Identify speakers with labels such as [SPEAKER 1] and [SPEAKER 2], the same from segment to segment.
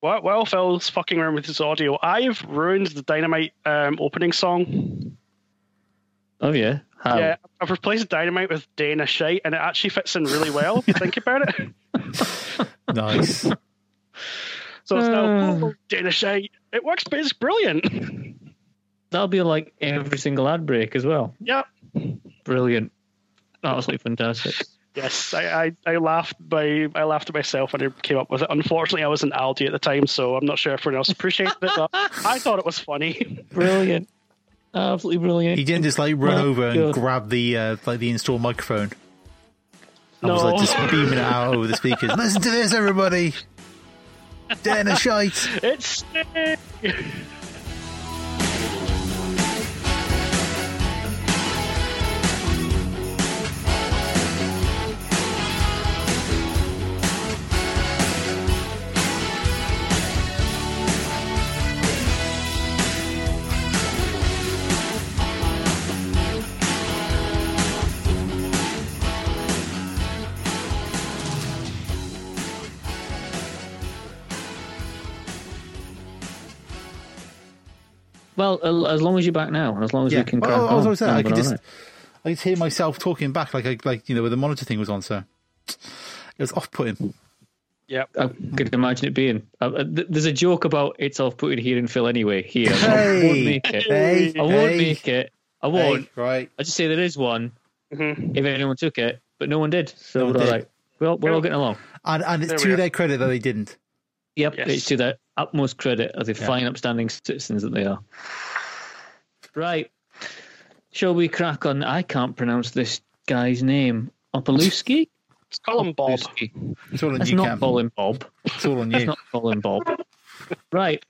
[SPEAKER 1] While, while Phil's fucking around with his audio, I've ruined the Dynamite um, opening song.
[SPEAKER 2] Oh yeah. How?
[SPEAKER 1] Yeah, I've replaced Dynamite with Dana Shite, and it actually fits in really well if you think about it.
[SPEAKER 3] Nice.
[SPEAKER 1] So it's now
[SPEAKER 2] Uh.
[SPEAKER 1] oh, Dana Shite. It works, but it's brilliant.
[SPEAKER 2] That'll be like every single ad break as well.
[SPEAKER 1] yep.
[SPEAKER 2] Brilliant. Absolutely fantastic.
[SPEAKER 1] Yes, I, I, I laughed by I laughed at myself when I came up with it. Unfortunately, I was in Aldi at the time, so I'm not sure if everyone else appreciated it. But I thought it was funny.
[SPEAKER 2] Brilliant. Absolutely brilliant.
[SPEAKER 3] He didn't just like run
[SPEAKER 2] Oh,
[SPEAKER 3] over and
[SPEAKER 2] God.
[SPEAKER 3] grab the uh, like the install microphone. I was
[SPEAKER 1] No.
[SPEAKER 3] like just beaming it out over the speakers. Listen to this, everybody. Dana shite.
[SPEAKER 1] It's
[SPEAKER 2] Well, a- as long as you're back now, as long as
[SPEAKER 3] Yeah.
[SPEAKER 2] we can crack
[SPEAKER 3] Well, I was
[SPEAKER 2] on,
[SPEAKER 3] always saying, I
[SPEAKER 2] then
[SPEAKER 3] could
[SPEAKER 2] we're
[SPEAKER 3] just
[SPEAKER 2] alright.
[SPEAKER 3] I could hear myself talking back like I, like you know when the monitor thing was on, so it was off putting.
[SPEAKER 1] yep.
[SPEAKER 2] I could imagine it being. Uh, th- there's a joke about it's off-putting here in Phil anyway. Here, I
[SPEAKER 3] Hey.
[SPEAKER 2] won't make it.
[SPEAKER 3] Hey,
[SPEAKER 2] I won't
[SPEAKER 3] hey,
[SPEAKER 2] make it. I
[SPEAKER 3] hey,
[SPEAKER 2] won't.
[SPEAKER 3] right.
[SPEAKER 2] I just say there is one.
[SPEAKER 1] Mhm.
[SPEAKER 2] If anyone took it, but no one did, so
[SPEAKER 3] No one
[SPEAKER 2] we're all
[SPEAKER 3] did.
[SPEAKER 2] right. Well, we're all getting along.
[SPEAKER 3] And and
[SPEAKER 1] There
[SPEAKER 3] it's
[SPEAKER 1] we
[SPEAKER 3] to
[SPEAKER 1] are.
[SPEAKER 3] their credit that they didn't.
[SPEAKER 2] Yep,
[SPEAKER 1] Yes.
[SPEAKER 2] it's to their utmost credit as the fine, upstanding citizens that they are. Right. Shall we crack on? I can't pronounce this guy's name. Opalewski?
[SPEAKER 1] Let's call him Bob.
[SPEAKER 2] Opalewski.
[SPEAKER 3] It's all on
[SPEAKER 2] Let's
[SPEAKER 3] you,
[SPEAKER 2] not
[SPEAKER 3] Cam.
[SPEAKER 2] call him Bob.
[SPEAKER 3] It's all on
[SPEAKER 2] Let's
[SPEAKER 3] you.
[SPEAKER 2] not call him Bob. right.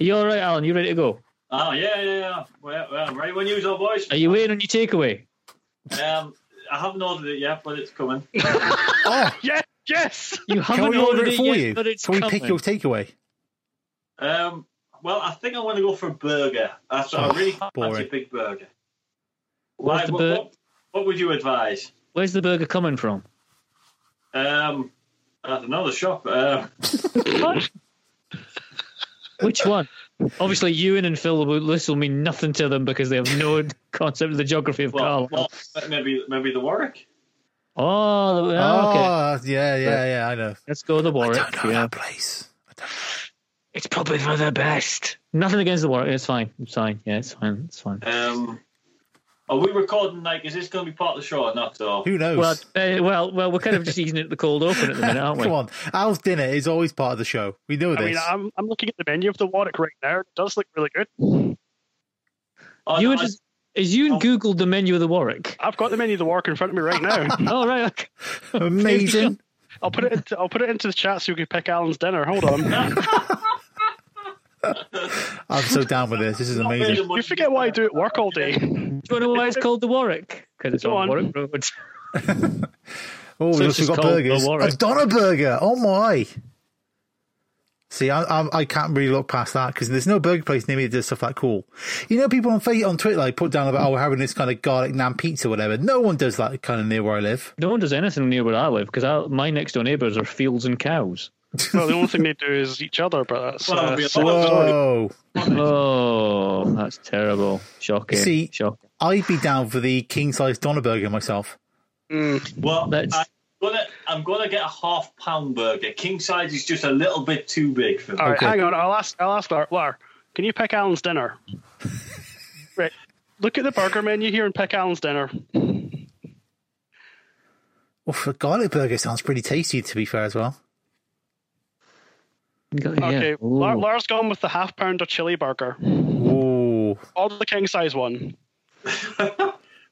[SPEAKER 2] Are you all right, Alan? You ready to go?
[SPEAKER 4] Oh yeah, yeah, yeah. Well, well right when you was on voice.
[SPEAKER 2] Are you waiting on your takeaway?
[SPEAKER 4] Um, I haven't ordered it yet, but it's coming.
[SPEAKER 3] oh,
[SPEAKER 1] Yes, yes.
[SPEAKER 2] You haven't
[SPEAKER 3] can we order
[SPEAKER 2] ordered
[SPEAKER 3] it for
[SPEAKER 2] yet,
[SPEAKER 3] you?
[SPEAKER 2] but it's
[SPEAKER 3] Can we pick
[SPEAKER 2] coming.
[SPEAKER 3] your takeaway?
[SPEAKER 4] Um, well, I think I want to go for a burger. That's I really fancy
[SPEAKER 3] boring.
[SPEAKER 4] a big burger.
[SPEAKER 2] Where's
[SPEAKER 4] Why,
[SPEAKER 2] Oh, the
[SPEAKER 4] what,
[SPEAKER 2] bur-
[SPEAKER 4] what, what would you advise?
[SPEAKER 2] Where's the burger coming from?
[SPEAKER 4] Um, I don't know the shop. Uh,
[SPEAKER 2] Which one? Obviously, Ewan and Phil, will- this will mean nothing to them because they have no concept of the geography of
[SPEAKER 4] well,
[SPEAKER 2] Carlisle.
[SPEAKER 4] well, maybe maybe the Warwick.
[SPEAKER 2] Oh, well, okay.
[SPEAKER 3] Oh, yeah, yeah, yeah. I know.
[SPEAKER 2] Let's go with the Warwick.
[SPEAKER 3] I don't know
[SPEAKER 2] yeah.
[SPEAKER 3] that place.
[SPEAKER 2] It's probably for the best. Nothing against the Warwick. It's fine. It's fine. Yeah, it's fine. It's fine.
[SPEAKER 4] Um, are we recording? Like, is this going to be part of the show or not? So,
[SPEAKER 3] Who knows?
[SPEAKER 2] Well, uh, well, well, we're kind of just easing it at the cold open at the minute, aren't we?
[SPEAKER 3] Come on, Al's dinner is always part of the show. We know
[SPEAKER 1] I
[SPEAKER 3] this.
[SPEAKER 1] mean, I'm, I'm looking at the menu of the Warwick right now. It does look really good.
[SPEAKER 4] Oh,
[SPEAKER 2] You
[SPEAKER 4] no,
[SPEAKER 2] would
[SPEAKER 4] I-
[SPEAKER 2] just, is you
[SPEAKER 4] Oh.
[SPEAKER 2] googled the menu of the Warwick?
[SPEAKER 1] I've got the menu of the Warwick in front of me right now.
[SPEAKER 2] oh right, okay.
[SPEAKER 3] Amazing.
[SPEAKER 1] I'll put it. Into, I'll put it into the chat so you can pick Alan's dinner. Hold on.
[SPEAKER 3] I'm so down with this. This is
[SPEAKER 4] not
[SPEAKER 3] amazing.
[SPEAKER 4] really much-
[SPEAKER 1] You forget why I do at work all day.
[SPEAKER 2] Do you know why it's called the Warwick? Because it's
[SPEAKER 1] Go on.
[SPEAKER 2] on Warwick Road.
[SPEAKER 3] Oh,
[SPEAKER 2] So
[SPEAKER 3] we've
[SPEAKER 2] it's
[SPEAKER 3] also
[SPEAKER 2] just
[SPEAKER 3] got
[SPEAKER 2] called the
[SPEAKER 3] burgers. A
[SPEAKER 2] Warwick.
[SPEAKER 3] Donna burger. Oh my! See, I, I, I can't really look past that because there's no burger place near me that does stuff that cool. You know, people on Fa- on Twitter like put down about oh we're having this kind of garlic naan pizza, or whatever. No one does that kind of near where I live.
[SPEAKER 2] No one does anything near where I live because my next door neighbours are fields and cows.
[SPEAKER 1] Well, the only thing they do is each other, but that's.
[SPEAKER 4] Well,
[SPEAKER 1] Uh,
[SPEAKER 4] we-
[SPEAKER 1] so-
[SPEAKER 3] Whoa!
[SPEAKER 2] Oh, that's terrible. Shocking.
[SPEAKER 3] See-
[SPEAKER 2] Shocking.
[SPEAKER 3] I'd be down for the king size Donna burger myself.
[SPEAKER 1] mm,
[SPEAKER 4] Well,
[SPEAKER 2] Let's-
[SPEAKER 4] I'm gonna I'm gonna get a half pound burger. King size is just a little bit too big for me.
[SPEAKER 1] all right,
[SPEAKER 3] Okay.
[SPEAKER 1] hang on. I'll ask. I'll ask Lar. Lar, can you pick Alan's dinner? right. Look at the burger menu here and pick Alan's dinner.
[SPEAKER 3] Oof, a Oh, garlic burger sounds pretty tasty to be fair as well.
[SPEAKER 1] Okay.
[SPEAKER 2] Yeah.
[SPEAKER 1] Lar,
[SPEAKER 2] Ooh.
[SPEAKER 1] Lar's gone with the half pounder chili burger,
[SPEAKER 3] Ooh,
[SPEAKER 1] or the king size one.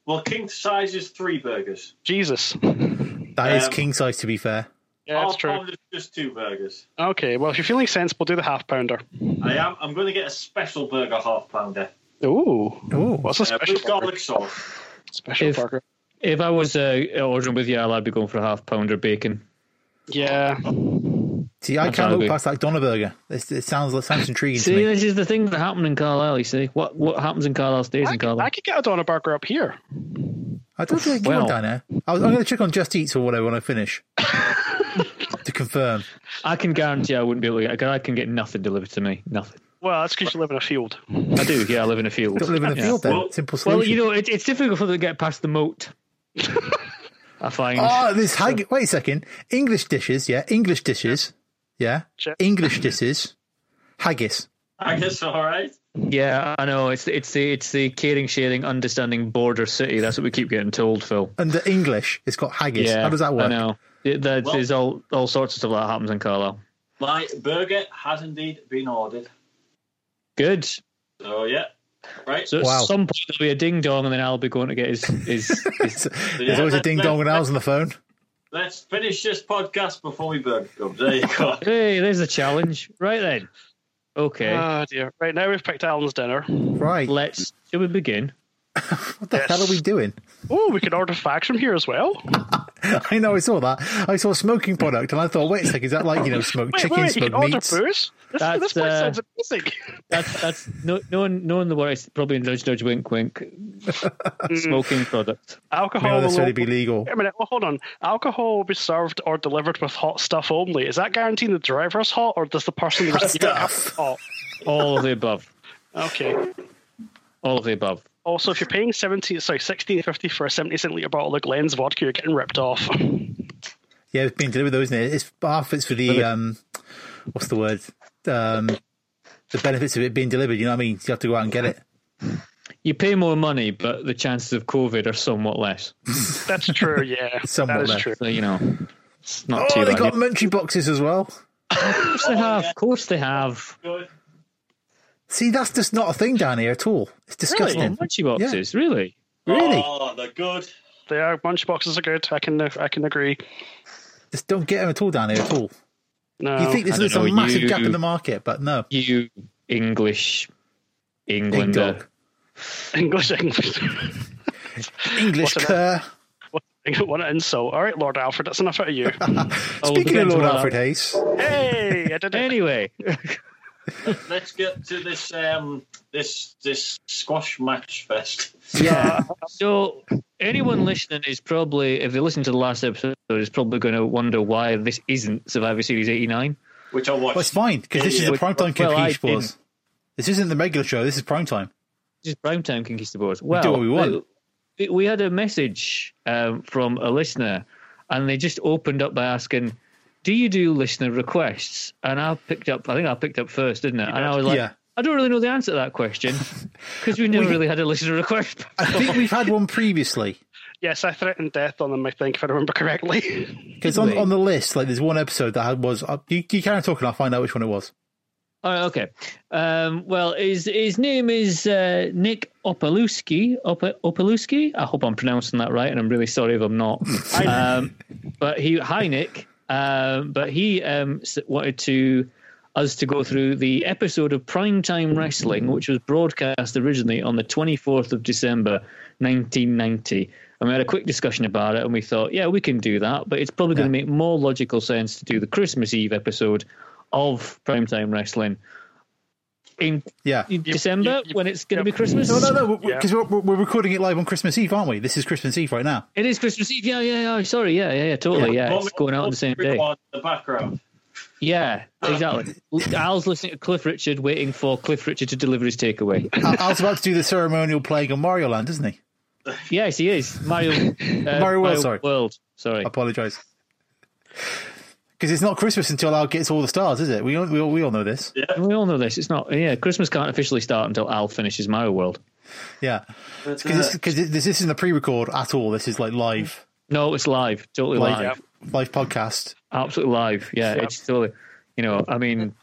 [SPEAKER 4] Well, king size is three burgers.
[SPEAKER 1] Jesus.
[SPEAKER 3] that is
[SPEAKER 4] Um,
[SPEAKER 3] king size to be fair.
[SPEAKER 1] Yeah, that's
[SPEAKER 4] half
[SPEAKER 1] true.
[SPEAKER 4] pound is just two burgers.
[SPEAKER 1] Okay, well, if you're feeling sensible, do the half pounder.
[SPEAKER 4] I am. I'm gonna get a special burger half pounder.
[SPEAKER 1] Ooh.
[SPEAKER 3] Ooh,
[SPEAKER 1] What's a
[SPEAKER 4] Uh,
[SPEAKER 1] special
[SPEAKER 4] with
[SPEAKER 1] burger?
[SPEAKER 4] garlic sauce.
[SPEAKER 1] Special
[SPEAKER 2] If-
[SPEAKER 1] burger.
[SPEAKER 2] If I was uh, ordering with you, I'd be going for a half pounder bacon.
[SPEAKER 1] Yeah.
[SPEAKER 3] see, I
[SPEAKER 2] That's
[SPEAKER 3] can't look
[SPEAKER 2] ugly.
[SPEAKER 3] past that Donna burger. This, it sounds it sounds intriguing to
[SPEAKER 2] See,
[SPEAKER 3] me.
[SPEAKER 2] this is the thing that happened in Carlisle. You see, what what happens in Carlisle stays
[SPEAKER 1] I
[SPEAKER 2] in
[SPEAKER 1] could,
[SPEAKER 2] Carlisle.
[SPEAKER 1] I could get a Donna burger up here.
[SPEAKER 3] I don't think I can
[SPEAKER 2] Well-
[SPEAKER 3] eh? down there. I was, I'm going to check on Just Eats or whatever when I finish. to confirm.
[SPEAKER 2] I can guarantee I wouldn't be able to get. I can get nothing delivered to me. Nothing.
[SPEAKER 1] Well, that's because you live in a field.
[SPEAKER 2] I do. Yeah, I live in a field.
[SPEAKER 3] Don't live in a
[SPEAKER 2] Yeah.
[SPEAKER 3] field then.
[SPEAKER 4] Well-
[SPEAKER 3] Simple solution.
[SPEAKER 2] Well, you know, it, it's difficult for them to get past the moat. I find.
[SPEAKER 1] Uh,
[SPEAKER 3] Oh, this hag. Wait a second. English dishes, yeah. English dishes, yeah.
[SPEAKER 1] Check.
[SPEAKER 3] English dishes, haggis.
[SPEAKER 4] I guess all right.
[SPEAKER 2] Yeah, I know. It's it's the it's the caring, sharing, understanding border city. That's what we keep getting told, Phil.
[SPEAKER 3] Under English, it's got haggis.
[SPEAKER 2] Yeah,
[SPEAKER 3] How does that
[SPEAKER 2] I
[SPEAKER 3] work?
[SPEAKER 2] know. It- there-
[SPEAKER 4] Well-
[SPEAKER 2] there's all all sorts of stuff that happens in Carlisle.
[SPEAKER 4] My burger has indeed been ordered.
[SPEAKER 2] Good.
[SPEAKER 4] So yeah, right.
[SPEAKER 2] So
[SPEAKER 3] Wow.
[SPEAKER 2] at some point there'll be a ding dong, and then I'll be going to get his his. his
[SPEAKER 3] There's always a ding dong when I was on the phone.
[SPEAKER 4] Let's finish this podcast before we burger comes. There you go.
[SPEAKER 2] hey, there's a challenge. Right then. Okay.
[SPEAKER 3] Uh,
[SPEAKER 1] Oh dear. Right now we've picked Alan's dinner.
[SPEAKER 3] Right. What
[SPEAKER 2] Let's. Shall we begin?
[SPEAKER 3] the hell are we doing?
[SPEAKER 1] Oh, we can order facts from here as well.
[SPEAKER 3] I know. I saw that. I saw smoking product, and I thought, wait a second, is that like you know, smoked
[SPEAKER 1] Wait,
[SPEAKER 3] chicken,
[SPEAKER 1] wait, you can
[SPEAKER 3] smoked
[SPEAKER 1] order
[SPEAKER 3] meats?
[SPEAKER 1] booze. This,
[SPEAKER 2] That's,
[SPEAKER 1] this place
[SPEAKER 2] uh,
[SPEAKER 1] sounds amazing.
[SPEAKER 2] That's that's no no one knowing the word. It's probably in nudge nudge wink wink. Smoking product.
[SPEAKER 1] Alcohol
[SPEAKER 3] May
[SPEAKER 1] will
[SPEAKER 3] this really
[SPEAKER 1] only
[SPEAKER 3] be legal.
[SPEAKER 1] Wait a minute. Well, hold on. Alcohol will be served or delivered with hot stuff only. Is that guaranteeing the driver's hot, or does the person receiving it have
[SPEAKER 3] stuff.
[SPEAKER 1] to be hot?
[SPEAKER 2] All of the above.
[SPEAKER 1] Okay.
[SPEAKER 2] All of the above.
[SPEAKER 1] Also, if you're paying seventeen, sorry, sixteen fifty for a seventy cent liter bottle of Glen's vodka, you're getting ripped off.
[SPEAKER 3] Yeah, it's being delivered though, isn't it? It's half it's for the um, what's the word? Um, the benefits of it being delivered. You know what I mean? You have to go out and get it.
[SPEAKER 2] You pay more money, but the chances of COVID are somewhat less.
[SPEAKER 1] That's true. Yeah,
[SPEAKER 3] Somewhat
[SPEAKER 1] that is
[SPEAKER 3] less.
[SPEAKER 1] true.
[SPEAKER 2] So you know, it's not
[SPEAKER 3] Oh,
[SPEAKER 2] too
[SPEAKER 3] they
[SPEAKER 2] bad.
[SPEAKER 3] got
[SPEAKER 2] of
[SPEAKER 3] munchie boxes as well.
[SPEAKER 2] course they have.
[SPEAKER 4] yeah.
[SPEAKER 2] Of course they have.
[SPEAKER 4] Good.
[SPEAKER 3] See, that's just not a thing down here at all. It's disgusting.
[SPEAKER 2] Oh, munchie boxes, really?
[SPEAKER 3] Really?
[SPEAKER 4] Oh, they're good.
[SPEAKER 1] They are lunchboxes are good. I can I can agree.
[SPEAKER 3] Just don't get them at all down here at all.
[SPEAKER 1] No,
[SPEAKER 3] You think
[SPEAKER 2] Oh,
[SPEAKER 3] this
[SPEAKER 2] I don't
[SPEAKER 3] is a
[SPEAKER 2] know,
[SPEAKER 3] massive
[SPEAKER 2] you-
[SPEAKER 3] gap in the market, but no.
[SPEAKER 2] You English,
[SPEAKER 3] Ding
[SPEAKER 2] Englander.
[SPEAKER 3] dog.
[SPEAKER 1] English English?
[SPEAKER 3] English
[SPEAKER 1] What's
[SPEAKER 3] cur.
[SPEAKER 1] what an insult! All right, Lord Alfred, that's enough out of you.
[SPEAKER 2] Oh,
[SPEAKER 3] Speaking of
[SPEAKER 2] depends
[SPEAKER 3] Lord
[SPEAKER 2] what
[SPEAKER 3] Alfred Hayes,
[SPEAKER 1] hey, I did it.
[SPEAKER 2] Anyway,
[SPEAKER 4] Let's get to this um this this squash match fest.
[SPEAKER 3] yeah,
[SPEAKER 2] so anyone listening is probably, if they listen to the last episode, is probably going to wonder why this isn't Survivor Series '89.
[SPEAKER 4] Which I watched.
[SPEAKER 3] well, it's fine because this is the
[SPEAKER 2] Well,
[SPEAKER 3] primetime
[SPEAKER 2] well, I
[SPEAKER 3] compete for us. This isn't the regular show. This is primetime.
[SPEAKER 2] This is primetime conquistadors. Well,
[SPEAKER 3] what we want.
[SPEAKER 2] we- we had a message um, from a listener, and they just opened up by asking, "Do you do listener requests?" And I picked up. I think I picked up first, didn't I? And I was like,
[SPEAKER 3] Yeah.
[SPEAKER 2] "I don't really know the answer to that question because we've never really had a listener request."
[SPEAKER 3] I think we've had one previously
[SPEAKER 1] Yes, I threatened death on them. I think, if I remember correctly.
[SPEAKER 3] because on,
[SPEAKER 2] we?
[SPEAKER 3] on the list, like there's one episode that had- was. Uh, you, you carry on talking. I'll find out which one it was.
[SPEAKER 2] All right, okay. Um, well, his his name is uh, Nick Opaluski. Op- Opaluski. I hope I'm pronouncing that right, and I'm really sorry if I'm not. um, but he, hi Nick. Um, but he um, s- wanted to us to go through the episode of Primetime Wrestling, which was broadcast originally on the 24th of December, 1990. And we had a quick discussion about it, and we thought, yeah, we can do that, but it's probably going to make more logical sense to do the Christmas Eve episode of Primetime Wrestling in
[SPEAKER 3] Yeah.
[SPEAKER 2] December
[SPEAKER 1] you-
[SPEAKER 2] when it's going to be Christmas.
[SPEAKER 3] No, no, no. Because
[SPEAKER 1] Yeah.
[SPEAKER 3] we're, we're, we're recording it live on Christmas Eve, aren't we? This is Christmas Eve right now.
[SPEAKER 2] It is Christmas Eve. Yeah, yeah, yeah. Sorry. Yeah, yeah, yeah. Totally. Yeah, it's going out on the same day.
[SPEAKER 4] Record in The background.
[SPEAKER 2] Yeah, exactly. Al's listening to Cliff Richard, waiting for Cliff Richard to deliver his takeaway.
[SPEAKER 3] I, I was about to do the ceremonial playing on Mario Land, isn't he?
[SPEAKER 2] Yes, he is Mario. Uh,
[SPEAKER 3] Mario World, sorry.
[SPEAKER 2] World. Sorry.
[SPEAKER 3] Apologise. Because it's not Christmas until Al gets all the stars, is it? We all, we all, we all know this. Yeah.
[SPEAKER 2] We all know this. It's not. Yeah, Christmas can't officially start until Al finishes Mario World.
[SPEAKER 3] Because this, 'cause this, this isn't a pre-record at all. This is like live,
[SPEAKER 2] No, it's live. Totally
[SPEAKER 3] live,
[SPEAKER 2] live.
[SPEAKER 3] live podcast.
[SPEAKER 2] Absolutely live. Yeah, it's totally. You know, I mean,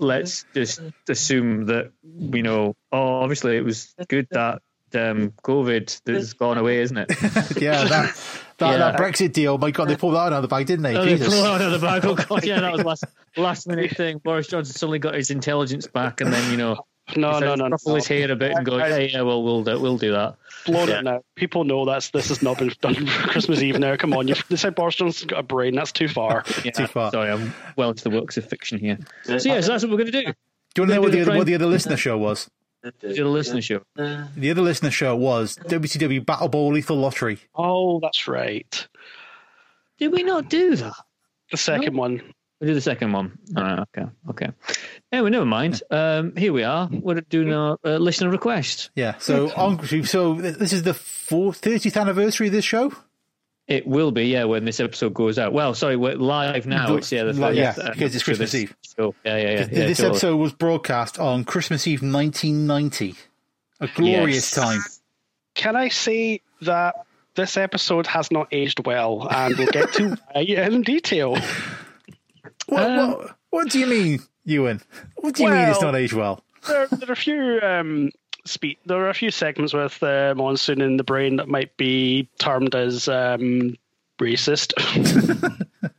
[SPEAKER 2] let's just assume that you know. Oh, obviously, it was good that um, COVID that's gone away, isn't it?
[SPEAKER 3] Yeah, that that,
[SPEAKER 2] Yeah.
[SPEAKER 3] that Brexit deal. My God, they pulled that out of the bag, didn't they?
[SPEAKER 2] Oh, they
[SPEAKER 3] Jesus.
[SPEAKER 2] blew out of the bag. Oh god, yeah, that was last last minute thing. Boris Johnson suddenly got his intelligence back, and then you know,
[SPEAKER 1] No, no, no, no.
[SPEAKER 2] ruffle his hair a bit and go, yeah, yeah, well, we'll do, we'll do that.
[SPEAKER 1] Blown it now. People know that's this has not been done for Christmas Eve now. Come on, you they said Boris Johnson's got a brain. That's too far.
[SPEAKER 2] Yeah,
[SPEAKER 3] Too far.
[SPEAKER 2] Sorry, I'm well into the works of fiction here. So yeah, so that's what we're going to do.
[SPEAKER 3] Do you want to know
[SPEAKER 2] do
[SPEAKER 3] what the,
[SPEAKER 2] the
[SPEAKER 3] other, what
[SPEAKER 2] prime-
[SPEAKER 3] the other listener show was?
[SPEAKER 2] Do the listener show.
[SPEAKER 3] The other listener show was WCW Battle Ball Lethal Lottery.
[SPEAKER 1] Oh, that's right.
[SPEAKER 2] Did we not do that?
[SPEAKER 1] The second one.
[SPEAKER 2] We do the second one. All right, okay, okay. Anyway, never mind. Um, here we are.
[SPEAKER 3] Mm-hmm.
[SPEAKER 2] We're doing our uh, listener request.
[SPEAKER 3] Yeah. So on, so th- this is the fourth, 30th anniversary of this show.
[SPEAKER 2] It will be, yeah, when this episode goes out. Well, sorry, we're live now. It's yeah, the
[SPEAKER 3] Like, yeah,
[SPEAKER 2] 30th, uh,
[SPEAKER 3] because it's
[SPEAKER 2] for this
[SPEAKER 3] Christmas Eve.
[SPEAKER 2] show. Yeah, yeah, yeah. yeah
[SPEAKER 3] this
[SPEAKER 2] totally.
[SPEAKER 3] episode was broadcast on Christmas Eve 1990. A
[SPEAKER 2] Yes.
[SPEAKER 3] glorious time.
[SPEAKER 1] Can I say that this episode has not aged well, and we'll get to why in detail.
[SPEAKER 3] What,
[SPEAKER 2] Um,
[SPEAKER 3] what, what do you mean, Ewan? What do you mean it's
[SPEAKER 1] Well-
[SPEAKER 3] not aged well?
[SPEAKER 1] There, there are a few um, spe- There are a few segments with uh, monsoon in the brain that might be termed as um, racist.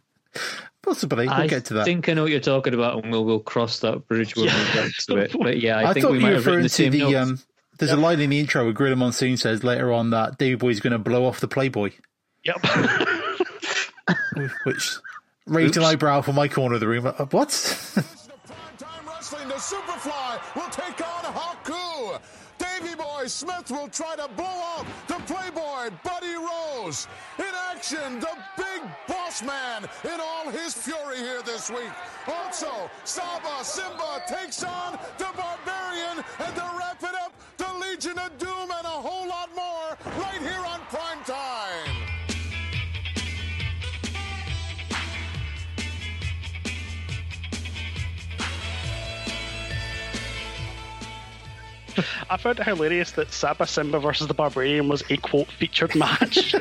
[SPEAKER 3] Possibly. We'll
[SPEAKER 2] I
[SPEAKER 3] get to that.
[SPEAKER 2] think I know what you're talking about, and we'll, we'll cross that bridge when we get to it. But yeah, I,
[SPEAKER 3] I,
[SPEAKER 2] think
[SPEAKER 3] thought
[SPEAKER 2] we
[SPEAKER 3] you
[SPEAKER 2] might
[SPEAKER 3] were
[SPEAKER 2] have written
[SPEAKER 3] referring
[SPEAKER 2] the
[SPEAKER 3] to
[SPEAKER 2] same
[SPEAKER 3] the.
[SPEAKER 2] notes.
[SPEAKER 3] Um, there's a line in the intro where Gorilla Monsoon says later on that Davy Boy's going to blow off the Playboy,
[SPEAKER 1] yep.
[SPEAKER 3] which raised an eyebrow from my corner of the room. Uh, What?
[SPEAKER 5] Primetime Wrestling, the Superfly will take on Haku. Davey Boy Smith will try to blow up the Playboy Buddy Rose. In action, the big boss man in all his fury here this week. Also, Saba Simba takes on the Barbarian, and to wrap it up, the Legion of Doom, and a whole lot more right here on Primetime.
[SPEAKER 1] I found it hilarious that Saba Simba versus the Barbarian was a quote featured match.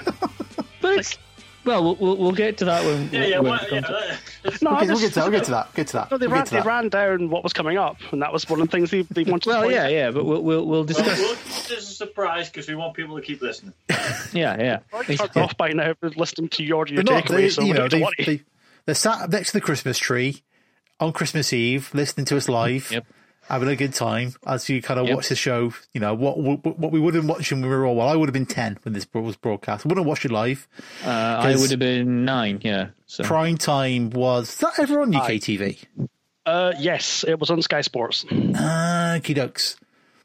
[SPEAKER 2] But it's,
[SPEAKER 3] um,
[SPEAKER 2] well, we'll- we'll we'll get to that when.
[SPEAKER 4] Yeah, yeah,
[SPEAKER 2] when
[SPEAKER 4] well,
[SPEAKER 2] it
[SPEAKER 4] yeah.
[SPEAKER 2] comes up.
[SPEAKER 4] that-
[SPEAKER 1] no, I
[SPEAKER 3] Okay, we'll
[SPEAKER 1] just-
[SPEAKER 3] get to that. We'll get to that. Get to that.
[SPEAKER 1] No, they
[SPEAKER 3] we'll
[SPEAKER 1] ran,
[SPEAKER 3] get to
[SPEAKER 1] they
[SPEAKER 3] that.
[SPEAKER 1] ran down what was coming up, and that was one of the things they, they wanted to
[SPEAKER 2] Well,
[SPEAKER 1] point
[SPEAKER 2] yeah, yeah, but we'll we'll, we'll
[SPEAKER 4] Well,
[SPEAKER 2] discuss.
[SPEAKER 4] we'll keep this a surprise because we want people to keep listening.
[SPEAKER 2] Yeah, yeah.
[SPEAKER 1] Probably turned off by now listening to your audio
[SPEAKER 3] They're not.
[SPEAKER 1] takeaway,
[SPEAKER 3] They,
[SPEAKER 1] so
[SPEAKER 3] you know,
[SPEAKER 1] don't
[SPEAKER 3] they,
[SPEAKER 1] worry.
[SPEAKER 3] they, they're sat up next to the Christmas tree on Christmas Eve, listening to us live,
[SPEAKER 2] Yep.
[SPEAKER 3] having a good time as you kind of
[SPEAKER 2] Yep.
[SPEAKER 3] watch the show. You know what what what we would have been watching when we were all. Well, I would have been ten when this was broadcast. I wouldn't watch it live.
[SPEAKER 2] Uh, I
[SPEAKER 3] 'Cause-
[SPEAKER 2] would have been nine. Yeah. So.
[SPEAKER 3] Prime time was is that ever on UK TV?
[SPEAKER 1] uh, yes, it was on Sky Sports.
[SPEAKER 3] Okie dokes.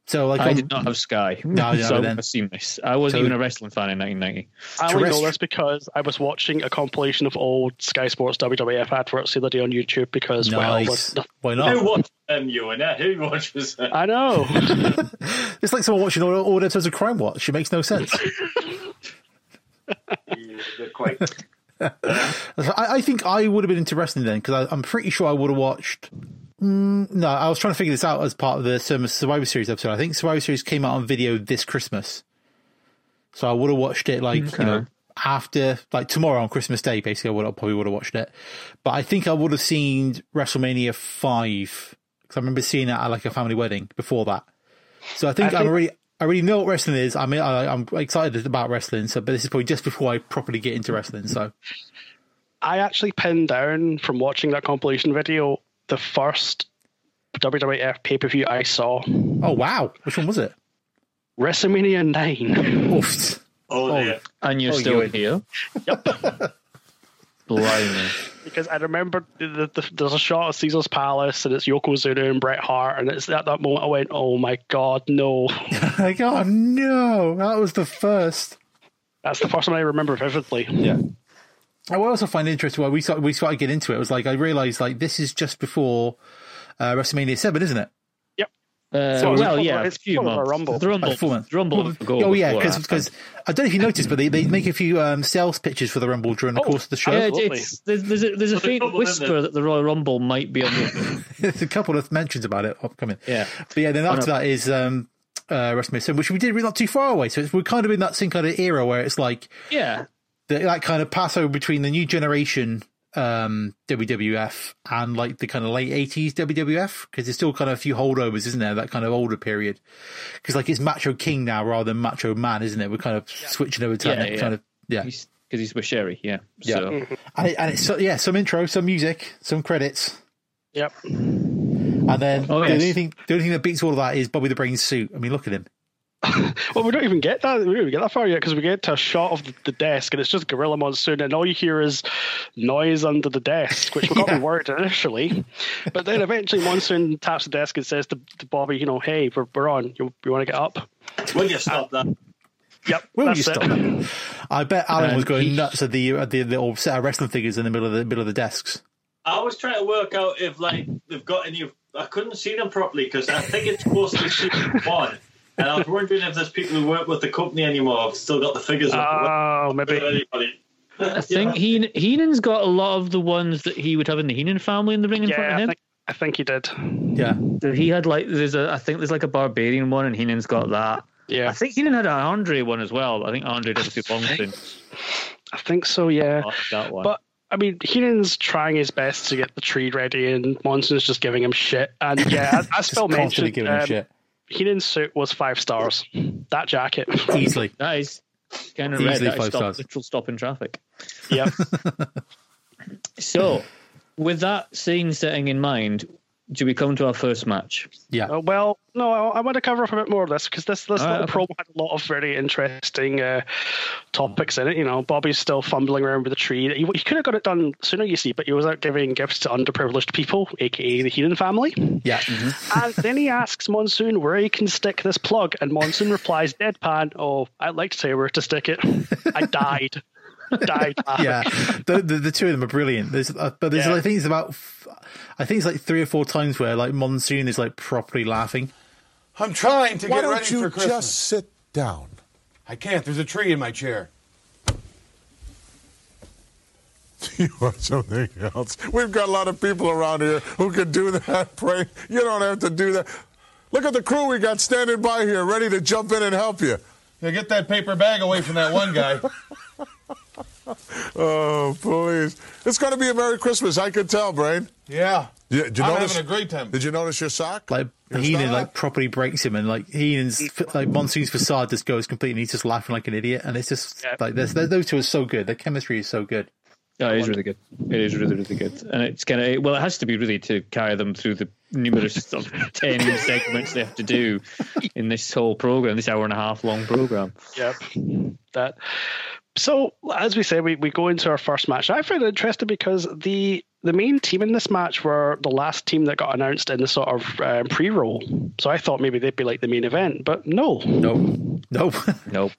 [SPEAKER 3] So like
[SPEAKER 2] I
[SPEAKER 3] on-
[SPEAKER 2] did not have Sky,
[SPEAKER 3] No, no,
[SPEAKER 2] so I
[SPEAKER 3] then.
[SPEAKER 2] would have seen this. I wasn't
[SPEAKER 3] So-
[SPEAKER 2] even a wrestling fan in 1990.
[SPEAKER 1] I only know
[SPEAKER 3] Terrestri-
[SPEAKER 1] this because I was watching a compilation of old Sky Sports WWF adverts the other day on YouTube because, well,
[SPEAKER 3] nice.
[SPEAKER 1] was-
[SPEAKER 3] Why
[SPEAKER 2] Oh.
[SPEAKER 4] Who
[SPEAKER 3] not?
[SPEAKER 4] watches them, you and that? Who watches them?
[SPEAKER 1] I know.
[SPEAKER 3] It's like someone watching all, all the episodes of Crime Watch. It makes no sense.
[SPEAKER 4] They're quite.
[SPEAKER 3] I, I think I would have been into wrestling then because I'm pretty sure I would have watched. Mm, no, I was trying to figure this out as part of the Sur- Survivor Series episode. I think Survivor Series came out on video this Christmas, so I would have watched it like you know
[SPEAKER 2] Okay.
[SPEAKER 3] after like tomorrow on Christmas Day. Basically, I would have, probably would have watched it, but I think I would have seen WrestleMania five because I remember seeing it at like a family wedding before that. So I think, I
[SPEAKER 1] I
[SPEAKER 3] am
[SPEAKER 1] think-
[SPEAKER 3] already. I already know what wrestling is. I mean, I, I'm excited about wrestling, so but this is probably just before I properly get into wrestling. So
[SPEAKER 1] I actually pinned down from watching that compilation video the first WWF pay per view I saw
[SPEAKER 3] Oh wow! Which one was it?
[SPEAKER 1] WrestleMania 9.
[SPEAKER 3] Oof.
[SPEAKER 4] Oh, yeah.
[SPEAKER 2] And you're
[SPEAKER 3] Oh,
[SPEAKER 2] still
[SPEAKER 3] you-
[SPEAKER 2] here. Yep. Blimey.
[SPEAKER 1] because I remember the, the, there's a shot of Caesar's Palace and it's Yokozuna and Bret Hart, and it's at that moment I went, oh my god, no.
[SPEAKER 3] Like oh no, that was the first.
[SPEAKER 1] That's the first one I remember vividly.
[SPEAKER 3] Yeah. I also find interesting why we started, we started to get into it. It was like I realized like this is just before uh, WrestleMania Seven, isn't it?
[SPEAKER 2] Uh,
[SPEAKER 1] So it's
[SPEAKER 2] well,
[SPEAKER 1] full-
[SPEAKER 2] yeah,
[SPEAKER 1] it's
[SPEAKER 2] a few
[SPEAKER 1] full of a
[SPEAKER 2] months.
[SPEAKER 1] rumble.
[SPEAKER 2] The rumble,
[SPEAKER 3] Like, four months.
[SPEAKER 2] the rumble.
[SPEAKER 3] Well,
[SPEAKER 2] of gold
[SPEAKER 3] oh yeah,
[SPEAKER 2] before
[SPEAKER 3] because
[SPEAKER 2] that.
[SPEAKER 3] I don't know if you noticed, but they, they make a few um, sales pitches for the Rumble during the
[SPEAKER 1] Oh,
[SPEAKER 3] course of the show.
[SPEAKER 2] yeah,
[SPEAKER 1] Absolutely.
[SPEAKER 2] it's, there's, there's a, there's a
[SPEAKER 4] Well, the
[SPEAKER 2] faint
[SPEAKER 4] trouble, isn't
[SPEAKER 2] whisper
[SPEAKER 4] it?
[SPEAKER 2] that the Royal Rumble might be on the
[SPEAKER 3] There's a couple of mentions about it upcoming.
[SPEAKER 2] yeah.
[SPEAKER 3] But yeah, then after that is um, uh, WrestleMania Seven, which we did we're not too far away. So it's, we're kind of in that same kind of era where it's like
[SPEAKER 2] Yeah,
[SPEAKER 3] the, that kind of passover between the new generation um, WWF and like the kind of late eighties WWF because there's still kind of a few holdovers, isn't there? That kind of older period because like it's Macho King now rather than Macho Man, isn't it? We're kind of switching over time,
[SPEAKER 2] Yeah,
[SPEAKER 3] kind
[SPEAKER 2] yeah.
[SPEAKER 3] of yeah.
[SPEAKER 2] because he's, with Sherry. Yeah,
[SPEAKER 3] Yeah.
[SPEAKER 2] So,
[SPEAKER 1] Mm.
[SPEAKER 3] And, it, and it's so, yeah, some intro, some music, some credits,
[SPEAKER 1] Yep.
[SPEAKER 3] and then
[SPEAKER 2] Oh,
[SPEAKER 3] the
[SPEAKER 2] yes.
[SPEAKER 3] only thing the only thing that beats all of that is Bobby the Brain's suit. I mean, look at him.
[SPEAKER 1] Well, we don't even get that. We don't even get that far yet because we get to a shot of the, the desk and it's just Gorilla Monsoon, and all you hear is noise under the desk, which got me worried initially. But then eventually Monsoon taps the desk and says to, to Bobby, you know, hey, we're, we're on. You, you want to get up?
[SPEAKER 4] Will you stop that?
[SPEAKER 1] Yep.
[SPEAKER 3] Will
[SPEAKER 1] that's
[SPEAKER 3] you stop?
[SPEAKER 1] it.
[SPEAKER 3] that? I bet Alan
[SPEAKER 2] Um,
[SPEAKER 3] was going
[SPEAKER 2] he-
[SPEAKER 3] nuts at the at the little set of wrestling figures in the middle of the middle of the desks.
[SPEAKER 4] I was trying to work out if like they've got any. of- I couldn't see them properly because I think it's mostly season one, and I was wondering if there's people who work with the company anymore. I've still got the figures. up.
[SPEAKER 1] Oh,
[SPEAKER 2] Uh,
[SPEAKER 1] maybe.
[SPEAKER 4] Anybody?
[SPEAKER 2] I think Heen- Heenan's got a lot of the ones that he would have in the Heenan family in the ring in front
[SPEAKER 1] Yeah,
[SPEAKER 2] of
[SPEAKER 1] I
[SPEAKER 2] him.
[SPEAKER 1] think, I think he did.
[SPEAKER 3] Yeah,
[SPEAKER 2] So he had like there's a I think there's like a barbarian one and Heenan's got that.
[SPEAKER 1] Yeah,
[SPEAKER 2] I think Heenan had an Andre one as well. I think Andre did a good long thing.
[SPEAKER 1] I think so. Yeah.
[SPEAKER 2] That one.
[SPEAKER 1] But I mean, Heenan's trying his best to get the tree ready, and Monson's just giving him shit. And yeah, I, I
[SPEAKER 3] just
[SPEAKER 1] still
[SPEAKER 3] constantly
[SPEAKER 1] mentioned
[SPEAKER 3] giving him
[SPEAKER 1] um,
[SPEAKER 3] shit
[SPEAKER 1] Heenan's suit was five stars. That jacket.
[SPEAKER 3] easily.
[SPEAKER 2] that is kind of
[SPEAKER 3] Easily
[SPEAKER 2] red. That is
[SPEAKER 3] five
[SPEAKER 2] stop,
[SPEAKER 3] stars.
[SPEAKER 2] literal stop in traffic.
[SPEAKER 1] yep.
[SPEAKER 2] So, with that scene setting in mind, do we come to our first match?
[SPEAKER 3] Yeah,
[SPEAKER 1] Uh, well, no, I, I want to cover up a bit more of this because this this
[SPEAKER 2] All right,
[SPEAKER 1] little promo had a lot of very interesting uh, topics in it. You know, Bobby's still fumbling around with the tree. He, he could have got it done sooner, you see, but he was out giving gifts to underprivileged people, aka the Heenan family.
[SPEAKER 3] yeah.
[SPEAKER 1] and then he asks Monsoon where he can stick this plug, and Monsoon replies deadpan, "Oh, I'd like to tell you where to stick it. I died, died. laughing."
[SPEAKER 3] yeah, the, the the two of them are brilliant. There's, uh, but there's
[SPEAKER 1] Yeah.
[SPEAKER 3] I think it's about, f- I think it's like three or four times where like Monsoon is like properly laughing.
[SPEAKER 6] I'm trying to
[SPEAKER 5] Why
[SPEAKER 6] get ready
[SPEAKER 5] don't you
[SPEAKER 6] for Christmas.
[SPEAKER 5] just sit down?
[SPEAKER 6] I can't. There's a tree in my chair.
[SPEAKER 5] you want something else. We've got a lot of people around here who could do that. Pray you don't have to do that. Look at the crew we got standing by here, ready to jump in and help you.
[SPEAKER 6] Yeah, get that paper bag away from that one guy.
[SPEAKER 5] Oh, please! It's going to be a Merry Christmas. I could tell, Brain.
[SPEAKER 6] yeah.
[SPEAKER 5] Yeah, did you
[SPEAKER 6] I'm
[SPEAKER 5] notice-
[SPEAKER 6] having a great time.
[SPEAKER 5] Did you notice your sock?
[SPEAKER 3] Like
[SPEAKER 5] Your
[SPEAKER 3] Heenan
[SPEAKER 5] sock?
[SPEAKER 3] like properly breaks him, and like Heenan's f- like Monsoon's facade just goes complete, and he's just laughing like an idiot. And it's just
[SPEAKER 1] Yeah.
[SPEAKER 3] like this, those two are so good. Their chemistry is so good.
[SPEAKER 2] Oh, it is really good. It is really, really good. And it's kind of, well, it has to be really to carry them through the numerous sort of 10 segments they have to do in this whole program, this hour and a half long program.
[SPEAKER 1] Yep. That. So as we say, we, we go into our first match. I found it interesting because the the main team in this match were the last team that got announced in the sort of um, pre-roll. So I thought maybe they'd be like the main event, but no.
[SPEAKER 3] No, no.
[SPEAKER 2] Nope.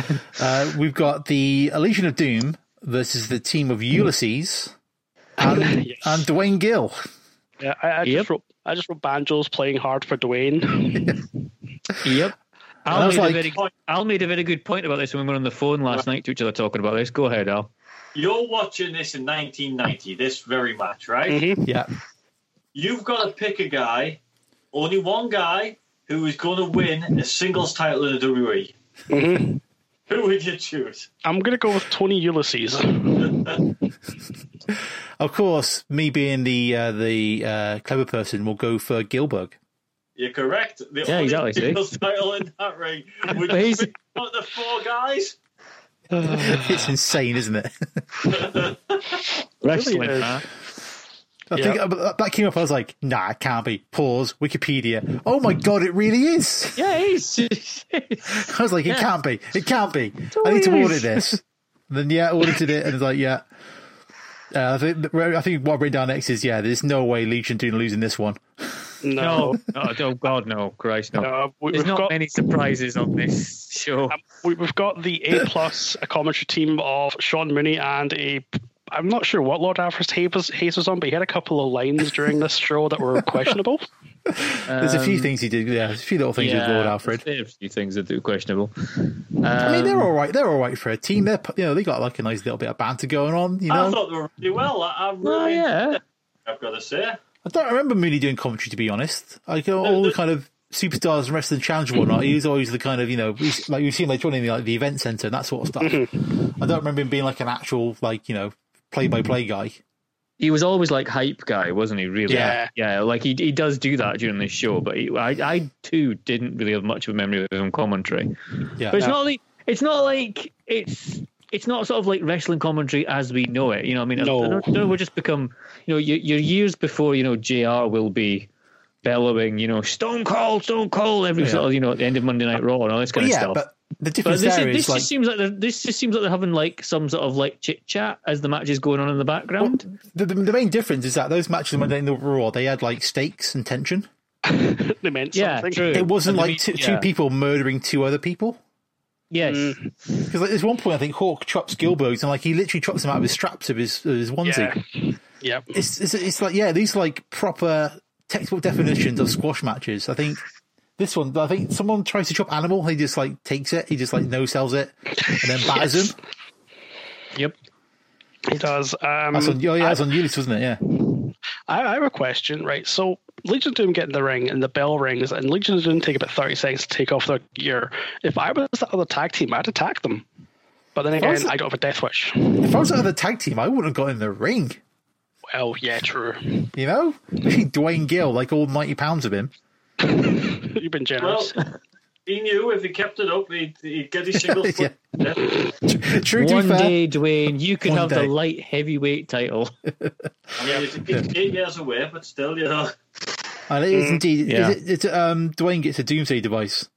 [SPEAKER 3] uh, we've got the Elysian of Doom versus the team of Ulysses and,
[SPEAKER 1] Yes.
[SPEAKER 3] and Dwayne
[SPEAKER 1] Um,
[SPEAKER 3] Gill.
[SPEAKER 1] Yeah, I, I
[SPEAKER 2] Yep.
[SPEAKER 1] just wrote I just wrote banjos playing hard for Dwayne.
[SPEAKER 2] Yep.
[SPEAKER 3] I
[SPEAKER 2] Al
[SPEAKER 3] was
[SPEAKER 2] made,
[SPEAKER 3] like-
[SPEAKER 2] a very, Al made a very good point about this when we were on the phone last night to each other talking about this. Go ahead, Al.
[SPEAKER 4] You're watching this in 1990, this very match, right?
[SPEAKER 2] Mm-hmm.
[SPEAKER 3] Yeah,
[SPEAKER 4] You've got to pick a guy, only one guy, who is going to win a singles title in the WWE. Who would you choose?
[SPEAKER 1] I'm gonna go with Tony Ulysses.
[SPEAKER 3] of course. Me being the uh, the uh, clever person, will go for Gilberg.
[SPEAKER 4] You're correct. The
[SPEAKER 2] Yeah,
[SPEAKER 4] only
[SPEAKER 2] exactly, see?
[SPEAKER 4] Singles title in that ring. Would
[SPEAKER 2] But
[SPEAKER 4] you
[SPEAKER 2] he's-
[SPEAKER 4] pick one of the four guys?
[SPEAKER 3] it's insane, isn't it?
[SPEAKER 2] Wrestling
[SPEAKER 1] is.
[SPEAKER 2] match.
[SPEAKER 3] I think uh, that came up. I was like, "Nah, it can't be." Pause. Wikipedia. Oh my god, it really is.
[SPEAKER 2] Yeah, he's.
[SPEAKER 3] I was like, "It can't be. It can't be." I need to
[SPEAKER 2] Please.
[SPEAKER 3] audit this. And then yeah, audited it, and it's like, yeah. Uh, I think I think what written down next is yeah. There's no way Legion doing losing this one.
[SPEAKER 1] No.
[SPEAKER 2] no, no, oh God, no, Christ, no.
[SPEAKER 1] Uh, we,
[SPEAKER 2] There's
[SPEAKER 1] we've
[SPEAKER 2] not
[SPEAKER 1] got Um,
[SPEAKER 2] many surprises on this show.
[SPEAKER 1] we, we've got the A plus a commentary team of Sean Mooney and a I'm not sure what Lord Alfred Hayes was, Hayes was on, but he had a couple of lines during this show that were questionable.
[SPEAKER 3] There's a
[SPEAKER 2] Um,
[SPEAKER 3] few things he did. Yeah, there's a few little things with Lord Alfred.
[SPEAKER 2] There are Um, a few things that are questionable. Um,
[SPEAKER 3] I mean, they're all right. They're all right for a team. They're you know they got like a nice little bit of banter going on. You
[SPEAKER 4] I
[SPEAKER 3] know,
[SPEAKER 4] thought they were really well. I, I really,
[SPEAKER 2] Oh yeah,
[SPEAKER 4] I've got to say.
[SPEAKER 3] I don't remember Mooney doing commentary, to be honest. Like you know, all the kind of superstars and wrestling challenge and whatnot, he was always the kind of you know he's- like we've seen like joining the, like the event center and that sort of stuff. I don't remember him being like an actual like you know play by play guy.
[SPEAKER 2] he was always like hype guy, wasn't he? Really?
[SPEAKER 1] Yeah.
[SPEAKER 2] yeah. Like he he does do that during this show, but he, I I too didn't really have much of a memory of his own commentary.
[SPEAKER 3] Yeah,
[SPEAKER 2] But it's not like it's not like it's. It's not sort of like wrestling commentary as we know it, you know. What I mean, I-
[SPEAKER 1] No.
[SPEAKER 2] I don't, I don't know, we're just become, you know, your, your years before, you know, Jr. will be bellowing, you know, Stone Cold, Stone Cold, every
[SPEAKER 3] Yeah.
[SPEAKER 2] sort of, you know, at the end of Monday Night Raw and all this kind of
[SPEAKER 3] yeah,
[SPEAKER 2] stuff.
[SPEAKER 3] but the
[SPEAKER 2] But
[SPEAKER 3] difference
[SPEAKER 2] this, is,
[SPEAKER 3] there
[SPEAKER 2] this
[SPEAKER 3] is,
[SPEAKER 2] just seems like they're, this just seems like they're having like some sort of like chit chat as the match is going on in the background.
[SPEAKER 3] like the, the, the main difference is that those matches when they in the Raw they had like stakes and tension.
[SPEAKER 1] they meant
[SPEAKER 2] yeah,
[SPEAKER 1] something.
[SPEAKER 2] true.
[SPEAKER 3] It wasn't
[SPEAKER 2] And
[SPEAKER 3] like
[SPEAKER 2] the-
[SPEAKER 3] two,
[SPEAKER 2] yeah.
[SPEAKER 3] two people murdering two other people.
[SPEAKER 2] Yes.
[SPEAKER 3] Because at this one point, I think Hawk chops Gilbert and like he literally chops him out of his straps of his of his onesie.
[SPEAKER 1] Yep.
[SPEAKER 3] It's, it's it's like yeah, these are like proper textbook definitions of squash matches. I think this one, I think someone tries to chop animal, he just like takes it, he just like no sells it, and then batters
[SPEAKER 1] Yes.
[SPEAKER 3] him.
[SPEAKER 2] Yep.
[SPEAKER 1] It does. Um,
[SPEAKER 3] That's on, oh yeah, that's on Ulyss, wasn't it? Yeah.
[SPEAKER 1] I, I have a question, right? So Legion of Doom get in the ring and the bell rings, and Legion of Doom take about 30 seconds to take off their gear. If I was the other tag team, I'd attack them. But then
[SPEAKER 3] I
[SPEAKER 1] again,
[SPEAKER 3] was-
[SPEAKER 1] I don't have a death wish.
[SPEAKER 3] If I was out of the tag team, I wouldn't have got in the ring.
[SPEAKER 1] Well, yeah, true.
[SPEAKER 3] You know, Especially Dwayne Gill, like all ninety pounds of him.
[SPEAKER 1] You've been
[SPEAKER 4] Well,
[SPEAKER 1] generous.
[SPEAKER 4] he knew if he kept it up, he'd, he'd get his singles.
[SPEAKER 3] Yeah.
[SPEAKER 4] yeah.
[SPEAKER 3] True, to be
[SPEAKER 2] One
[SPEAKER 3] fair,
[SPEAKER 2] day, Dwayne, you could
[SPEAKER 3] One
[SPEAKER 2] have
[SPEAKER 3] day.
[SPEAKER 2] the light heavyweight title.
[SPEAKER 4] I mean, it's, it's eight years away, but still, you know.
[SPEAKER 3] and it is indeed.
[SPEAKER 2] Mm-hmm. yeah.
[SPEAKER 3] Is it, it's, um, Dwayne gets a doomsday device.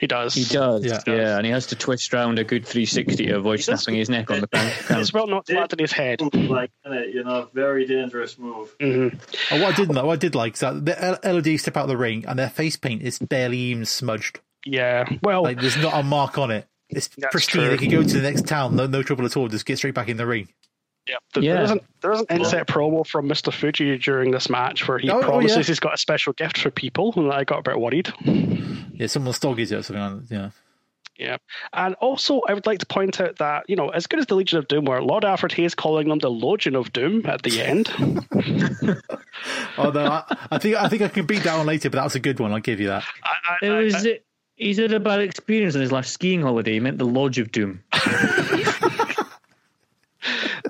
[SPEAKER 1] he does.
[SPEAKER 2] He does.
[SPEAKER 3] Yeah.
[SPEAKER 2] Yeah. and he has to twist round a good 360 to avoid
[SPEAKER 4] does.
[SPEAKER 2] snapping his neck on the ground.
[SPEAKER 1] It's well not to land in his head. Mm-hmm.
[SPEAKER 4] Like, innit, you know, very dangerous move.
[SPEAKER 3] Oh, what I didn't like, what I did like is that the L- LOD step out of the ring and their face paint is barely even smudged.
[SPEAKER 1] Yeah. Well,
[SPEAKER 3] Like there's not a mark on it. It's
[SPEAKER 1] That's
[SPEAKER 3] pristine.
[SPEAKER 1] true.
[SPEAKER 3] They can go to the next town, no, no trouble at all. Just get straight back in the ring.
[SPEAKER 1] yeah, th-
[SPEAKER 2] Yeah.
[SPEAKER 1] There, isn't, there isn't inset promo from Mr. Fuji during this match where he
[SPEAKER 3] Oh, oh,
[SPEAKER 1] promises
[SPEAKER 3] yeah.
[SPEAKER 1] he's got a special gift for people, and I got a bit worried.
[SPEAKER 3] Yeah, someone's dog is it or something. Like that. Yeah,
[SPEAKER 1] Yeah. And also, I would like to point out that, you know, as good as the Legion of Doom were, Lord Alfred Hayes calling them the Legion of Doom at the end.
[SPEAKER 3] although I, I think I think I can beat that one later, but that was a good one. I'll give you that.
[SPEAKER 1] I, I,
[SPEAKER 2] It
[SPEAKER 1] I-
[SPEAKER 2] was.
[SPEAKER 1] I-
[SPEAKER 2] He said a bad experience on his last skiing holiday. He meant the Lodge of Doom.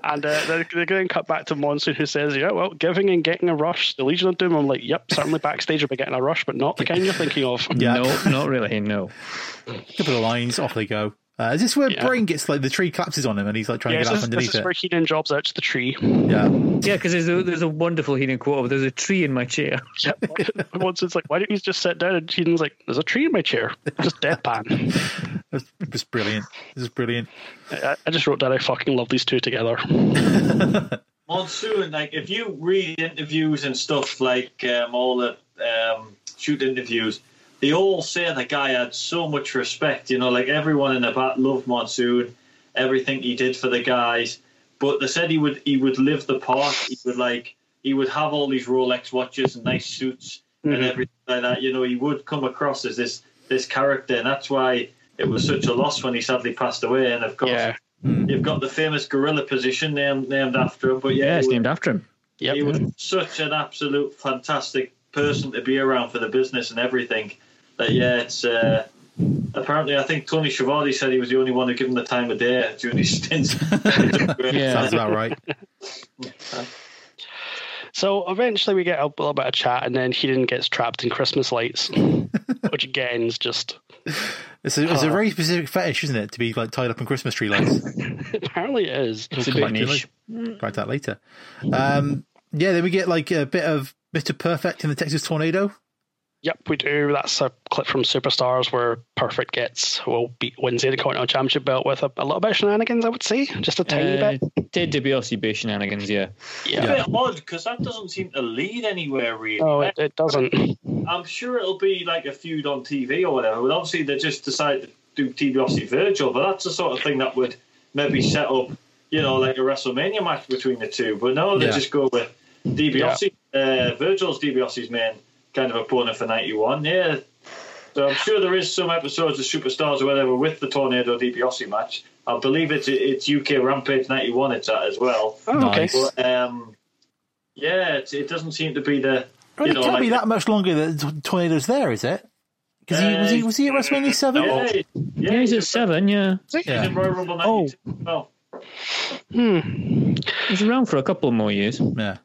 [SPEAKER 1] and uh, they're, they're going to cut back to Monsoon, who says, yeah, well, giving and getting a rush, the Legion of Doom. I'm like, yep, certainly backstage will be getting a rush, but not the kind you're thinking of.
[SPEAKER 3] Yeah,
[SPEAKER 2] No, not really. No.
[SPEAKER 3] couple of lines, off they go. Uh, is this where
[SPEAKER 1] Yeah.
[SPEAKER 3] Brain gets like the tree collapses on him and he's like trying
[SPEAKER 1] Yeah,
[SPEAKER 3] to
[SPEAKER 1] this
[SPEAKER 3] get out
[SPEAKER 1] is,
[SPEAKER 3] from
[SPEAKER 1] this
[SPEAKER 3] underneath
[SPEAKER 1] is
[SPEAKER 3] it?
[SPEAKER 1] where Heenan jobs out to the tree.
[SPEAKER 3] Yeah,
[SPEAKER 2] Yeah, because there's a, there's a wonderful Heenan quote of "There's a tree in my chair."
[SPEAKER 1] Yep. Monson's like, why don't you just sit down? And Heenan's like, there's a tree in my chair. Just deadpan.
[SPEAKER 3] it was brilliant. This is brilliant.
[SPEAKER 1] I, I just wrote down, I fucking love these two together.
[SPEAKER 4] Monsoon, like if you read interviews and stuff, like um, all the um, shoot interviews, they all say the guy had so much respect. You know, like everyone in the bat loved Monsoon, everything he did for the guys. But they said he would he would live the part. He would like he would have all these Rolex watches and nice suits and everything like that. You know, he would come across as this this character, and that's why it was such a loss when he sadly passed away. And of course.
[SPEAKER 1] Yeah.
[SPEAKER 4] You've got the famous gorilla position named named after him, but yeah,
[SPEAKER 2] Yeah,
[SPEAKER 4] he
[SPEAKER 2] it's
[SPEAKER 4] was-
[SPEAKER 2] named after him.
[SPEAKER 1] Yep.
[SPEAKER 4] he was such an absolute fantastic person to be around for the business and everything. That yeah, it's uh, apparently I think Tony Schiavone said he was the only one who gave him the time of day during his stint.
[SPEAKER 3] Sounds
[SPEAKER 2] Yeah.
[SPEAKER 3] about right.
[SPEAKER 1] So eventually we get a little bit of chat, and then Heenan gets trapped in Christmas lights, which again is just
[SPEAKER 3] It's a, it's a very specific fetish, isn't it, to be like tied up in Christmas tree lights?
[SPEAKER 1] apparently it is.
[SPEAKER 2] It's a bit
[SPEAKER 3] Come back to
[SPEAKER 2] niche.
[SPEAKER 3] like- Write that later. Um, yeah, then we get like a bit of Mr. Perfect in the Texas tornado.
[SPEAKER 1] Yep, we do. That's a clip from Superstars where Perfect gets well beat wins the Intercontinental Championship belt with a, a little bit of shenanigans, I would say, just a tiny
[SPEAKER 2] Uh,
[SPEAKER 1] bit.
[SPEAKER 2] Ted DiBiase bit shenanigans. Yeah.
[SPEAKER 1] Yeah.
[SPEAKER 4] a bit odd because that doesn't seem to lead anywhere really.
[SPEAKER 1] No, Oh, it, it doesn't.
[SPEAKER 4] I'm sure it'll be like a feud on TV or whatever. But obviously they just decided to do TV obviously Virgil, but that's the sort of thing that would maybe set up, you know, like a WrestleMania match between the two. But no, they
[SPEAKER 3] Yeah.
[SPEAKER 4] just go with DiBiase. Uh, Virgil's DiBiase's main kind of opponent for '91. Yeah, so I'm sure there is some episodes of Superstars or whatever with the Tornado DiBiase match. I believe it's it's UK Rampage '91. It's at as well.
[SPEAKER 1] Oh, okay.
[SPEAKER 3] Nice.
[SPEAKER 4] But um, yeah, it, it doesn't seem to be the.
[SPEAKER 3] Well,
[SPEAKER 4] you
[SPEAKER 3] it
[SPEAKER 4] know,
[SPEAKER 3] can't
[SPEAKER 4] like
[SPEAKER 3] be that much longer that the tornado's there, is it? Because he, was, he, was he at WrestleMania 7?
[SPEAKER 4] Yeah,
[SPEAKER 2] Yeah,
[SPEAKER 4] yeah,
[SPEAKER 2] he's
[SPEAKER 4] he's
[SPEAKER 2] at seven. Yeah,
[SPEAKER 3] Yeah.
[SPEAKER 4] in Royal Rumble
[SPEAKER 1] Oh.
[SPEAKER 4] 92. Well,
[SPEAKER 2] he's around for a couple more years.
[SPEAKER 3] Yeah.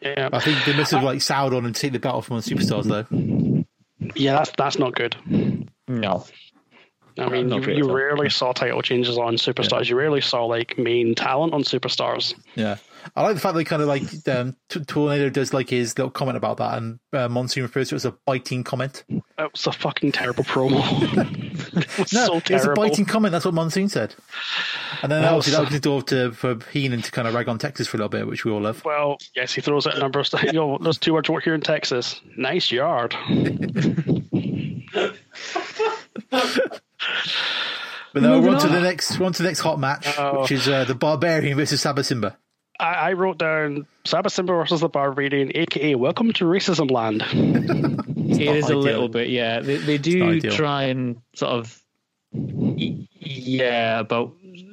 [SPEAKER 1] Yeah,
[SPEAKER 3] I think they must have like soured on and take the battle from on Superstars, though.
[SPEAKER 1] yeah, that's that's not good.
[SPEAKER 2] No.
[SPEAKER 3] Uh,
[SPEAKER 1] I mean,
[SPEAKER 2] Not
[SPEAKER 1] you,
[SPEAKER 2] good at
[SPEAKER 1] you
[SPEAKER 2] all.
[SPEAKER 1] rarely saw title changes on Superstars. You rarely saw like main talent on Superstars.
[SPEAKER 3] Yeah. I like the fact they kind of like um, T- Tornado does like his little comment about that, and uh, Monsoon refers to it as a biting comment.
[SPEAKER 1] That was a fucking terrible promo. It was
[SPEAKER 3] No,
[SPEAKER 1] so
[SPEAKER 3] it was a
[SPEAKER 1] terrible.
[SPEAKER 3] biting comment. That's what Monsoon said. And then
[SPEAKER 1] Well,
[SPEAKER 3] obviously that
[SPEAKER 1] so-
[SPEAKER 3] opened the door to for Heenan to kind of rag on Texas for a little bit, which we all love.
[SPEAKER 1] Well, yes, he throws out a number of stuff. You know, those two words work here in Texas. Nice yard.
[SPEAKER 3] But now
[SPEAKER 2] Moving
[SPEAKER 3] on to
[SPEAKER 2] on.
[SPEAKER 3] the next one to the next hot match,
[SPEAKER 1] Oh.
[SPEAKER 3] which is uh, the Barbarian versus Sabasimba.
[SPEAKER 1] I, I wrote down Sabasimba versus the Barbarian, aka Welcome to Racism Land.
[SPEAKER 2] It is a
[SPEAKER 3] ideal.
[SPEAKER 2] little bit, yeah. They, they
[SPEAKER 3] not
[SPEAKER 2] do
[SPEAKER 3] ideal.
[SPEAKER 2] try and sort of, y- yeah, about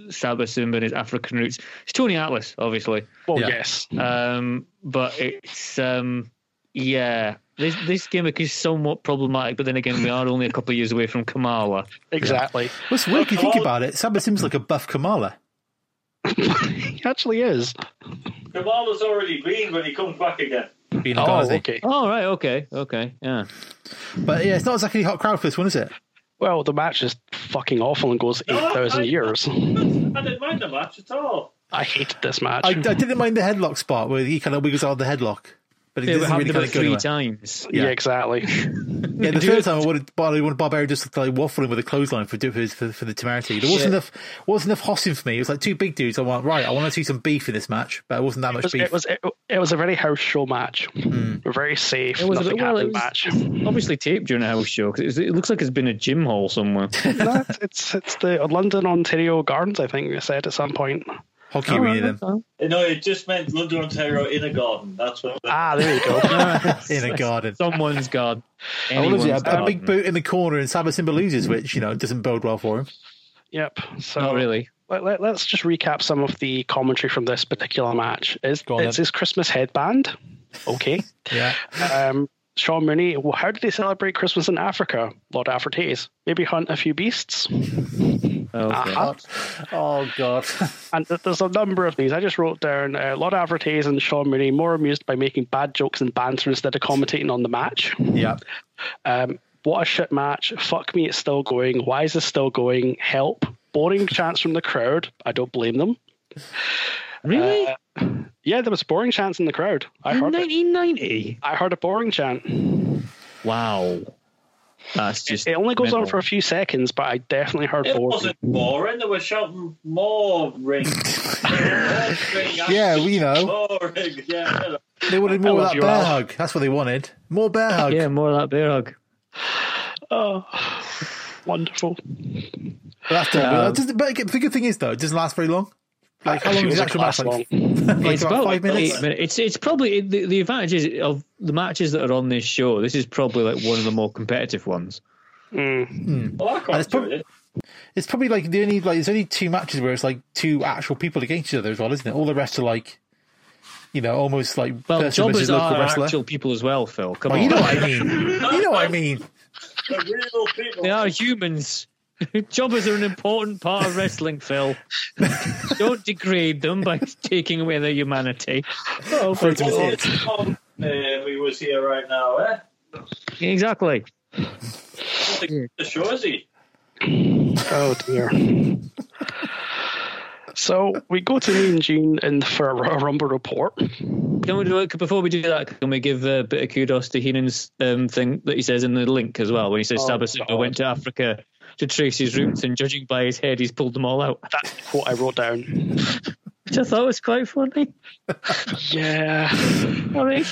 [SPEAKER 2] Saba Simba and his African roots. It's Tony Atlas, obviously,
[SPEAKER 1] Well,
[SPEAKER 3] Yeah.
[SPEAKER 1] yes.
[SPEAKER 2] um, but it's um, yeah. This this gimmick is somewhat problematic, but then again, we are only a couple of years away from Kamala.
[SPEAKER 1] Exactly.
[SPEAKER 3] What's weird if you think about it? Sabasimba's like a buff Kamala.
[SPEAKER 1] He actually is.
[SPEAKER 4] Kamala's already been when he comes back again.
[SPEAKER 3] Being a
[SPEAKER 1] Oh,
[SPEAKER 3] Ghazi.
[SPEAKER 1] okay.
[SPEAKER 2] Oh right, okay, okay, yeah.
[SPEAKER 3] But yeah, it's not exactly a hot crowd for this one, is it?
[SPEAKER 1] Well, the match is fucking awful and goes 8,000 years.
[SPEAKER 4] I didn't mind the match at all.
[SPEAKER 1] I hated this match.
[SPEAKER 3] I, I didn't mind the headlock spot where he kind of wiggles out of the headlock. But it
[SPEAKER 2] It
[SPEAKER 3] doesn't
[SPEAKER 2] happened
[SPEAKER 3] really
[SPEAKER 2] about
[SPEAKER 3] kind of go
[SPEAKER 2] three
[SPEAKER 3] anywhere.
[SPEAKER 2] times.
[SPEAKER 1] yeah.
[SPEAKER 3] yeah.
[SPEAKER 1] exactly.
[SPEAKER 3] Yeah, the third time I wanted, Bar- I wanted Barbarian just like waffling with a clothesline for, for, for, for the temerity. There wasn't
[SPEAKER 2] Yeah.
[SPEAKER 3] enough wasn't enough hossing for me. It was like two big dudes. I went, right, I want to see some beef in this match, but it wasn't that much
[SPEAKER 1] It was,
[SPEAKER 3] beef.
[SPEAKER 1] it was it, it was a very house show match, very safe,
[SPEAKER 2] It was a
[SPEAKER 1] nothing
[SPEAKER 2] bit well.
[SPEAKER 1] happened
[SPEAKER 2] It was
[SPEAKER 1] match.
[SPEAKER 2] it's obviously taped during a house show because it, it looks like it's been a gym hall somewhere.
[SPEAKER 1] No, it's- it's it's the London Ontario Gardens, I think they said at some point.
[SPEAKER 3] Hockey
[SPEAKER 2] Oh,
[SPEAKER 3] arena then.
[SPEAKER 4] You know, it just meant London, Ontario, Inner Garden. That's what.
[SPEAKER 1] Ah, there you go.
[SPEAKER 3] In a garden.
[SPEAKER 2] Someone's garden.
[SPEAKER 3] I wanted to see
[SPEAKER 2] Anyone's
[SPEAKER 3] Oh, a, a big
[SPEAKER 2] garden.
[SPEAKER 3] boot in the corner and Saba Simba loses, which, you know, doesn't bode well for him.
[SPEAKER 1] yep. So
[SPEAKER 2] Not really.
[SPEAKER 1] Let, let, us just recap some of the commentary from this particular match. Is
[SPEAKER 3] on
[SPEAKER 1] it's
[SPEAKER 3] then.
[SPEAKER 1] his Christmas headband? Okay.
[SPEAKER 3] Yeah.
[SPEAKER 1] um, Sean Mooney. Well, how did they celebrate Christmas in Africa? Lord Aphrodite. Maybe hunt a few beasts.
[SPEAKER 2] Okay.
[SPEAKER 1] Uh-huh.
[SPEAKER 3] Oh, God.
[SPEAKER 1] And th- there's a number of these. I just wrote down uh, Lord Aphrodite and Sean Mooney more amused by making bad jokes and banter instead of commentating on the match.
[SPEAKER 3] yeah.
[SPEAKER 1] Um, what a shit match. Fuck me, it's still going. Why is this still going? Help. Boring chants from the crowd. I don't blame them.
[SPEAKER 2] Really?
[SPEAKER 3] Uh,
[SPEAKER 1] Yeah, there was boring chants in the crowd. I
[SPEAKER 3] Mm,
[SPEAKER 2] In
[SPEAKER 1] heard it.
[SPEAKER 2] 1990?
[SPEAKER 1] I heard a boring chant.
[SPEAKER 2] Wow. That's just.
[SPEAKER 1] It only goes on
[SPEAKER 2] mental.
[SPEAKER 1] for a few seconds, but I definitely heard
[SPEAKER 4] It
[SPEAKER 1] boring.
[SPEAKER 4] wasn't boring. They were shouting more ring. more ring
[SPEAKER 3] Yeah, well, you know,
[SPEAKER 4] More ring. Yeah.
[SPEAKER 3] they wanted more of
[SPEAKER 1] love
[SPEAKER 3] that
[SPEAKER 1] you,
[SPEAKER 3] bear
[SPEAKER 1] Ralph.
[SPEAKER 3] hug. That's what they wanted. More bear hug.
[SPEAKER 2] Yeah, more of that bear hug.
[SPEAKER 1] Oh, wonderful.
[SPEAKER 3] But, that's terrible. That doesn't- but the good thing is, though, it doesn't last very long. Like, how long
[SPEAKER 1] It was
[SPEAKER 3] is the
[SPEAKER 1] a
[SPEAKER 3] actual match?
[SPEAKER 1] class
[SPEAKER 3] Like,
[SPEAKER 1] long.
[SPEAKER 3] like
[SPEAKER 2] it's
[SPEAKER 3] about
[SPEAKER 2] about
[SPEAKER 3] five minutes?
[SPEAKER 2] Eight minutes. It's it's probably it- the, the advantage is of the matches that are on this show. This is probably like one of the more competitive ones.
[SPEAKER 1] Mm.
[SPEAKER 4] Well, Oh, I
[SPEAKER 3] And it's
[SPEAKER 4] can't do
[SPEAKER 3] prob-
[SPEAKER 4] it.
[SPEAKER 3] It's probably like the only like there's only two matches where it's like two actual people against each other as well, isn't it? All the rest are like, you know, almost like
[SPEAKER 2] Well,
[SPEAKER 3] person versus
[SPEAKER 2] jobbers
[SPEAKER 3] local
[SPEAKER 2] are
[SPEAKER 3] wrestler.
[SPEAKER 2] actual people as well, Phil. Come
[SPEAKER 3] Oh,
[SPEAKER 2] on,
[SPEAKER 3] you know what I mean? You know what I mean?
[SPEAKER 4] The real people.
[SPEAKER 2] they are humans. jobbers are an important part of wrestling, Phil. Don't degrade them by taking away their humanity.
[SPEAKER 3] Oh, for it to be
[SPEAKER 4] Oh,
[SPEAKER 3] it.
[SPEAKER 4] Tom, uh, he was here right now, eh?
[SPEAKER 2] Exactly.
[SPEAKER 4] The, the show is he?
[SPEAKER 1] Oh dear. so we go to Mean Gene in for a Royal Rumble report.
[SPEAKER 2] Can we do it before we do that? Can we give a bit of kudos to Heenan's um, thing that he says in the link as well when he says
[SPEAKER 1] Oh,
[SPEAKER 2] Sabasuba
[SPEAKER 1] God.
[SPEAKER 2] went to Africa to trace his roots and judging by his head, he's pulled them all out,
[SPEAKER 1] That's what I wrote down.
[SPEAKER 2] which I thought was quite funny.
[SPEAKER 1] Yeah.
[SPEAKER 2] Sorry.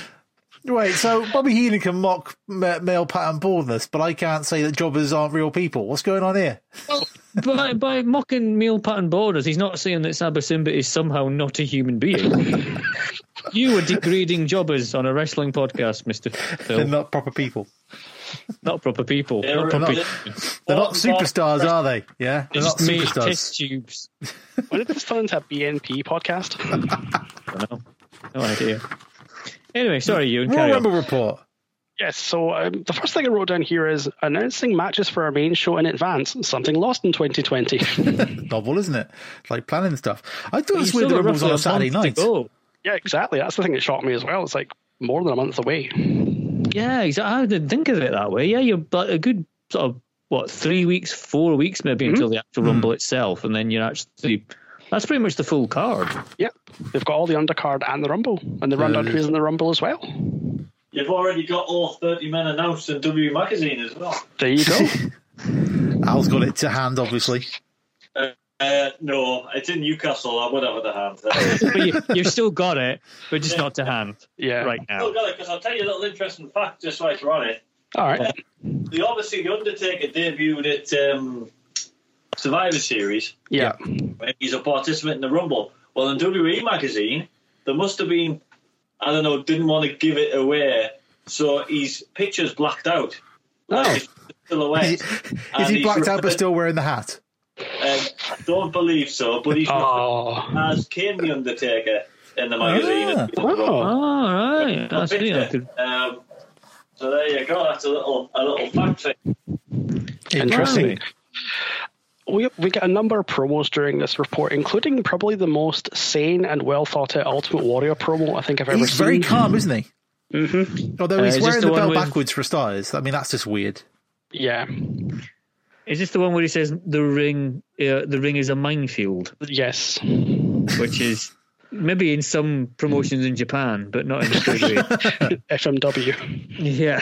[SPEAKER 3] Right, so Bobby Heenan can mock ma- male pattern baldness, but I can't say that jobbers aren't real people. What's going on here?
[SPEAKER 2] by, by mocking meal pattern borders, he's not saying that Sabasimba is somehow not a human being. you are degrading jobbers on a wrestling podcast, Mister
[SPEAKER 3] They're
[SPEAKER 2] Phil. Not,
[SPEAKER 3] not proper people.
[SPEAKER 2] proper people.
[SPEAKER 4] They're-
[SPEAKER 2] Not proper
[SPEAKER 3] they're-
[SPEAKER 2] humans.
[SPEAKER 3] They're not
[SPEAKER 4] Well,
[SPEAKER 3] superstars, are they? Yeah, they're not
[SPEAKER 2] Just made
[SPEAKER 3] superstars.
[SPEAKER 2] test tubes.
[SPEAKER 1] When did this turn into a BNP podcast?
[SPEAKER 2] No, no idea. Anyway, sorry, you.
[SPEAKER 3] Royal
[SPEAKER 2] Carry on.
[SPEAKER 3] Rumble report.
[SPEAKER 1] yes. So um, the first thing I wrote down here is announcing matches for our main show in advance. Something lost in 2020.
[SPEAKER 3] Novel, isn't it? Like planning stuff. I thought it
[SPEAKER 2] You
[SPEAKER 3] was weird
[SPEAKER 2] still
[SPEAKER 3] the
[SPEAKER 2] got
[SPEAKER 3] Rumble was on a
[SPEAKER 2] roughly
[SPEAKER 3] Saturday
[SPEAKER 2] month to
[SPEAKER 3] night.
[SPEAKER 2] go.
[SPEAKER 1] yeah, exactly. That's the thing that shocked me as well. It's like more than a month away.
[SPEAKER 2] Yeah, exactly. I didn't think of it that way. Yeah, you're like a good sort of what three weeks, four weeks maybe
[SPEAKER 3] Hmm.
[SPEAKER 2] until the actual Rumble itself, and then you're actually that's pretty much the full card.
[SPEAKER 1] Yep. They've got all the undercard and the rumble, and the rundown who's in the rumble as well.
[SPEAKER 4] You've already got all 30 men announced in W Magazine as well.
[SPEAKER 1] There you go.
[SPEAKER 3] Al's got it to hand, obviously.
[SPEAKER 4] Uh, no, it's in Newcastle. I would have the hand. I've
[SPEAKER 2] But you, you've still got it, but just not to hand
[SPEAKER 1] Yeah.
[SPEAKER 2] right now.
[SPEAKER 4] still got it because I'll tell you a little interesting fact just like Ronnie.
[SPEAKER 1] All right.
[SPEAKER 4] The obviously the Undertaker debuted at um, Survivor Series,
[SPEAKER 2] Yeah.
[SPEAKER 4] where he's a participant in the Rumble. Well, in WWE magazine, there must have been, I don't know, didn't want to give it away, so his picture's blacked out. Like, it's a silhouette.
[SPEAKER 3] Oh. Is
[SPEAKER 4] And
[SPEAKER 3] he
[SPEAKER 4] he's
[SPEAKER 3] blacked out but
[SPEAKER 4] referred-
[SPEAKER 3] still wearing the hat?
[SPEAKER 4] Um, I don't believe so, but he's
[SPEAKER 1] Oh.
[SPEAKER 4] as Kane the Undertaker in the magazine.
[SPEAKER 3] Ah.
[SPEAKER 1] Oh.
[SPEAKER 2] All right. That's neat. I could-
[SPEAKER 4] Um, so there you go. That's a little a little fact check.
[SPEAKER 1] Interesting. We, we get a number of promos during this report, including probably the most sane and well thought out Ultimate Warrior promo I think I've ever
[SPEAKER 3] He's
[SPEAKER 1] seen.
[SPEAKER 3] very calm, isn't he? Mm-hmm. Although
[SPEAKER 2] Uh,
[SPEAKER 3] he's
[SPEAKER 2] is this
[SPEAKER 3] wearing
[SPEAKER 2] the
[SPEAKER 3] the
[SPEAKER 2] one
[SPEAKER 3] belt
[SPEAKER 2] with-
[SPEAKER 3] backwards for starters. I mean, that's just weird.
[SPEAKER 1] Yeah,
[SPEAKER 2] Is this the one where he says the ring? Uh, the ring is a minefield,
[SPEAKER 1] yes.
[SPEAKER 2] which is maybe in some promotions in Japan, but not in the WWE.
[SPEAKER 1] FMW.
[SPEAKER 2] yeah.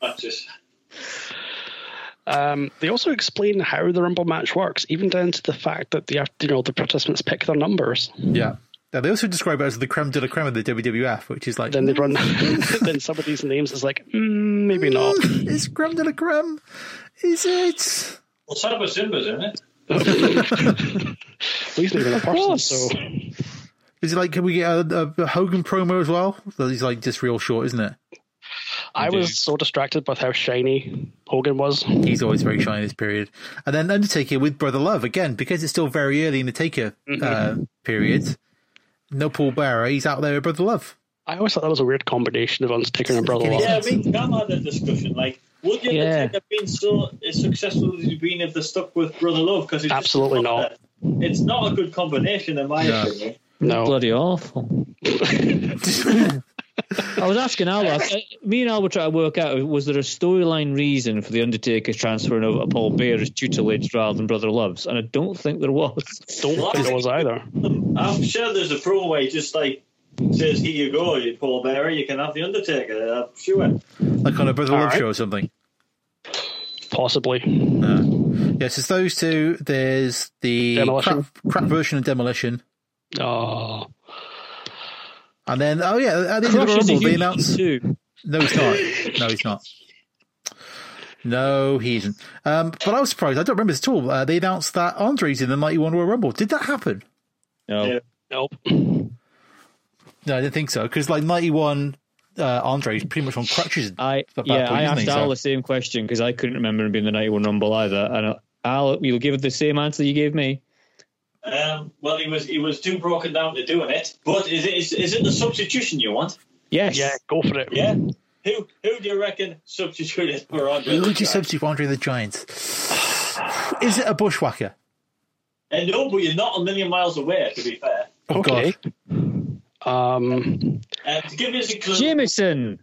[SPEAKER 4] That's just-
[SPEAKER 1] Um, they also explain how the Rumble match works, even down to the fact that the you know the participants pick their numbers.
[SPEAKER 3] Yeah. Now, they also describe it as the creme de la creme of the WWF, which is like,
[SPEAKER 1] Then they run. then some of these names is like mm, maybe not.
[SPEAKER 3] is creme de la creme? Is it?
[SPEAKER 4] Well, Saba Simba's in it.
[SPEAKER 1] At least not even a person. So
[SPEAKER 3] Is it like, can we get a, a, a Hogan promo as well? So he's like just real short, isn't it?
[SPEAKER 1] I was so distracted with how shiny Hogan was.
[SPEAKER 3] He's always very shy in this period. And then Undertaker with Brother Love again, because it's still very early in the Taker uh, period. No Paul Bearer, he's out there with Brother Love.
[SPEAKER 1] I always thought that was a weird combination of Undertaker and Brother Love.
[SPEAKER 3] Yeah.
[SPEAKER 4] Yeah, me and Cam had a discussion. Like, would the
[SPEAKER 2] Yeah.
[SPEAKER 4] Undertaker have been so as successful as he's been if they're stuck with Brother Love? Because
[SPEAKER 1] Absolutely not.
[SPEAKER 4] It's not a good combination, in my
[SPEAKER 3] No.
[SPEAKER 4] opinion.
[SPEAKER 1] No,
[SPEAKER 2] Bloody awful. I was asking Al, uh, me and Al were trying to work out was there a storyline reason for The Undertaker transferring over to Paul Bearer's tutelage rather than Brother Love's? And I don't think there was.
[SPEAKER 1] don't think it was either.
[SPEAKER 4] I'm sure there's a promo where he just like says, "Here you go, you Paul Bearer. You can have the Undertaker." I'm sure.
[SPEAKER 3] Like on a Brother Love
[SPEAKER 1] right.
[SPEAKER 3] show or something.
[SPEAKER 1] Possibly.
[SPEAKER 3] Yeah, so it's those two. There's the
[SPEAKER 1] Demolition.
[SPEAKER 3] Crap, crap version of Demolition.
[SPEAKER 1] Oh,
[SPEAKER 3] And then, oh yeah, at the end of the
[SPEAKER 2] Crushes a
[SPEAKER 3] Rumble, they
[SPEAKER 2] huge
[SPEAKER 3] announce.
[SPEAKER 2] two.
[SPEAKER 3] No, he's not. No, he's not. No, he isn't. Um, but I was surprised. I don't remember this at all. Uh, they announced that Andre's in the 91 Royal Rumble. Did that happen?
[SPEAKER 2] No.
[SPEAKER 4] Yeah.
[SPEAKER 1] nope.
[SPEAKER 3] No, I didn't think so. Because like 91, uh, Andre's pretty much on crutches.
[SPEAKER 2] I
[SPEAKER 3] It's a bad
[SPEAKER 2] yeah,
[SPEAKER 3] point,
[SPEAKER 2] I
[SPEAKER 3] isn't
[SPEAKER 2] asked
[SPEAKER 3] it,
[SPEAKER 2] Al
[SPEAKER 3] so?
[SPEAKER 2] the same question because I couldn't remember him being the 91 Rumble either. And uh, Al, you'll give it the same answer you gave me.
[SPEAKER 4] Um, well, he was he was too broken down to doing it. But is it is, is it the substitution you want?
[SPEAKER 2] Yes.
[SPEAKER 1] Yeah, go for it.
[SPEAKER 4] Yeah. Who who do you reckon substituted for Andre?
[SPEAKER 3] Who
[SPEAKER 4] the
[SPEAKER 3] would you
[SPEAKER 4] Giant?
[SPEAKER 3] substitute for Andre the Giant? Is it a bushwhacker?
[SPEAKER 4] And no, but you're not a million miles away. To be fair,
[SPEAKER 1] Okay. Um,
[SPEAKER 4] uh, to give you a clue,
[SPEAKER 2] Jameson.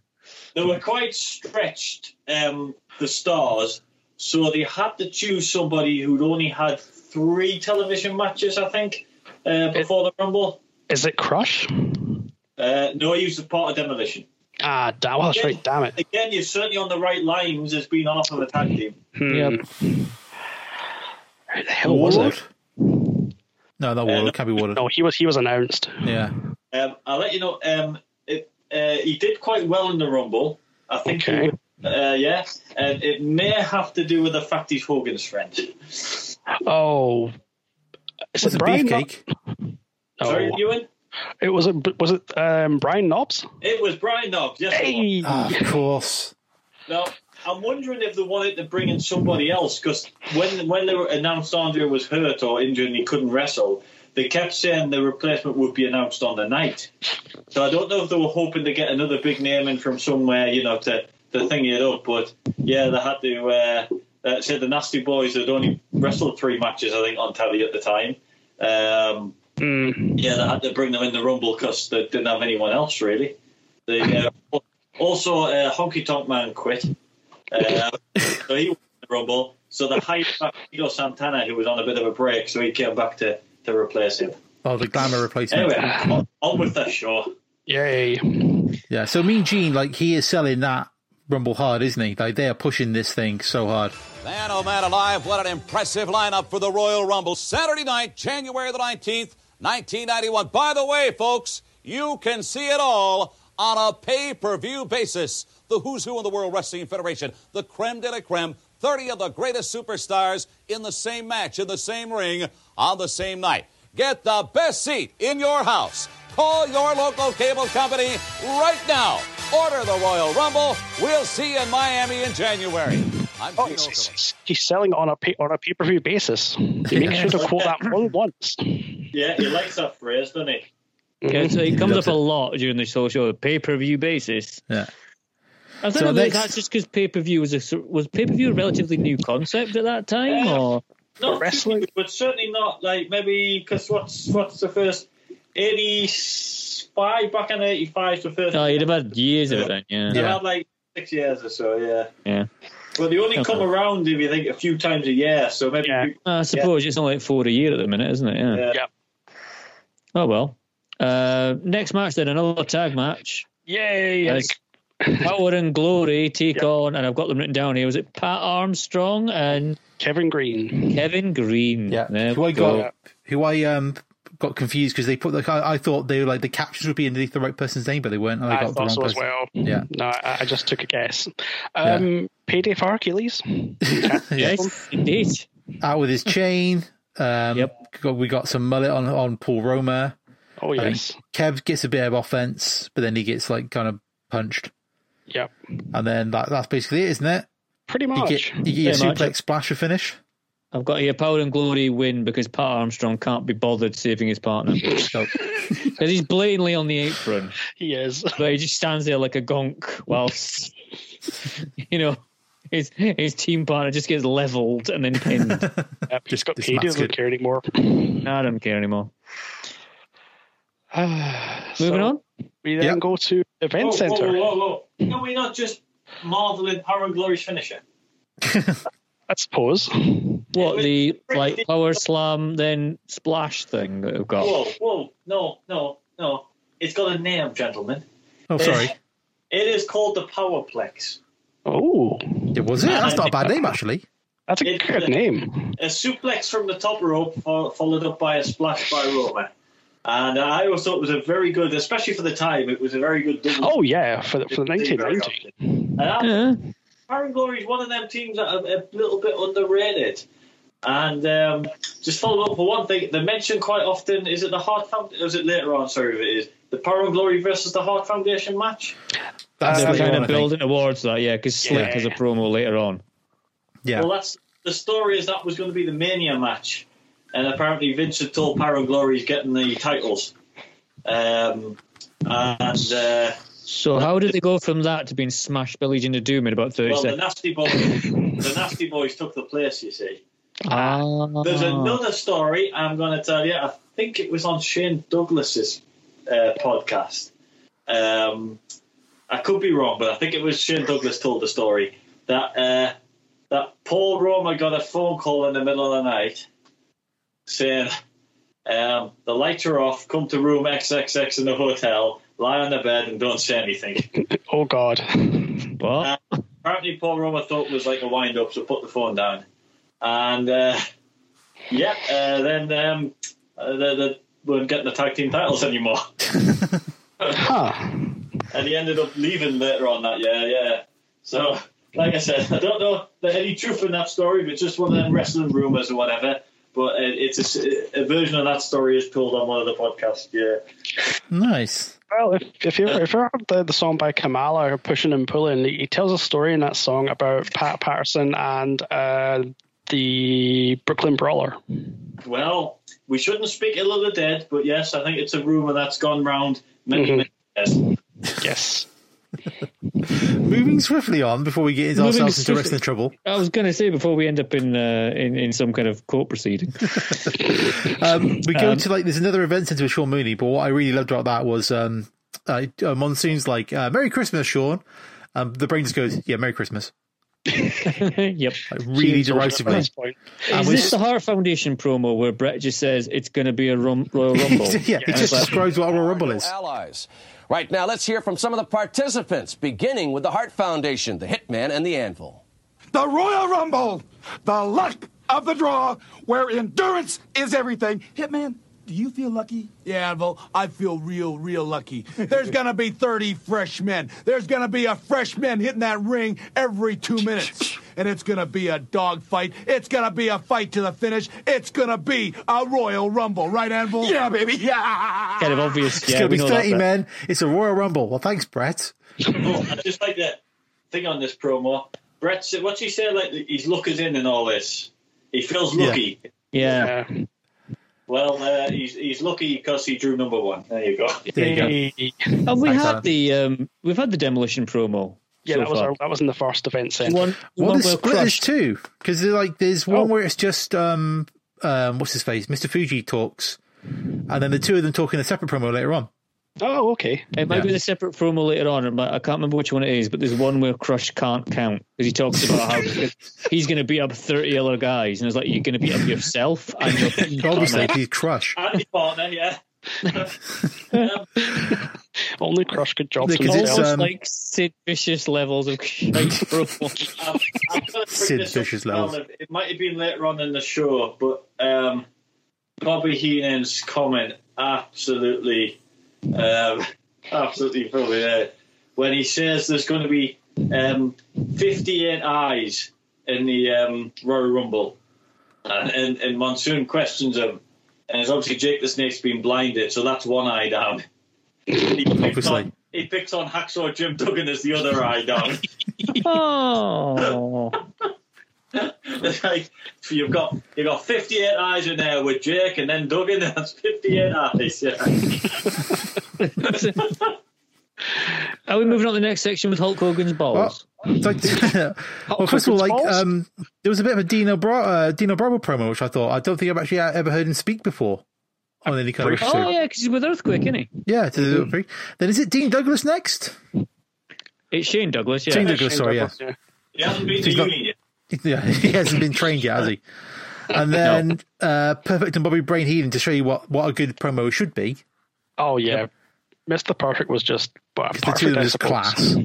[SPEAKER 4] they were quite stretched. Um, the stars, so they had to choose somebody who'd only had three television matches, I think, uh, before the Rumble.
[SPEAKER 1] is it Crush?
[SPEAKER 4] Uh, no, he was a part of Demolition.
[SPEAKER 1] Ah, damn, well, that's right. Damn it.
[SPEAKER 4] Again, you're certainly on the right lines as being half of a tag team.
[SPEAKER 2] Yep.
[SPEAKER 1] Hmm. Who the hell Oh, was it?
[SPEAKER 3] No, not Warlord. Can't be Warlord.
[SPEAKER 1] No, he was he was announced.
[SPEAKER 3] Yeah.
[SPEAKER 4] Um, I'll let you know. Um, it, uh, he did quite well in the Rumble. I think. he
[SPEAKER 1] Okay.
[SPEAKER 4] was- uh, yeah, and it may have to do with the fact he's Hogan's friend.
[SPEAKER 1] Oh, is it
[SPEAKER 3] Was it
[SPEAKER 1] Brian?
[SPEAKER 3] Beefcake?
[SPEAKER 1] No,
[SPEAKER 4] Sorry, Ewan.
[SPEAKER 1] it was it was it um, Brian Knobs?
[SPEAKER 4] It was Brian Knobbs. Yes. it was.
[SPEAKER 1] Hey,
[SPEAKER 3] Ah, of course.
[SPEAKER 4] Now, I'm wondering if they wanted to bring in somebody else because when when they were announced Andre was hurt or injured and he couldn't wrestle, they kept saying the replacement would be announced on the night. So I don't know if they were hoping to get another big name in from somewhere, you know, to to thing it up. But yeah, they had to. Uh, uh, say the Nasty Boys had only wrestled three matches, I think, on telly at the time. Um, Yeah, they had to bring them in the Rumble because they didn't have anyone else really. They, uh, also, uh, Honky Tonk Man quit. Uh, so he won the Rumble. So they hired back Tito Santana, who was on a bit of a break, so he came back to, to replace him.
[SPEAKER 3] Oh, the glamour replacement.
[SPEAKER 4] Anyway, on, on with the show.
[SPEAKER 1] yay!
[SPEAKER 3] Yeah. So Mean Gene, like, he is selling that Rumble hard, isn't he? Like, they are pushing this thing so hard.
[SPEAKER 7] Man, oh man alive, what an impressive lineup for the Royal Rumble. Saturday night, January the 19th, 1991. By the way, folks, you can see it all on a pay per view basis. The who's who in the World Wrestling Federation, the creme de la creme, 30 of the greatest superstars in the same match, in the same ring, on the same night. Get the best seat in your house. Call your local cable company right now. Order the Royal Rumble. We'll see you in Miami in January. I'm Gene
[SPEAKER 1] He's-
[SPEAKER 7] Okerlund.
[SPEAKER 1] He's, he's selling on a pay, on a pay per view basis. He makes sure to quote that one once.
[SPEAKER 4] Yeah, he likes that phrase, doesn't he?
[SPEAKER 2] Yeah, so it comes up
[SPEAKER 3] Loves
[SPEAKER 2] a
[SPEAKER 3] it.
[SPEAKER 2] lot during the show show pay per view basis.
[SPEAKER 3] Yeah.
[SPEAKER 2] I
[SPEAKER 3] So
[SPEAKER 2] don't know if
[SPEAKER 3] next-
[SPEAKER 2] that's just because pay per view was a sor- was pay per view a relatively new concept at that time, or
[SPEAKER 4] Not
[SPEAKER 1] wrestling.
[SPEAKER 4] wrestling, but certainly not like maybe because what's what's the first eighty five back in eighty five the first.
[SPEAKER 2] oh, you'd have had years of it then. Yeah,
[SPEAKER 4] They've
[SPEAKER 3] Yeah.
[SPEAKER 4] had like six years or so, yeah.
[SPEAKER 2] yeah.
[SPEAKER 4] Well, they only
[SPEAKER 2] Okay.
[SPEAKER 4] come around if you think a few times a year, so maybe.
[SPEAKER 1] Yeah.
[SPEAKER 2] I suppose it's only like four a year at the minute, isn't it? Yeah.
[SPEAKER 4] Yeah.
[SPEAKER 2] Oh well. Uh, next match then another tag match.
[SPEAKER 1] Yay!
[SPEAKER 2] As Power and Glory take on, and I've got them written down here. Was it Pat Armstrong and
[SPEAKER 1] Kevin Green.
[SPEAKER 2] Kevin Green?
[SPEAKER 3] Yeah,
[SPEAKER 2] There
[SPEAKER 3] who
[SPEAKER 2] we
[SPEAKER 3] I
[SPEAKER 2] go.
[SPEAKER 3] got, who I um got confused because they put the I, I thought they were like the captions would be underneath the right person's name, but they weren't. And I,
[SPEAKER 1] I,
[SPEAKER 3] got the
[SPEAKER 1] thought
[SPEAKER 3] wrong
[SPEAKER 1] so as
[SPEAKER 3] person.
[SPEAKER 1] well.
[SPEAKER 2] Mm-hmm.
[SPEAKER 3] Yeah.
[SPEAKER 1] No, I, I just took a guess. Um, Payday for Hercules.
[SPEAKER 2] Yes, indeed.
[SPEAKER 3] Out with his chain. Um,
[SPEAKER 2] Yep.
[SPEAKER 3] got- we got some mullet on on Paul Roma.
[SPEAKER 1] Oh
[SPEAKER 3] Um,
[SPEAKER 1] yes.
[SPEAKER 3] Kev gets a bit of offense, but then he gets like kind of punched,
[SPEAKER 1] Yep.
[SPEAKER 3] and then that, that's basically it, isn't it?
[SPEAKER 1] Pretty
[SPEAKER 3] You
[SPEAKER 1] much.
[SPEAKER 3] get, you get a
[SPEAKER 2] Pretty much.
[SPEAKER 3] suplex splash or finish.
[SPEAKER 2] I've got here Power and Glory win because Pat Armstrong can't be bothered saving his partner.
[SPEAKER 3] So,
[SPEAKER 2] Because he's blatantly on the apron,
[SPEAKER 1] he is.
[SPEAKER 2] but he just stands there like a gonk whilst, you know, his his team partner just gets leveled and then pinned.
[SPEAKER 1] Yep. He's got
[SPEAKER 3] This
[SPEAKER 1] paid. He
[SPEAKER 3] mat's
[SPEAKER 1] doesn't
[SPEAKER 3] good.
[SPEAKER 1] care anymore.
[SPEAKER 2] I don't care anymore. Moving
[SPEAKER 1] So
[SPEAKER 2] on.
[SPEAKER 1] We then
[SPEAKER 3] Yep.
[SPEAKER 1] go to Event
[SPEAKER 4] Whoa, whoa,
[SPEAKER 1] Center.
[SPEAKER 4] whoa, whoa, whoa. Can we not just marvel in Power and Glory's finisher?
[SPEAKER 1] I suppose.
[SPEAKER 2] What the like power slam then splash thing that we've got?
[SPEAKER 1] Oh.
[SPEAKER 4] Whoa, whoa, no, no, no. It's got a name, gentlemen.
[SPEAKER 1] Eh.
[SPEAKER 3] oh, sorry.
[SPEAKER 4] It is called the Powerplex.
[SPEAKER 1] Oh,
[SPEAKER 3] It was it. That's not a bad name actually.
[SPEAKER 1] that's a
[SPEAKER 4] It-
[SPEAKER 1] good name.
[SPEAKER 4] A suplex from the top rope, fo- followed up by a splash by Roma. And I always thought it was a very good, especially for the time, it was a very good double.
[SPEAKER 1] Oh yeah, for the, for the 1990.
[SPEAKER 4] And I-
[SPEAKER 2] Yeah.
[SPEAKER 4] Aaron Glory is one of them teams that are a little bit underrated. And um, just follow up for one thing, they mention quite often is it the Heart Foundation? Is it later on? Sorry, if it is the Power and Glory versus the Heart Foundation match.
[SPEAKER 3] That's
[SPEAKER 1] Uh,
[SPEAKER 3] later
[SPEAKER 2] Kind
[SPEAKER 3] on, I
[SPEAKER 2] of
[SPEAKER 3] think.
[SPEAKER 2] building towards that, yeah, because Slick
[SPEAKER 1] Yeah.
[SPEAKER 2] has a promo later on.
[SPEAKER 3] Yeah.
[SPEAKER 4] Well, that's the story is that was going to be the Mania match, and apparently Vince had told Power and Glory he's getting the titles. Um, and uh,
[SPEAKER 2] So how did they go from that to being smashed by Legion of Doom in about 30
[SPEAKER 4] well, the
[SPEAKER 2] seconds?
[SPEAKER 4] Nasty Boys, the Nasty Boys took the place. You see.
[SPEAKER 2] Ah.
[SPEAKER 4] There's another story I'm going to tell you. I think it was on Shane Douglas's uh, podcast. Um, I could be wrong, but I think it was Shane Douglas told the story that uh, that Paul Roma got a phone call in the middle of the night saying um, the lights are off. Come to room XXX in the hotel. Lie on the bed and don't say anything.
[SPEAKER 1] Oh god.
[SPEAKER 2] What?
[SPEAKER 4] Apparently, Paul Roma thought it was like a wind up, so put the phone down. And uh, yeah, uh, then um, uh, they, they weren't getting the tag team titles anymore.
[SPEAKER 1] Huh.
[SPEAKER 4] And he ended up leaving later on that year, yeah. So, like I said, I don't know that any truth in that story, but just one of them wrestling rumours or whatever. But it, it's a, a version of that story is told on one of the podcasts, yeah.
[SPEAKER 3] Nice.
[SPEAKER 1] Well, if, if you if you heard the, the song by Kamala, "Pushing and Pulling," he tells a story in that song about Pat Patterson and uh, the Brooklyn Brawler.
[SPEAKER 4] Well, we shouldn't speak ill of the dead, but yes, I think it's a rumour that's gone round many, many years.
[SPEAKER 1] Yes,
[SPEAKER 3] Moving swiftly on before we get into
[SPEAKER 2] Moving
[SPEAKER 3] ourselves into
[SPEAKER 2] swiftly-
[SPEAKER 3] wrestling trouble.
[SPEAKER 2] I was going to say before we end up in, uh, in in some kind of court proceeding.
[SPEAKER 3] Um, we go to like there's another event center with Sean Mooney, but what I really loved about that was um, uh, uh, Monsoon's like uh, Merry Christmas, Sean. Um, the brain just goes, yeah, Merry Christmas,
[SPEAKER 2] yep.
[SPEAKER 3] like, really
[SPEAKER 1] Seems alternate at
[SPEAKER 3] derisively.
[SPEAKER 1] this point.
[SPEAKER 2] Is
[SPEAKER 3] we-
[SPEAKER 2] this the Heart Foundation promo where Brett just says it's going to be a rum- Royal Rumble?
[SPEAKER 3] yeah, it just describes what a Royal Rumble is.
[SPEAKER 8] allies. Right now, let's hear from some of the participants, beginning with the Hart Foundation, the Hitman, and the Anvil.
[SPEAKER 9] The Royal Rumble, the luck of the draw, where endurance is everything. Hitman, do you feel lucky? Yeah, Anvil, I feel real, real lucky. There's gonna be 30 freshmen. There's gonna be a freshman hitting that ring every two minutes. and it's gonna be a dogfight. It's gonna be a fight to the finish. It's gonna be a Royal Rumble, right, Anvil? Yeah, baby. Yeah.
[SPEAKER 2] Kind of obvious.
[SPEAKER 3] It's
[SPEAKER 2] yeah,
[SPEAKER 3] going
[SPEAKER 2] we
[SPEAKER 3] to
[SPEAKER 2] know
[SPEAKER 3] be
[SPEAKER 2] that
[SPEAKER 3] 30
[SPEAKER 2] bit.
[SPEAKER 3] men. It's a Royal Rumble. Well, thanks, Brett.
[SPEAKER 4] Oh, I just like that thing on this promo. Brett, said- what's he say? Like he's lookers in and all this. He feels
[SPEAKER 3] Yeah.
[SPEAKER 4] lucky.
[SPEAKER 2] Yeah.
[SPEAKER 1] Yeah.
[SPEAKER 4] Well, uh, he's he's lucky because he drew number one. There you go.
[SPEAKER 3] There you go.
[SPEAKER 2] Have we
[SPEAKER 3] Thanks,
[SPEAKER 2] had
[SPEAKER 3] Alan.
[SPEAKER 2] the um, we've had the demolition promo?
[SPEAKER 1] Yeah,
[SPEAKER 2] so
[SPEAKER 1] that was
[SPEAKER 2] far.
[SPEAKER 1] our, that was in the first event set.
[SPEAKER 2] one.
[SPEAKER 3] Well,
[SPEAKER 2] one
[SPEAKER 3] there's
[SPEAKER 2] where
[SPEAKER 3] split is
[SPEAKER 2] crushed-
[SPEAKER 3] too because like there's one
[SPEAKER 1] Oh.
[SPEAKER 3] where it's just um um what's his face Mr Fuji talks, and then the two of them talk in a separate promo later on.
[SPEAKER 1] Oh, okay.
[SPEAKER 2] It might
[SPEAKER 3] Yeah.
[SPEAKER 2] be the separate promo later on, but I can't remember which one it is. But there's one where Crush can't count because he talks about how he's going to beat up 30 other guys, and it's like you're going to beat up yourself and your
[SPEAKER 3] Obviously, he's crush.
[SPEAKER 4] And his partner, yeah.
[SPEAKER 1] Only Crush could job
[SPEAKER 3] Because
[SPEAKER 1] themselves.
[SPEAKER 3] it's,
[SPEAKER 2] Almost
[SPEAKER 3] um,
[SPEAKER 2] like Sid Vicious levels of shite promo.
[SPEAKER 4] I'm, I'm gonna bring
[SPEAKER 3] Sid
[SPEAKER 4] this up
[SPEAKER 3] Vicious
[SPEAKER 4] as well.
[SPEAKER 3] levels.
[SPEAKER 4] It might have been later on in the show, but um, Bobby Heenan's comment absolutely, um, absolutely probably there when he says there's going to be um, 58 eyes in the um, Royal Rumble, and, and, and Monsoon questions him, and it's obviously Jake the Snake's been blinded, so that's one eye down. He picks
[SPEAKER 3] Obviously.
[SPEAKER 4] on- he picks on Hacksaw Jim Duggan as the other eye down.
[SPEAKER 2] Oh,
[SPEAKER 4] It's like so you've got you've got 58 eyes in there with Jake and then Duggan. That's 58 eyes. Yeah.
[SPEAKER 2] are we moving on to the next section with Hulk Hogan's balls?
[SPEAKER 3] It's like- well, first of all, like
[SPEAKER 1] Falls?
[SPEAKER 3] um, there was a bit of a Dino Bra- uh, Dino Bravo promo, which I thought I don't think I've actually uh, ever heard him speak before on any kind of
[SPEAKER 1] Brief.
[SPEAKER 2] Oh
[SPEAKER 3] episode.
[SPEAKER 2] yeah, because he's with Earthquake, isn't he?
[SPEAKER 3] Yeah, to the then is it Dean Douglas next?
[SPEAKER 2] It's Shane Douglas. Yeah.
[SPEAKER 3] Shane Douglas, sorry, yeah.
[SPEAKER 1] yeah.
[SPEAKER 4] He hasn't been to
[SPEAKER 3] He's got-
[SPEAKER 4] uni yet.
[SPEAKER 3] Yeah, he hasn't been trained yet, has he? And then uh, Perfect and Bobby Brain Healing to show you what, what a good promo should be.
[SPEAKER 1] Oh yeah. Mr. Perfect was just but
[SPEAKER 3] The
[SPEAKER 1] perfect,
[SPEAKER 3] two of them
[SPEAKER 1] I
[SPEAKER 3] is
[SPEAKER 1] suppose.
[SPEAKER 3] class.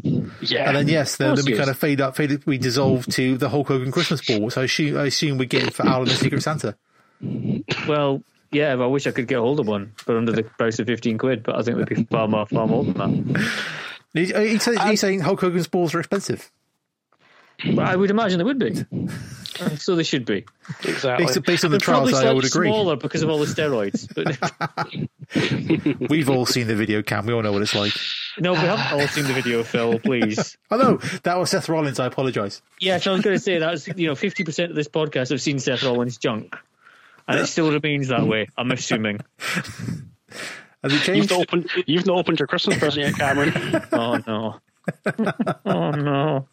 [SPEAKER 1] Yeah.
[SPEAKER 3] And then yes, then, then we
[SPEAKER 2] Yes.
[SPEAKER 3] kind of fade up, fade up, we dissolve to the Hulk Hogan Christmas ball, which I assume, I assume we're getting for Alan and Secret Santa.
[SPEAKER 2] Well, yeah, but I wish I could get hold of one for under the price of fifteen quid. But I think they'd be far more, far more than that.
[SPEAKER 3] He's, he's, saying- he's saying Hulk Hogan's balls are expensive.
[SPEAKER 2] But I would imagine they would be. And so they should be.
[SPEAKER 1] exactly.
[SPEAKER 3] Based, based on the
[SPEAKER 2] They're probably
[SPEAKER 3] trials, I
[SPEAKER 2] slightly
[SPEAKER 3] would agree.
[SPEAKER 2] smaller because of all the steroids. But
[SPEAKER 3] We've all seen the video cam. We all know what it's like.
[SPEAKER 2] no, we haven't all seen the video, Phil. Please.
[SPEAKER 3] Oh no, that was Seth Rollins. I apologise.
[SPEAKER 2] Yeah, so I was going to say that's you know fifty percent of this podcast have seen Seth Rollins junk, and it still remains that way. I'm assuming.
[SPEAKER 3] Has it
[SPEAKER 1] You've
[SPEAKER 3] changed?
[SPEAKER 1] not, opened, you've not opened your Christmas present yet, Cameron.
[SPEAKER 2] Oh no. oh no.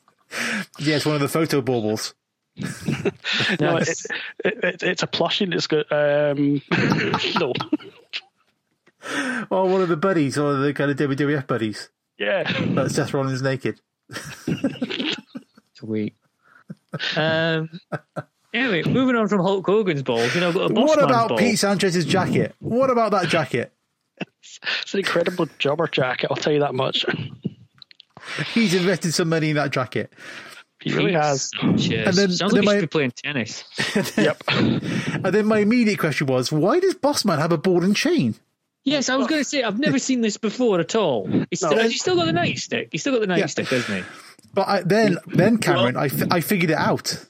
[SPEAKER 3] yeah, it's one of the photo baubles.
[SPEAKER 1] No, it,
[SPEAKER 2] That's-
[SPEAKER 1] it, it, it's a plushie and it's got um, no,
[SPEAKER 3] Or one of the buddies, or the kind of WWF buddies.
[SPEAKER 1] yeah,
[SPEAKER 3] But Seth Rollins naked.
[SPEAKER 2] Sweet. Um. Anyway, moving on from Hulk Hogan's balls, you know, I've got a boss
[SPEAKER 3] what
[SPEAKER 2] man's
[SPEAKER 3] about
[SPEAKER 2] ball.
[SPEAKER 3] Pete Sanchez's jacket? What about that jacket?
[SPEAKER 1] it's an incredible jobber jacket. I'll tell you that much.
[SPEAKER 3] He's invested some money in that jacket.
[SPEAKER 1] He really has.
[SPEAKER 2] Sanchez.
[SPEAKER 3] And then-
[SPEAKER 2] Sounds like
[SPEAKER 3] then
[SPEAKER 2] he
[SPEAKER 3] my-
[SPEAKER 2] should be playing tennis.
[SPEAKER 1] Yep.
[SPEAKER 3] And then my immediate question was, why does Bossman have a ball and chain?
[SPEAKER 2] Yes, I was going to say I've never seen this before at all. He's still, has he still got the nightstick? He's still got the nightstick, doesn't he?
[SPEAKER 3] But I, then, then Cameron, I, fi- I figured it out.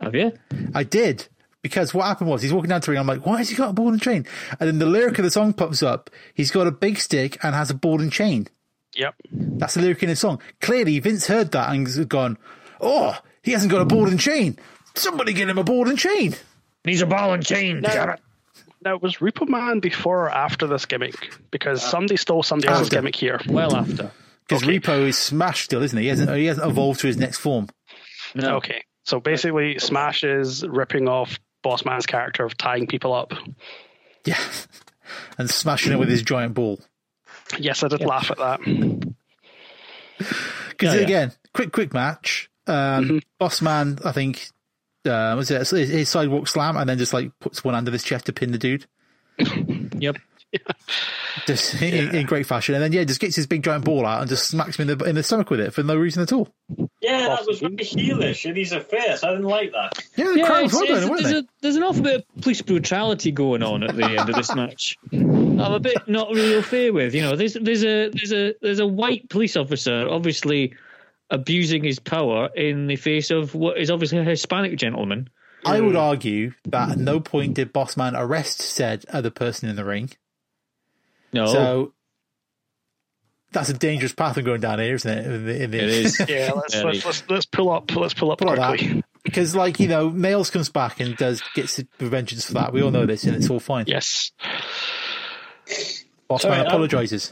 [SPEAKER 2] Have you?
[SPEAKER 3] I did because what happened was he's walking down to the ring. I'm like, why has he got a ball and chain? And then the lyric of the song pops up. He's got a big stick and has a ball and chain.
[SPEAKER 1] Yep.
[SPEAKER 3] That's the lyric in his song. Clearly, Vince heard that and has gone, oh, he hasn't got a ball and chain. Somebody get him a ball and chain.
[SPEAKER 2] He's a ball and chain. damn it.
[SPEAKER 1] Now was Repo Man before or after this gimmick? Because somebody stole somebody else's
[SPEAKER 3] after.
[SPEAKER 1] gimmick here.
[SPEAKER 2] Well after.
[SPEAKER 3] Because Repo is smashed still, isn't he? He hasn't, he hasn't evolved to his next form.
[SPEAKER 2] No.
[SPEAKER 1] Okay. So basically, Smash is ripping off Boss Man's character of tying people up.
[SPEAKER 3] Yeah. And smashing it with his giant ball.
[SPEAKER 1] Yes, I did laugh at that.
[SPEAKER 3] Because
[SPEAKER 2] Yeah, Mm-hmm. yeah.
[SPEAKER 3] again, quick, quick match. Um, Boss man, I think, uh, was it his- his sidewalk slam, and then just like puts one under his chest to pin the dude,
[SPEAKER 2] Yep.
[SPEAKER 3] just in, in great fashion. And then yeah, just gets his big giant ball out and just smacks him in the in the stomach with it for no reason at all.
[SPEAKER 4] Yeah, that was very heelish, and he's a face. I didn't like that.
[SPEAKER 3] Yeah, the crowd
[SPEAKER 2] it's-
[SPEAKER 3] was well
[SPEAKER 2] it's-
[SPEAKER 3] done, weren't
[SPEAKER 2] there's,
[SPEAKER 3] they?
[SPEAKER 2] a, there's an awful bit of police brutality going on at the end of this match. I'm a bit not real fair with. You know, there's there's a there's a there's a white police officer, obviously abusing his power in the face of what is obviously a Hispanic gentleman.
[SPEAKER 3] I would argue that at no point did Bossman arrest said other person in the ring.
[SPEAKER 2] No,
[SPEAKER 3] So that's a dangerous path I'm going down here, isn't it? In the, in the,
[SPEAKER 2] it is.
[SPEAKER 1] Yeah, let's,
[SPEAKER 2] Very.
[SPEAKER 1] let's, let's, let's pull up. Let's pull up quickly.
[SPEAKER 3] Because, like, you know, Nails comes back and does gets vengeance for that. We all know this, and it's all fine.
[SPEAKER 1] Yes.
[SPEAKER 3] Bossman
[SPEAKER 4] Sorry, I'm-
[SPEAKER 3] apologizes.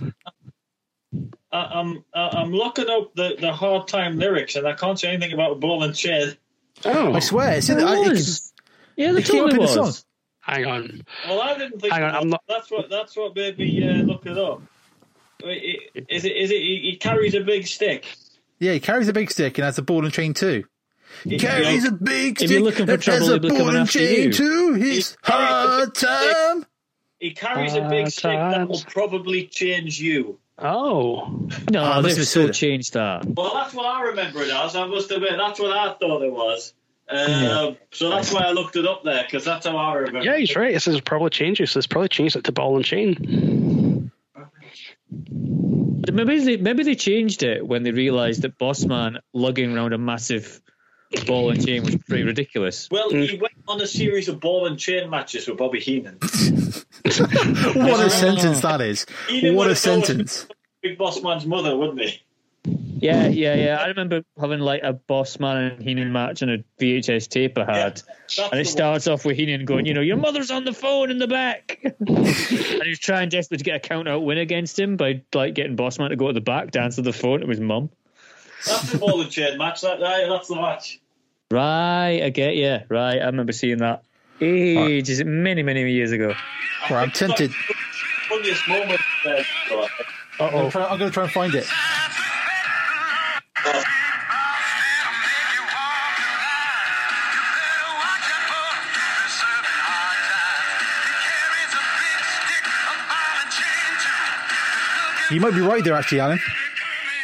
[SPEAKER 4] I, I'm I, I'm looking up the, the hard time lyrics, and I can't say anything about blowing shed.
[SPEAKER 1] Oh,
[SPEAKER 3] I swear, it's in the, I,
[SPEAKER 2] It
[SPEAKER 3] it,
[SPEAKER 2] was. Yeah, the
[SPEAKER 3] it came up
[SPEAKER 2] totally
[SPEAKER 3] in the
[SPEAKER 2] was.
[SPEAKER 3] song.
[SPEAKER 1] hang on.
[SPEAKER 4] Well, I didn't think.
[SPEAKER 1] Hang on,
[SPEAKER 4] that-
[SPEAKER 1] I'm not-
[SPEAKER 4] That's what that's what made me uh, look it up. Wait, i- Is it is it? He he carries a big stick.
[SPEAKER 3] Yeah, he carries a big stick and has a ball and chain too. He carries a big
[SPEAKER 2] you're
[SPEAKER 3] stick
[SPEAKER 2] looking for
[SPEAKER 3] and
[SPEAKER 2] trouble,
[SPEAKER 3] has a
[SPEAKER 2] he'll be
[SPEAKER 3] ball
[SPEAKER 2] coming
[SPEAKER 3] and
[SPEAKER 2] after
[SPEAKER 3] chain
[SPEAKER 2] you.
[SPEAKER 3] too. He's
[SPEAKER 4] He carries a
[SPEAKER 3] hard
[SPEAKER 4] big stick.
[SPEAKER 3] time.
[SPEAKER 4] He carries a big
[SPEAKER 1] Hard
[SPEAKER 4] stick that will
[SPEAKER 1] times.
[SPEAKER 4] probably change you.
[SPEAKER 1] Oh,
[SPEAKER 2] No,
[SPEAKER 3] I must
[SPEAKER 2] they've
[SPEAKER 3] have
[SPEAKER 2] so
[SPEAKER 3] said it.
[SPEAKER 2] changed that.
[SPEAKER 4] Well, that's what I remember it as. I must admit, that's what I thought it was. Um, So that's why I looked it up there because that's how I remember.
[SPEAKER 1] yeah, he's right. This is probably changes. This probably changed it to ball and chain.
[SPEAKER 2] Maybe they maybe they changed it when they realised that Bossman lugging around a massive ball and chain was pretty ridiculous.
[SPEAKER 4] Well, he went on a series of ball and chain matches with Bobby Heenan.
[SPEAKER 3] What a sentence that is.
[SPEAKER 4] Even
[SPEAKER 3] what
[SPEAKER 4] when
[SPEAKER 3] a
[SPEAKER 4] it's going-
[SPEAKER 3] sentence.
[SPEAKER 4] Big Boss Man's mother, wouldn't he?
[SPEAKER 2] Yeah, yeah, yeah. I remember having like a Bossman and Heenan match on a VHS tape I had,
[SPEAKER 4] That's
[SPEAKER 2] and
[SPEAKER 4] the
[SPEAKER 2] it starts off with Heenan going, "You know, your mother's on the phone in the back," and he was trying desperately to get a count out win against him by like getting Bossman to go to the back, to answer the phone to his mum.
[SPEAKER 4] one. That's the ball and chain match. That, that- that's the match.
[SPEAKER 2] Right, I get yeah, right. I remember seeing that ages, many, many years ago.
[SPEAKER 3] Well, I'm tempted.
[SPEAKER 4] Funniest moment. Uh,
[SPEAKER 3] I'm, try, I'm going to try and find it. You might be right there, actually, Alan.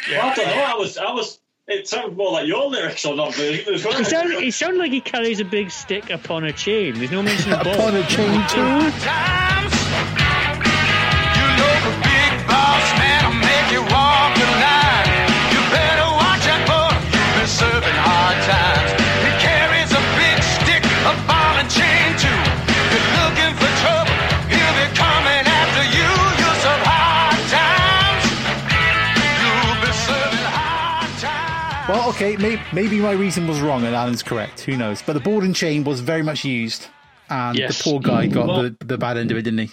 [SPEAKER 4] I don't know. I was. I was. It sounds more like your lyrics or not, but it was
[SPEAKER 2] He sounded, he sounded like he carries a big stick upon a chain. There's no mention of ball.
[SPEAKER 3] Upon a chain too. Well, okay, may, maybe my reason was wrong and Alan's correct. Who knows? But the board and chain was very much used, and
[SPEAKER 1] Yes.
[SPEAKER 3] the poor guy got the, the bad end of it, didn't he?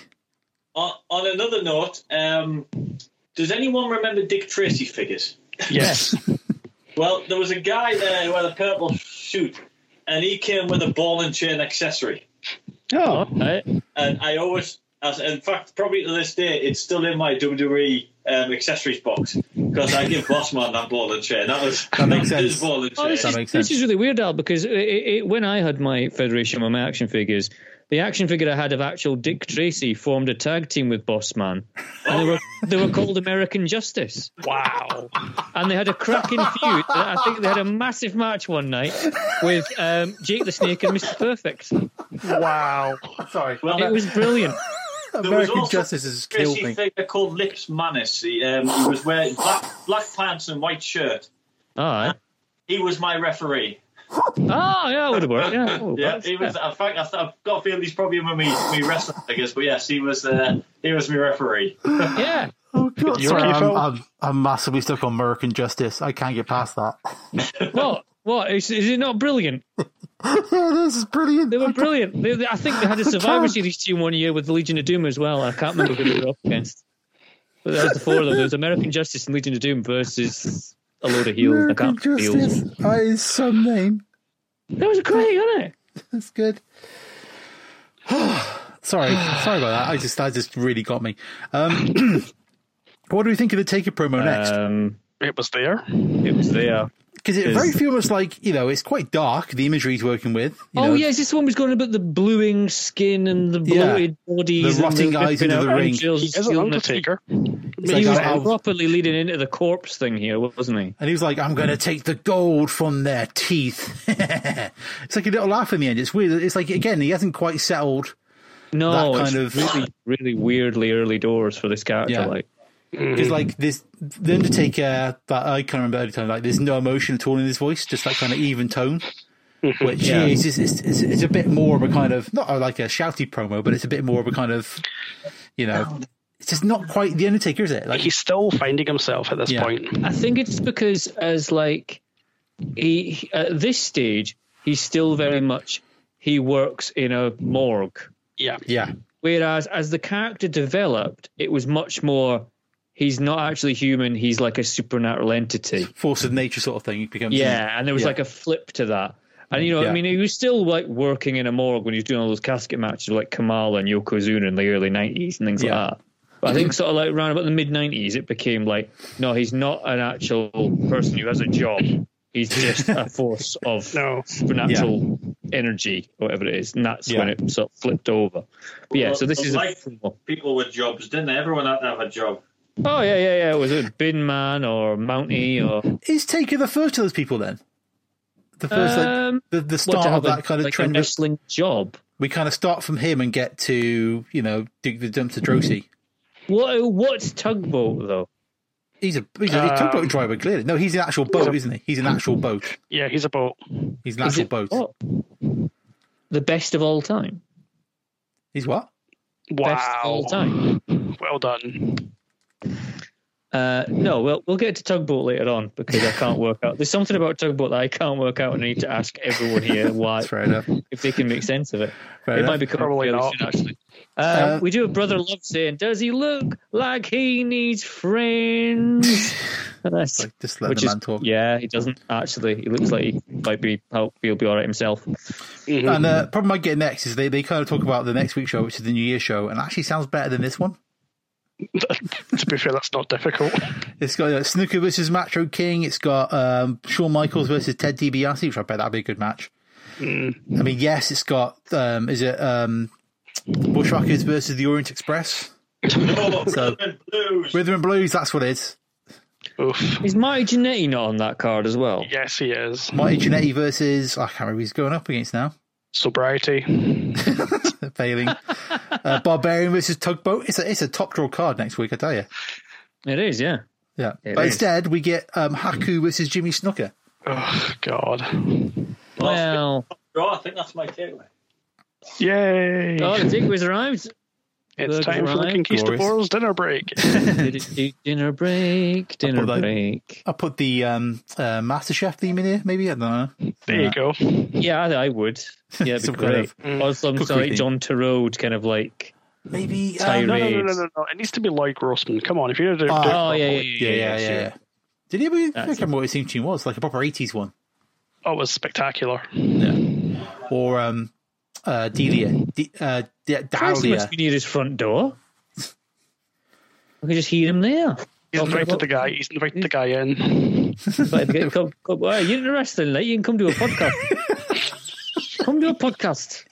[SPEAKER 4] on, on another note, um, does anyone remember Dick Tracy figures?
[SPEAKER 1] Yes.
[SPEAKER 4] Well, there was a guy there who had a purple suit, and he came with a ball and chain accessory.
[SPEAKER 1] oh,
[SPEAKER 2] Right?
[SPEAKER 4] And I always, as in fact, probably to this day, it's still in my WWE um, accessories box because I give Bossman that ball and chain. That was that
[SPEAKER 3] makes
[SPEAKER 4] was his
[SPEAKER 3] sense.
[SPEAKER 4] ball and
[SPEAKER 2] Oh,
[SPEAKER 4] chain.
[SPEAKER 2] this, is,
[SPEAKER 3] makes
[SPEAKER 2] this
[SPEAKER 3] sense.
[SPEAKER 2] is really weird, Al, because it, it, it- when I had my Federation with my action figures, the action figure I had of actual Dick Tracy formed a tag team with Bossman, and they were they were called American Justice,
[SPEAKER 1] wow.
[SPEAKER 2] and they had a cracking feud. I think they had a massive match one night with um, Jake the Snake and Mr. Perfect.
[SPEAKER 3] Wow. Sorry.
[SPEAKER 4] well,
[SPEAKER 2] It was brilliant.
[SPEAKER 4] there was
[SPEAKER 3] American
[SPEAKER 4] also
[SPEAKER 3] justice has
[SPEAKER 4] a Tracy
[SPEAKER 3] killed me.
[SPEAKER 4] figure called Lips Manis. He, um, he was wearing black, black pants and white shirt.
[SPEAKER 2] All right.
[SPEAKER 4] He was my referee.
[SPEAKER 2] Oh yeah, it would have worked. Yeah, Oh,
[SPEAKER 4] Yeah,
[SPEAKER 2] that's-
[SPEAKER 4] he was. In fact, I th- I've got a feeling he's probably one of me, me wrestling figures. But yes, he was. Uh, he was my referee.
[SPEAKER 2] yeah.
[SPEAKER 3] Oh, God.
[SPEAKER 1] You're
[SPEAKER 3] Sorry,
[SPEAKER 1] okay,
[SPEAKER 3] I'm,
[SPEAKER 1] Phil?
[SPEAKER 3] I'm, I'm massively stuck on American justice. I can't get past that.
[SPEAKER 2] What? What? Is, is it not brilliant?
[SPEAKER 3] yeah, this is brilliant.
[SPEAKER 2] They were brilliant. They, they- I think they had a Survivor Series team one year with the Legion of Doom as well. I can't remember who they were up against. But that was the four of them. There was American Justice and Legion of Doom versus a load of heels. I
[SPEAKER 3] American
[SPEAKER 2] can't remember the heels
[SPEAKER 3] justice.
[SPEAKER 2] one.
[SPEAKER 3] That is some name.
[SPEAKER 2] That was great, wasn't it?
[SPEAKER 3] That's good. sorry, sorry about that. I just, that just really got me. Um, what do we think of the Taker promo next?
[SPEAKER 2] Um,
[SPEAKER 1] It was there.
[SPEAKER 2] it was there.
[SPEAKER 3] Because it
[SPEAKER 2] is-
[SPEAKER 3] very few of us like you know it's quite dark the imagery he's working with. You
[SPEAKER 2] oh
[SPEAKER 3] know,
[SPEAKER 2] yeah, is this one was going about the bluing skin and the bloated bodies,
[SPEAKER 3] The
[SPEAKER 2] and
[SPEAKER 3] rotting eyes
[SPEAKER 2] ripping
[SPEAKER 3] into the
[SPEAKER 2] out
[SPEAKER 3] ring.
[SPEAKER 2] entrails
[SPEAKER 1] He
[SPEAKER 2] and
[SPEAKER 1] is an
[SPEAKER 2] stealing the
[SPEAKER 1] Undertaker.
[SPEAKER 2] teeth. He
[SPEAKER 3] like
[SPEAKER 2] was
[SPEAKER 3] how-
[SPEAKER 2] properly leading into the corpse thing here, wasn't he?
[SPEAKER 3] And he was like, "I'm going to
[SPEAKER 2] Mm.
[SPEAKER 3] take the gold from their teeth." it's like a little laugh in the end. It's weird. It's like again, he hasn't quite settled.
[SPEAKER 2] No,
[SPEAKER 3] that
[SPEAKER 2] it's
[SPEAKER 3] kind of-
[SPEAKER 2] really, really weirdly early doors for this character.
[SPEAKER 3] Yeah.
[SPEAKER 2] Like,
[SPEAKER 3] Because like this, the Undertaker that I can't remember every time. Like there's no emotion at all in his voice, just that kind of even tone, which
[SPEAKER 2] Mm-hmm. Yeah.
[SPEAKER 3] is it's, it's, it's, it's a bit more of a kind of not a- like a shouty promo, but it's a bit more of a kind of you know, it's just not quite the Undertaker, is it? Like
[SPEAKER 1] He's still finding himself at this
[SPEAKER 3] Yeah.
[SPEAKER 1] point.
[SPEAKER 2] I think it's because as like he he- at this stage he's still very much he works in a morgue.
[SPEAKER 1] Yeah.
[SPEAKER 3] yeah,
[SPEAKER 2] Whereas as the character developed, it was much more he's not actually human, he's like a supernatural entity.
[SPEAKER 3] force of nature sort of thing becomes
[SPEAKER 2] Yeah, and there was
[SPEAKER 3] Mm. Yeah.
[SPEAKER 2] like a flip to that. And you know,
[SPEAKER 3] Yeah.
[SPEAKER 2] I mean, he was still like working in a morgue when he was doing all those casket matches with, like Kamala and Yokozuna in the early '90s and things
[SPEAKER 3] Yeah.
[SPEAKER 2] like that. But I think sort of like around about the mid '90s, it became like, no, he's not an actual person who has a job. He's just a force of
[SPEAKER 1] No.
[SPEAKER 2] supernatural energy, or whatever it is, and that's when
[SPEAKER 3] Yeah.
[SPEAKER 2] it sort of flipped over. But yeah,
[SPEAKER 4] Well,
[SPEAKER 2] so this
[SPEAKER 4] but
[SPEAKER 2] is
[SPEAKER 4] like-
[SPEAKER 2] a
[SPEAKER 4] People with jobs, didn't they? Everyone had to have a job.
[SPEAKER 2] oh yeah, yeah, yeah. Was it Bin Man or Mountie or
[SPEAKER 3] Is Taker the first of those people then? The first,
[SPEAKER 2] Um,
[SPEAKER 3] like, the, the
[SPEAKER 2] what,
[SPEAKER 3] start
[SPEAKER 2] to
[SPEAKER 3] of
[SPEAKER 2] have a-
[SPEAKER 3] that kind of
[SPEAKER 2] like
[SPEAKER 3] trend.
[SPEAKER 2] a
[SPEAKER 3] of-
[SPEAKER 2] wrestling job?
[SPEAKER 3] we kind of start from him and get to you know Duke the Dumpster Drosy.
[SPEAKER 2] What what's tugboat though?
[SPEAKER 3] He's a he's a, he's a
[SPEAKER 2] Um,
[SPEAKER 3] tugboat driver clearly. No, he's an actual boat, isn't he? He's an actual boat.
[SPEAKER 1] Yeah, he's about.
[SPEAKER 3] He's an
[SPEAKER 2] Is
[SPEAKER 3] actual
[SPEAKER 2] it-
[SPEAKER 3] boat.
[SPEAKER 2] what? The best of all time.
[SPEAKER 3] He's what?
[SPEAKER 2] Best of all
[SPEAKER 1] Wow.
[SPEAKER 2] time.
[SPEAKER 1] Well done.
[SPEAKER 2] Uh, no, well, we'll get to tugboat later on because I can't work out. There's something about tugboat that I can't work out, and I need to ask everyone here why,
[SPEAKER 3] Fair enough.
[SPEAKER 2] if they can make sense of it.
[SPEAKER 3] Fair
[SPEAKER 2] it
[SPEAKER 3] enough.
[SPEAKER 2] might be coming
[SPEAKER 1] Probably
[SPEAKER 2] fairly
[SPEAKER 1] not.
[SPEAKER 2] soon, actually. Um,
[SPEAKER 3] Uh,
[SPEAKER 2] we do have brother love saying, "Does he look like he needs friends?" And that's-
[SPEAKER 3] Like, just let
[SPEAKER 2] which
[SPEAKER 3] the
[SPEAKER 2] is-
[SPEAKER 3] man talk.
[SPEAKER 2] Yeah, he doesn't actually. He looks like he might be. He'll be all right himself.
[SPEAKER 3] And the uh, problem I get next is they, they kind of talk about the next week's show, which is the New Year show, and actually sounds better than this one.
[SPEAKER 1] to be fair, that's not difficult.
[SPEAKER 3] It's got uh, Snooker versus Macho King. It's got um, Shawn Michaels
[SPEAKER 1] Mm-hmm.
[SPEAKER 3] versus Ted DiBiase, which I bet that'd be a good match.
[SPEAKER 1] Mm-hmm.
[SPEAKER 3] I mean, yes, it's got um, is it um, Bushwhackers versus the Orient Express,
[SPEAKER 4] Oh,
[SPEAKER 3] So-
[SPEAKER 4] Rhythm and blues.
[SPEAKER 3] Rhythm and Blues. That's what it is.
[SPEAKER 1] Oof.
[SPEAKER 2] Is Marty Jannetty not on that card as well?
[SPEAKER 1] Yes, he is.
[SPEAKER 3] Marty Jannetty versus I can't remember who he's going up against now.
[SPEAKER 1] Sobriety.
[SPEAKER 3] Failing. uh, Barbarian versus Tugboat. It's a it's a top draw card next week. I tell you.
[SPEAKER 2] It is, yeah.
[SPEAKER 3] Yeah.
[SPEAKER 2] It
[SPEAKER 3] but
[SPEAKER 2] is.
[SPEAKER 3] instead we get um, Haku versus Jimmy Snooker.
[SPEAKER 1] Oh, God.
[SPEAKER 2] Well,
[SPEAKER 4] Oh, I think that's my takeaway.
[SPEAKER 1] Yay.
[SPEAKER 2] oh, the dig was arrived.
[SPEAKER 1] it's
[SPEAKER 2] look,
[SPEAKER 1] time for the
[SPEAKER 2] right.
[SPEAKER 1] Conquistadors dinner break.
[SPEAKER 2] dinner break, dinner
[SPEAKER 3] Although-
[SPEAKER 2] break.
[SPEAKER 3] I'll put the um, uh, MasterChef theme in here. Maybe I don't know.
[SPEAKER 1] There you go.
[SPEAKER 2] Yeah, I, I would. Yeah, it'd be
[SPEAKER 3] Some kind
[SPEAKER 2] great.
[SPEAKER 3] of
[SPEAKER 2] Or some sort of
[SPEAKER 3] cookery
[SPEAKER 2] like John Turode kind of like.
[SPEAKER 3] Maybe
[SPEAKER 1] No,
[SPEAKER 3] um,
[SPEAKER 1] no, no, no,
[SPEAKER 2] Raids.
[SPEAKER 1] no, no. It needs to be Lloyd Grossman. Come on, if you're going to do,
[SPEAKER 3] Ah.
[SPEAKER 1] do it
[SPEAKER 2] Oh yeah, yeah,
[SPEAKER 1] properly.
[SPEAKER 2] yeah,
[SPEAKER 3] yeah, yeah, yeah.
[SPEAKER 2] sure.
[SPEAKER 3] yeah. Did anybody I
[SPEAKER 2] That's
[SPEAKER 3] can't remember what his theme tune was? Like a proper eighties one,
[SPEAKER 1] Oh, it was spectacular.
[SPEAKER 3] or um, uh, Delia, D- uh, D-
[SPEAKER 2] Christmas
[SPEAKER 3] Dahlia.
[SPEAKER 2] be near his front door. I could just hear him there.
[SPEAKER 1] He's
[SPEAKER 2] Talking
[SPEAKER 1] invited
[SPEAKER 2] about-
[SPEAKER 1] the guy. He's invited the guy in.
[SPEAKER 2] But if you come, come, oh, you're interested, like, you can come to a podcast. come to a podcast.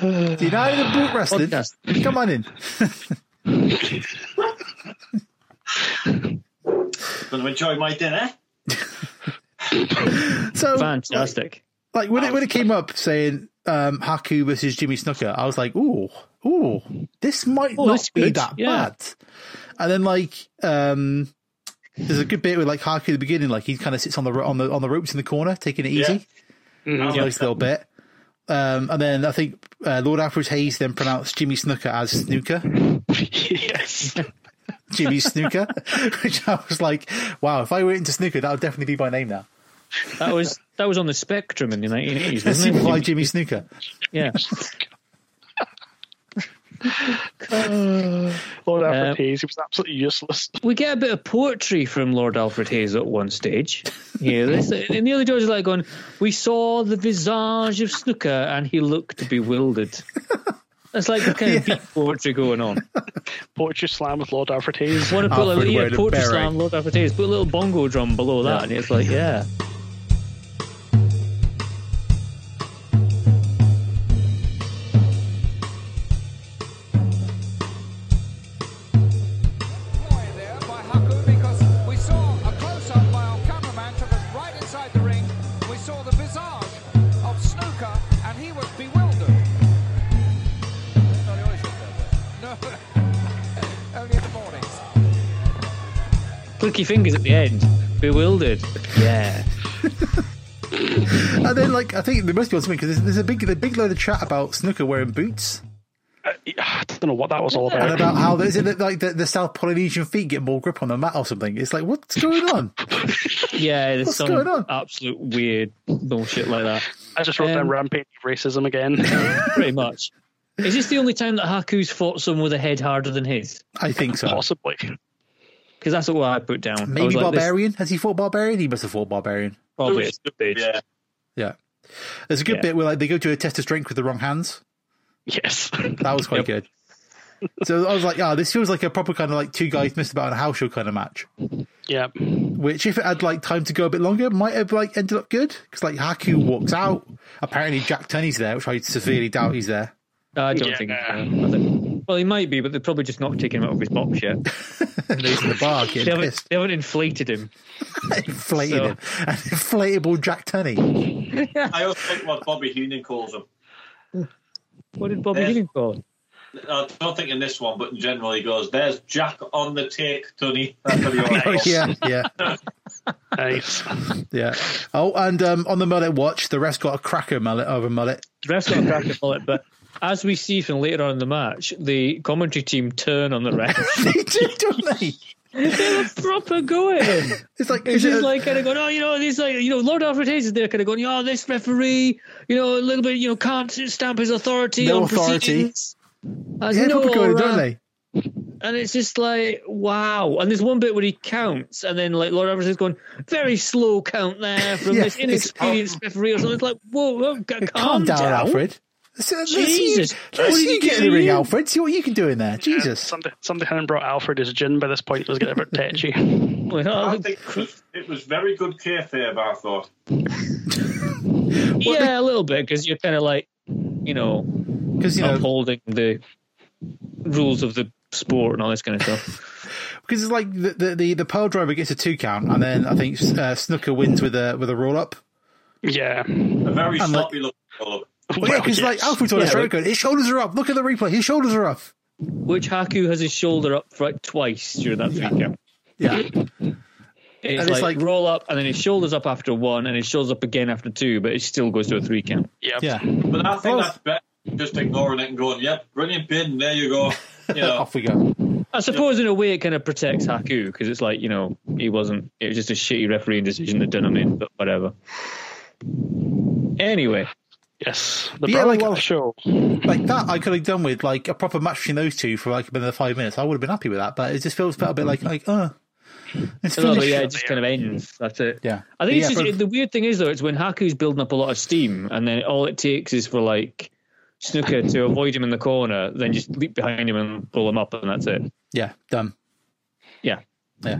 [SPEAKER 3] Do you know how the boot wrestling?
[SPEAKER 2] Podcast.
[SPEAKER 3] Come on in.
[SPEAKER 4] Going to enjoy my dinner.
[SPEAKER 3] So
[SPEAKER 2] Fantastic.
[SPEAKER 3] Like, when it when it came up saying um, Haku versus Jimmy Snooker, I was like, ooh, ooh, this might
[SPEAKER 2] Oh,
[SPEAKER 3] not
[SPEAKER 2] that's
[SPEAKER 3] be
[SPEAKER 2] good.
[SPEAKER 3] that
[SPEAKER 2] Yeah.
[SPEAKER 3] bad. And then like um, there's a good bit with like Haku at the beginning, like he kind of sits on the ro- on the on the ropes in the corner, taking it easy.
[SPEAKER 4] Mhm.
[SPEAKER 3] nice little bit. Um, and then I think uh, Lord Alfred Hayes then pronounced Jimmy Snooker as Snooker,
[SPEAKER 1] yes.
[SPEAKER 3] Jimmy Snooker, which I was like, wow, if I were into Snooker, that would definitely be my name now.
[SPEAKER 2] That was that was on the spectrum in the 1980s,
[SPEAKER 3] Let's see
[SPEAKER 2] wasn't it?
[SPEAKER 3] why Jimmy Snooker.
[SPEAKER 2] Yeah.
[SPEAKER 1] Lord
[SPEAKER 3] Um,
[SPEAKER 1] Alfred
[SPEAKER 2] Uh,
[SPEAKER 1] Hayes. He was absolutely useless.
[SPEAKER 2] We get a bit of poetry from Lord Alfred Hayes at one stage. Yeah, this, and the other judge is like going, "We saw the visage of Snooker, and he looked bewildered." That's like the kind of deep poetry going on.
[SPEAKER 1] Poetry slam with Lord Alfred Hayes.
[SPEAKER 2] Want to put a
[SPEAKER 3] Alfred
[SPEAKER 2] little yeah,
[SPEAKER 3] Wade of
[SPEAKER 2] poetry
[SPEAKER 3] Berry.
[SPEAKER 2] slam, Lord Alfred Hayes, put a little bongo drum below that, and it's like, yeah.
[SPEAKER 5] there by Haku because we saw a close-up by our cameraman took us right inside the ring. We saw the visage of Snooker, and he was bewildered. No, only
[SPEAKER 2] flicky fingers at the end. Bewildered. Yeah.
[SPEAKER 3] And then, like, I think there must be on something because there's, there's a big, the big load of chat about snooker wearing boots
[SPEAKER 1] I don't know what that was all
[SPEAKER 3] and
[SPEAKER 1] about.
[SPEAKER 3] about how is it that, like the, the South Polynesian feet get more grip on the mat or something. It's like, what's going on?
[SPEAKER 2] Yeah, there's
[SPEAKER 3] What's
[SPEAKER 2] some
[SPEAKER 3] going on?
[SPEAKER 2] absolute weird bullshit like that.
[SPEAKER 1] I just wrote down
[SPEAKER 2] Um,
[SPEAKER 1] rampage racism again.
[SPEAKER 2] Pretty much. Is this the only time that Haku's fought someone with a head harder than his?
[SPEAKER 3] I think so.
[SPEAKER 1] Possibly.
[SPEAKER 2] Because that's what I put down. I was
[SPEAKER 3] Maybe
[SPEAKER 2] like, this
[SPEAKER 3] Barbarian. Has he fought Barbarian? He must have fought Barbarian.
[SPEAKER 2] Probably at some stage.
[SPEAKER 4] Yeah.
[SPEAKER 3] Yeah. There's a good
[SPEAKER 2] Yeah.
[SPEAKER 3] bit where like they go to a test of strength with the wrong hands.
[SPEAKER 1] Yes.
[SPEAKER 3] That was quite good. So I was like, ah, this feels like a proper kind of like two guys missed about on a house show kind of match.
[SPEAKER 1] yeah.
[SPEAKER 3] Which, if it had like time to go a bit longer, might have like ended up good because like Haku walks out. Apparently, Jack Tunney's there, which I severely doubt he's there.
[SPEAKER 2] Uh, I don't
[SPEAKER 1] Yeah.
[SPEAKER 2] think. I think- Well, he might be, but they're probably just not taking him out of his box yet.
[SPEAKER 3] And he's in the bar
[SPEAKER 2] They
[SPEAKER 3] getting
[SPEAKER 2] haven't,
[SPEAKER 3] pissed,
[SPEAKER 2] they haven't inflated him.
[SPEAKER 3] inflated
[SPEAKER 2] so-
[SPEAKER 3] him, an inflatable Jack Tunney.
[SPEAKER 4] I also like what Bobby Heenan calls him.
[SPEAKER 2] What did Bobby
[SPEAKER 4] Yeah.
[SPEAKER 2] Heenan call him?
[SPEAKER 4] I don't think in this one, but in general, he goes, "There's Jack on the take, Tony." That's what he always
[SPEAKER 3] Oh
[SPEAKER 4] calls him.
[SPEAKER 3] yeah, yeah,
[SPEAKER 1] Nice.
[SPEAKER 3] yeah. Oh, and um, on the mullet watch, the rest got a cracker mullet over mullet.
[SPEAKER 2] The ref's got a crack at bullet, but as we see from later on in the match, the commentary team turn on the ref.
[SPEAKER 3] they do, don't they?
[SPEAKER 2] they were proper going.
[SPEAKER 3] It's like
[SPEAKER 2] It's
[SPEAKER 3] is it
[SPEAKER 2] just
[SPEAKER 3] a-
[SPEAKER 2] like kind of going, oh, you know, this like you know, Lord Alfred Hayes is there, kind of going, oh, this referee, you know, a little bit, you know, can't stamp his authority
[SPEAKER 3] No
[SPEAKER 2] on
[SPEAKER 3] authority.
[SPEAKER 2] proceedings. As
[SPEAKER 3] yeah,
[SPEAKER 2] no,
[SPEAKER 3] proper going,
[SPEAKER 2] uh,
[SPEAKER 3] don't they?
[SPEAKER 2] And it's just like, wow. And there's one bit where he counts, and then like Lord Alfred is going, very slow count there from
[SPEAKER 3] Yeah,
[SPEAKER 2] this
[SPEAKER 3] it's-
[SPEAKER 2] inexperienced referee or something. It's like, whoa, whoa g- calm,
[SPEAKER 3] Calm down, Alfred. Let's, let's see you-
[SPEAKER 2] Jesus
[SPEAKER 3] let's see you
[SPEAKER 2] Christ,
[SPEAKER 3] get in the ring,
[SPEAKER 2] you-
[SPEAKER 3] Alfred. See what you can do in there. Jesus.
[SPEAKER 1] Uh, Somebody, somebody hadn't brought Alfred his gin by this point. It was getting a bit tetchy.
[SPEAKER 2] Like, oh,
[SPEAKER 4] I think it was, it was very good kayfabe. I thought.
[SPEAKER 2] yeah, a little bit because you're kind of like, you know,
[SPEAKER 3] Because you know,
[SPEAKER 2] upholding the rules of the sport and all this kind of stuff.
[SPEAKER 3] because it's like the, the the the pile driver gets a two count, and then I think uh, Snooker wins with a with a roll up.
[SPEAKER 1] Yeah.
[SPEAKER 4] A very
[SPEAKER 3] And, like-
[SPEAKER 4] sloppy looking call.
[SPEAKER 3] Well, yeah, because like Alfred's on his
[SPEAKER 2] Yeah,
[SPEAKER 3] shoulder,
[SPEAKER 2] like-
[SPEAKER 3] going, his shoulders are up. Look at the replay. His shoulders are up.
[SPEAKER 2] Which Haku has his shoulder up for like twice during that three count.
[SPEAKER 3] Yeah,
[SPEAKER 2] It's,
[SPEAKER 3] And it's
[SPEAKER 2] like,
[SPEAKER 3] like-
[SPEAKER 2] roll up and then his shoulders up after one and his shoulders up again after two, but it still goes to a three count.
[SPEAKER 1] Yeah.
[SPEAKER 3] yeah.
[SPEAKER 4] But I think
[SPEAKER 3] Well-
[SPEAKER 4] that's better. than Just ignoring it and going, "Yep, brilliant pin. There you go." You know,
[SPEAKER 3] Off we go.
[SPEAKER 2] I suppose in a way it kind of protects Haku because it's like you know he wasn't. It was just a shitty refereeing decision that done him in, but whatever. Anyway,
[SPEAKER 1] Yes. The
[SPEAKER 3] Yeah,
[SPEAKER 1] yeah,
[SPEAKER 3] like-
[SPEAKER 1] like, show.
[SPEAKER 3] Like that, I could have done with like a proper match between those two for like another five minutes. I would have been happy with that, but it just feels a bit like like uh, it's
[SPEAKER 2] no, but
[SPEAKER 3] finished.
[SPEAKER 2] yeah, it just kind of ends. That's it.
[SPEAKER 3] Yeah.
[SPEAKER 2] I think it's
[SPEAKER 3] Yeah,
[SPEAKER 2] just,
[SPEAKER 3] but-
[SPEAKER 2] the weird thing is though, it's when Haku's building up a lot of steam, and then all it takes is for like Snooker to avoid him in the corner, then just leap behind him and pull him up, and that's it.
[SPEAKER 3] yeah, done.
[SPEAKER 2] Yeah.
[SPEAKER 3] Yeah,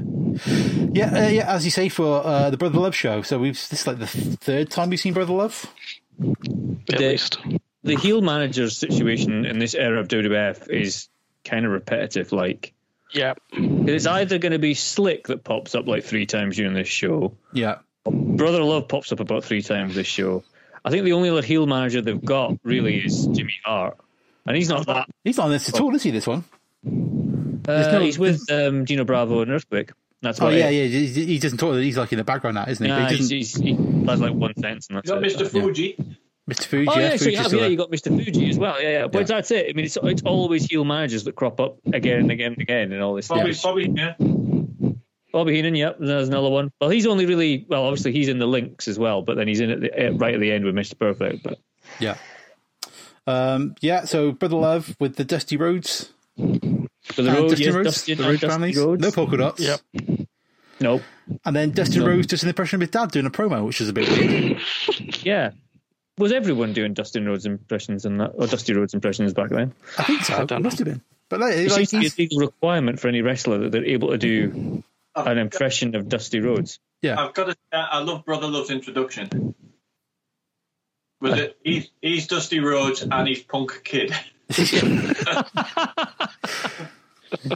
[SPEAKER 3] yeah, uh, yeah. As you say, for uh, the Brother Love show. So we've this is like the th- third time we've seen Brother Love.
[SPEAKER 1] At
[SPEAKER 2] the-
[SPEAKER 1] least.
[SPEAKER 2] The heel manager's situation in this era of WWF is kind of repetitive. Like
[SPEAKER 1] Yeah.
[SPEAKER 2] it's either going to be Slick that pops up like three times during this show,
[SPEAKER 3] Yeah,
[SPEAKER 2] Brother Love pops up about three times this show. I think the only other heel manager they've got really is Jimmy Hart, and he's not that.
[SPEAKER 3] he's not on this at all, is he? This one?
[SPEAKER 2] Uh,
[SPEAKER 3] no-
[SPEAKER 2] he's with um, Gino Bravo and Earthquake. That's
[SPEAKER 3] Oh
[SPEAKER 2] about
[SPEAKER 3] yeah,
[SPEAKER 2] it.
[SPEAKER 3] yeah. He, he doesn't talk. He's like in the background now, isn't he?
[SPEAKER 2] Nah,
[SPEAKER 3] But he
[SPEAKER 2] he's,
[SPEAKER 3] doesn't-
[SPEAKER 2] he's, he has like one sentence and that's
[SPEAKER 4] you got
[SPEAKER 2] it.
[SPEAKER 4] Mr. Fuji.
[SPEAKER 3] Mr. Fuji.
[SPEAKER 2] Oh yeah, so
[SPEAKER 3] Fuji's
[SPEAKER 2] you have
[SPEAKER 3] still
[SPEAKER 2] yeah,
[SPEAKER 3] there.
[SPEAKER 2] you got Mr. Fuji as well. Yeah, yeah. But
[SPEAKER 3] Yeah.
[SPEAKER 2] that's it. I mean, it's it's always heel managers that crop up again and again and again and all this.
[SPEAKER 4] Bobby,
[SPEAKER 2] stuff.
[SPEAKER 4] Bobby, yeah.
[SPEAKER 2] Bobby Heenan, yep. and There's another one. Well, he's only really well. Obviously, he's in the links as well, but then he's in at the, eh, right at the end with Mr. Perfect. But
[SPEAKER 3] Yeah. Um, yeah, so Brother Love with the Dusty Roads.
[SPEAKER 2] for the
[SPEAKER 3] and
[SPEAKER 2] road,
[SPEAKER 3] Dusty
[SPEAKER 2] yes,
[SPEAKER 3] Roads.
[SPEAKER 2] Dustin
[SPEAKER 3] Uh, the
[SPEAKER 2] and
[SPEAKER 3] Road
[SPEAKER 2] Dusty
[SPEAKER 3] families.
[SPEAKER 2] Rhodes.
[SPEAKER 3] No polka dots.
[SPEAKER 1] Yep.
[SPEAKER 2] Nope.
[SPEAKER 3] And then Dusty Rhodes just an impression of his dad doing a promo, which is a bit weird.
[SPEAKER 2] Yeah. Was everyone doing Dustin Rhodes impressions and that, or Dusty Rhodes impressions back then?
[SPEAKER 3] I think so.
[SPEAKER 1] don't
[SPEAKER 3] it must have been. But like,
[SPEAKER 2] It seems
[SPEAKER 3] like
[SPEAKER 2] to be a
[SPEAKER 3] he's-
[SPEAKER 2] legal requirement for any wrestler that they're able to do an impression of Dusty Rhodes.
[SPEAKER 3] yeah.
[SPEAKER 4] I've got to. say, I love Brother Love's introduction. Was it? He's, he's Dusty Rhodes and he's Punk Kid.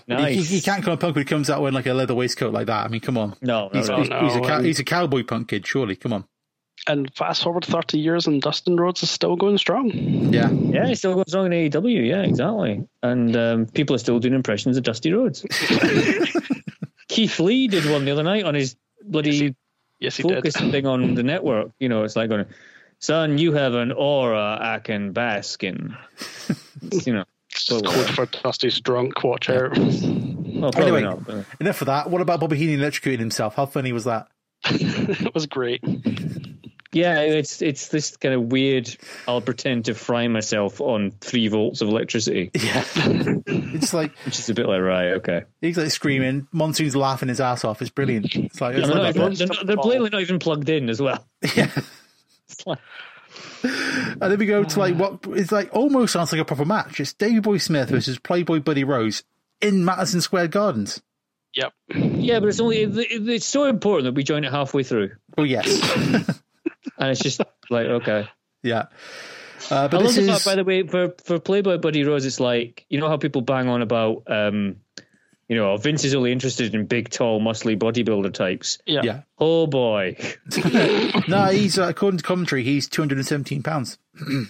[SPEAKER 2] Nice.
[SPEAKER 3] He, he can't come a punk when he comes out wearing like a leather waistcoat like that. I mean, come on.
[SPEAKER 2] No, no,
[SPEAKER 3] He's,
[SPEAKER 2] no.
[SPEAKER 3] he's,
[SPEAKER 1] no,
[SPEAKER 3] he's a
[SPEAKER 1] no,
[SPEAKER 3] cow
[SPEAKER 1] um,
[SPEAKER 3] he's a cowboy punk kid, surely. Come on.
[SPEAKER 1] And fast forward 30 years and Dustin Rhodes is still going strong.
[SPEAKER 3] Yeah.
[SPEAKER 2] Yeah, he's still going strong in E AEW. Yeah, exactly. And um, people are still doing impressions of Dusty Rhodes. Keith Lee did one the other night on his bloody
[SPEAKER 1] Yes, he
[SPEAKER 2] focus
[SPEAKER 1] did.
[SPEAKER 2] thing on the network. You know, it's like going, son, you have an aura I can bask in. It's, you know, but,
[SPEAKER 1] Code for Dusty's drunk. Watch out.
[SPEAKER 2] well, probably
[SPEAKER 3] Anyway.
[SPEAKER 2] not. but-
[SPEAKER 3] Enough of that. What about Bobby Heenan electrocuting himself? How funny was that?
[SPEAKER 1] it was great.
[SPEAKER 2] Yeah, it's it's this kind of weird. I'll pretend to fry myself on three volts of electricity,
[SPEAKER 3] Yeah. it's like
[SPEAKER 2] which is a bit like right, okay.
[SPEAKER 3] he's like screaming. Monsoon's laughing his ass off. It's brilliant. It's like it's
[SPEAKER 2] And they're,
[SPEAKER 3] like
[SPEAKER 2] not even,
[SPEAKER 3] that bit.
[SPEAKER 2] they're, not- they're blatantly not even plugged in as well. It's like-
[SPEAKER 3] and then we go to like what it's like almost sounds like a proper match. It's Davey Boy Smith versus Playboy Buddy Rose in Madison Square Gardens.
[SPEAKER 1] Yep.
[SPEAKER 2] yeah, but it's only it, it- it's so important that we join it halfway through,
[SPEAKER 3] Oh yes,
[SPEAKER 2] and it's just like okay.
[SPEAKER 3] yeah. Uh,
[SPEAKER 2] I
[SPEAKER 3] but
[SPEAKER 2] love
[SPEAKER 3] this
[SPEAKER 2] the
[SPEAKER 3] is
[SPEAKER 2] fact, by the way, for for Playboy Buddy Rose, it's like you know how people bang on about, um, you know, Vince is only interested in big, tall, muscly bodybuilder types.
[SPEAKER 1] Yeah.
[SPEAKER 3] yeah.
[SPEAKER 2] Oh boy,
[SPEAKER 3] No, he's uh, according to commentary, he's two hundred and seventeen pounds.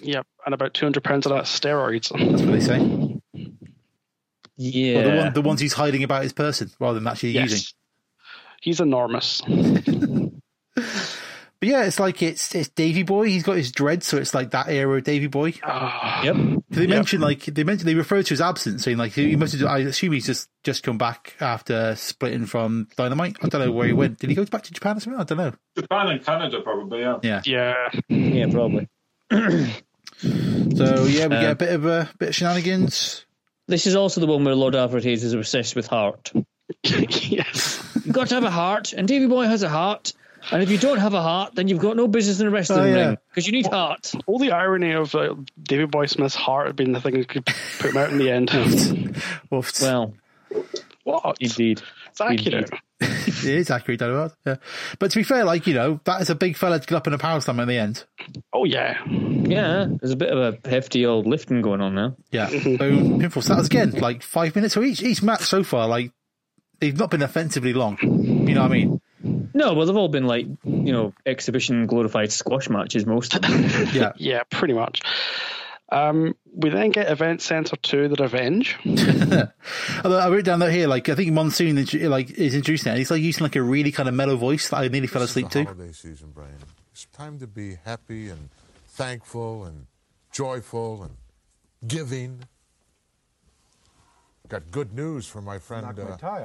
[SPEAKER 1] Yep. And about 200 pounds of that steroids.
[SPEAKER 3] That's what they say. Well,
[SPEAKER 2] yeah.
[SPEAKER 3] the, one, the ones he's hiding about his person rather than actually using.
[SPEAKER 1] Yes. He's enormous.
[SPEAKER 3] But yeah, it's like it's it's Davy Boy. He's got his dread, so it's like that era of Davy Boy.
[SPEAKER 2] yep.
[SPEAKER 3] They mentioned like they mentioned they refer to his absence, saying like he must have. I assume he's just just come back after splitting from Dynamite. I don't know where he went. Did he go back to Japan or something? I don't know.
[SPEAKER 4] Japan and Canada, probably, yeah.
[SPEAKER 3] Yeah.
[SPEAKER 1] Yeah.
[SPEAKER 2] Yeah, probably.
[SPEAKER 3] So yeah, we get a bit of a bit of shenanigans.
[SPEAKER 2] This is also the one where Lord Alfred Hayes is obsessed with heart.
[SPEAKER 1] yes.
[SPEAKER 2] You've got to have a heart, and Davy Boy has a heart. And if you don't have a heart, then you've got no business in a wrestling
[SPEAKER 3] Oh, yeah.
[SPEAKER 2] ring because you need heart.
[SPEAKER 1] All the irony of uh, David Boy Smith's heart being the thing that could put him out in the end.
[SPEAKER 3] Well,
[SPEAKER 2] Well,
[SPEAKER 1] what?
[SPEAKER 2] indeed.
[SPEAKER 1] It's accurate.
[SPEAKER 3] it is accurate, don't worry. Yeah. But to be fair, like you know, that is a big fella to get up in a power slam in the end.
[SPEAKER 1] Oh, yeah.
[SPEAKER 2] Yeah, there's a bit of a hefty old lifting going on now.
[SPEAKER 3] Yeah. Boom. Pinfall starts again. Like five minutes. So each each match so far, like they've not been offensively long. You know what I mean?
[SPEAKER 2] No, well, they've all been like, you know, exhibition glorified squash matches, most of them.
[SPEAKER 3] Yeah.
[SPEAKER 1] Yeah, pretty much. Um, we then get Event Center 2, The Revenge.
[SPEAKER 3] Although I wrote down that here, like I think Monsoon is, like is introducing it. and He's like using like a really kind of mellow voice that I nearly fell asleep
[SPEAKER 5] the
[SPEAKER 3] to.
[SPEAKER 5] holiday season, Brian. It's time to be happy and thankful and joyful and giving. Got good news from my friend uh,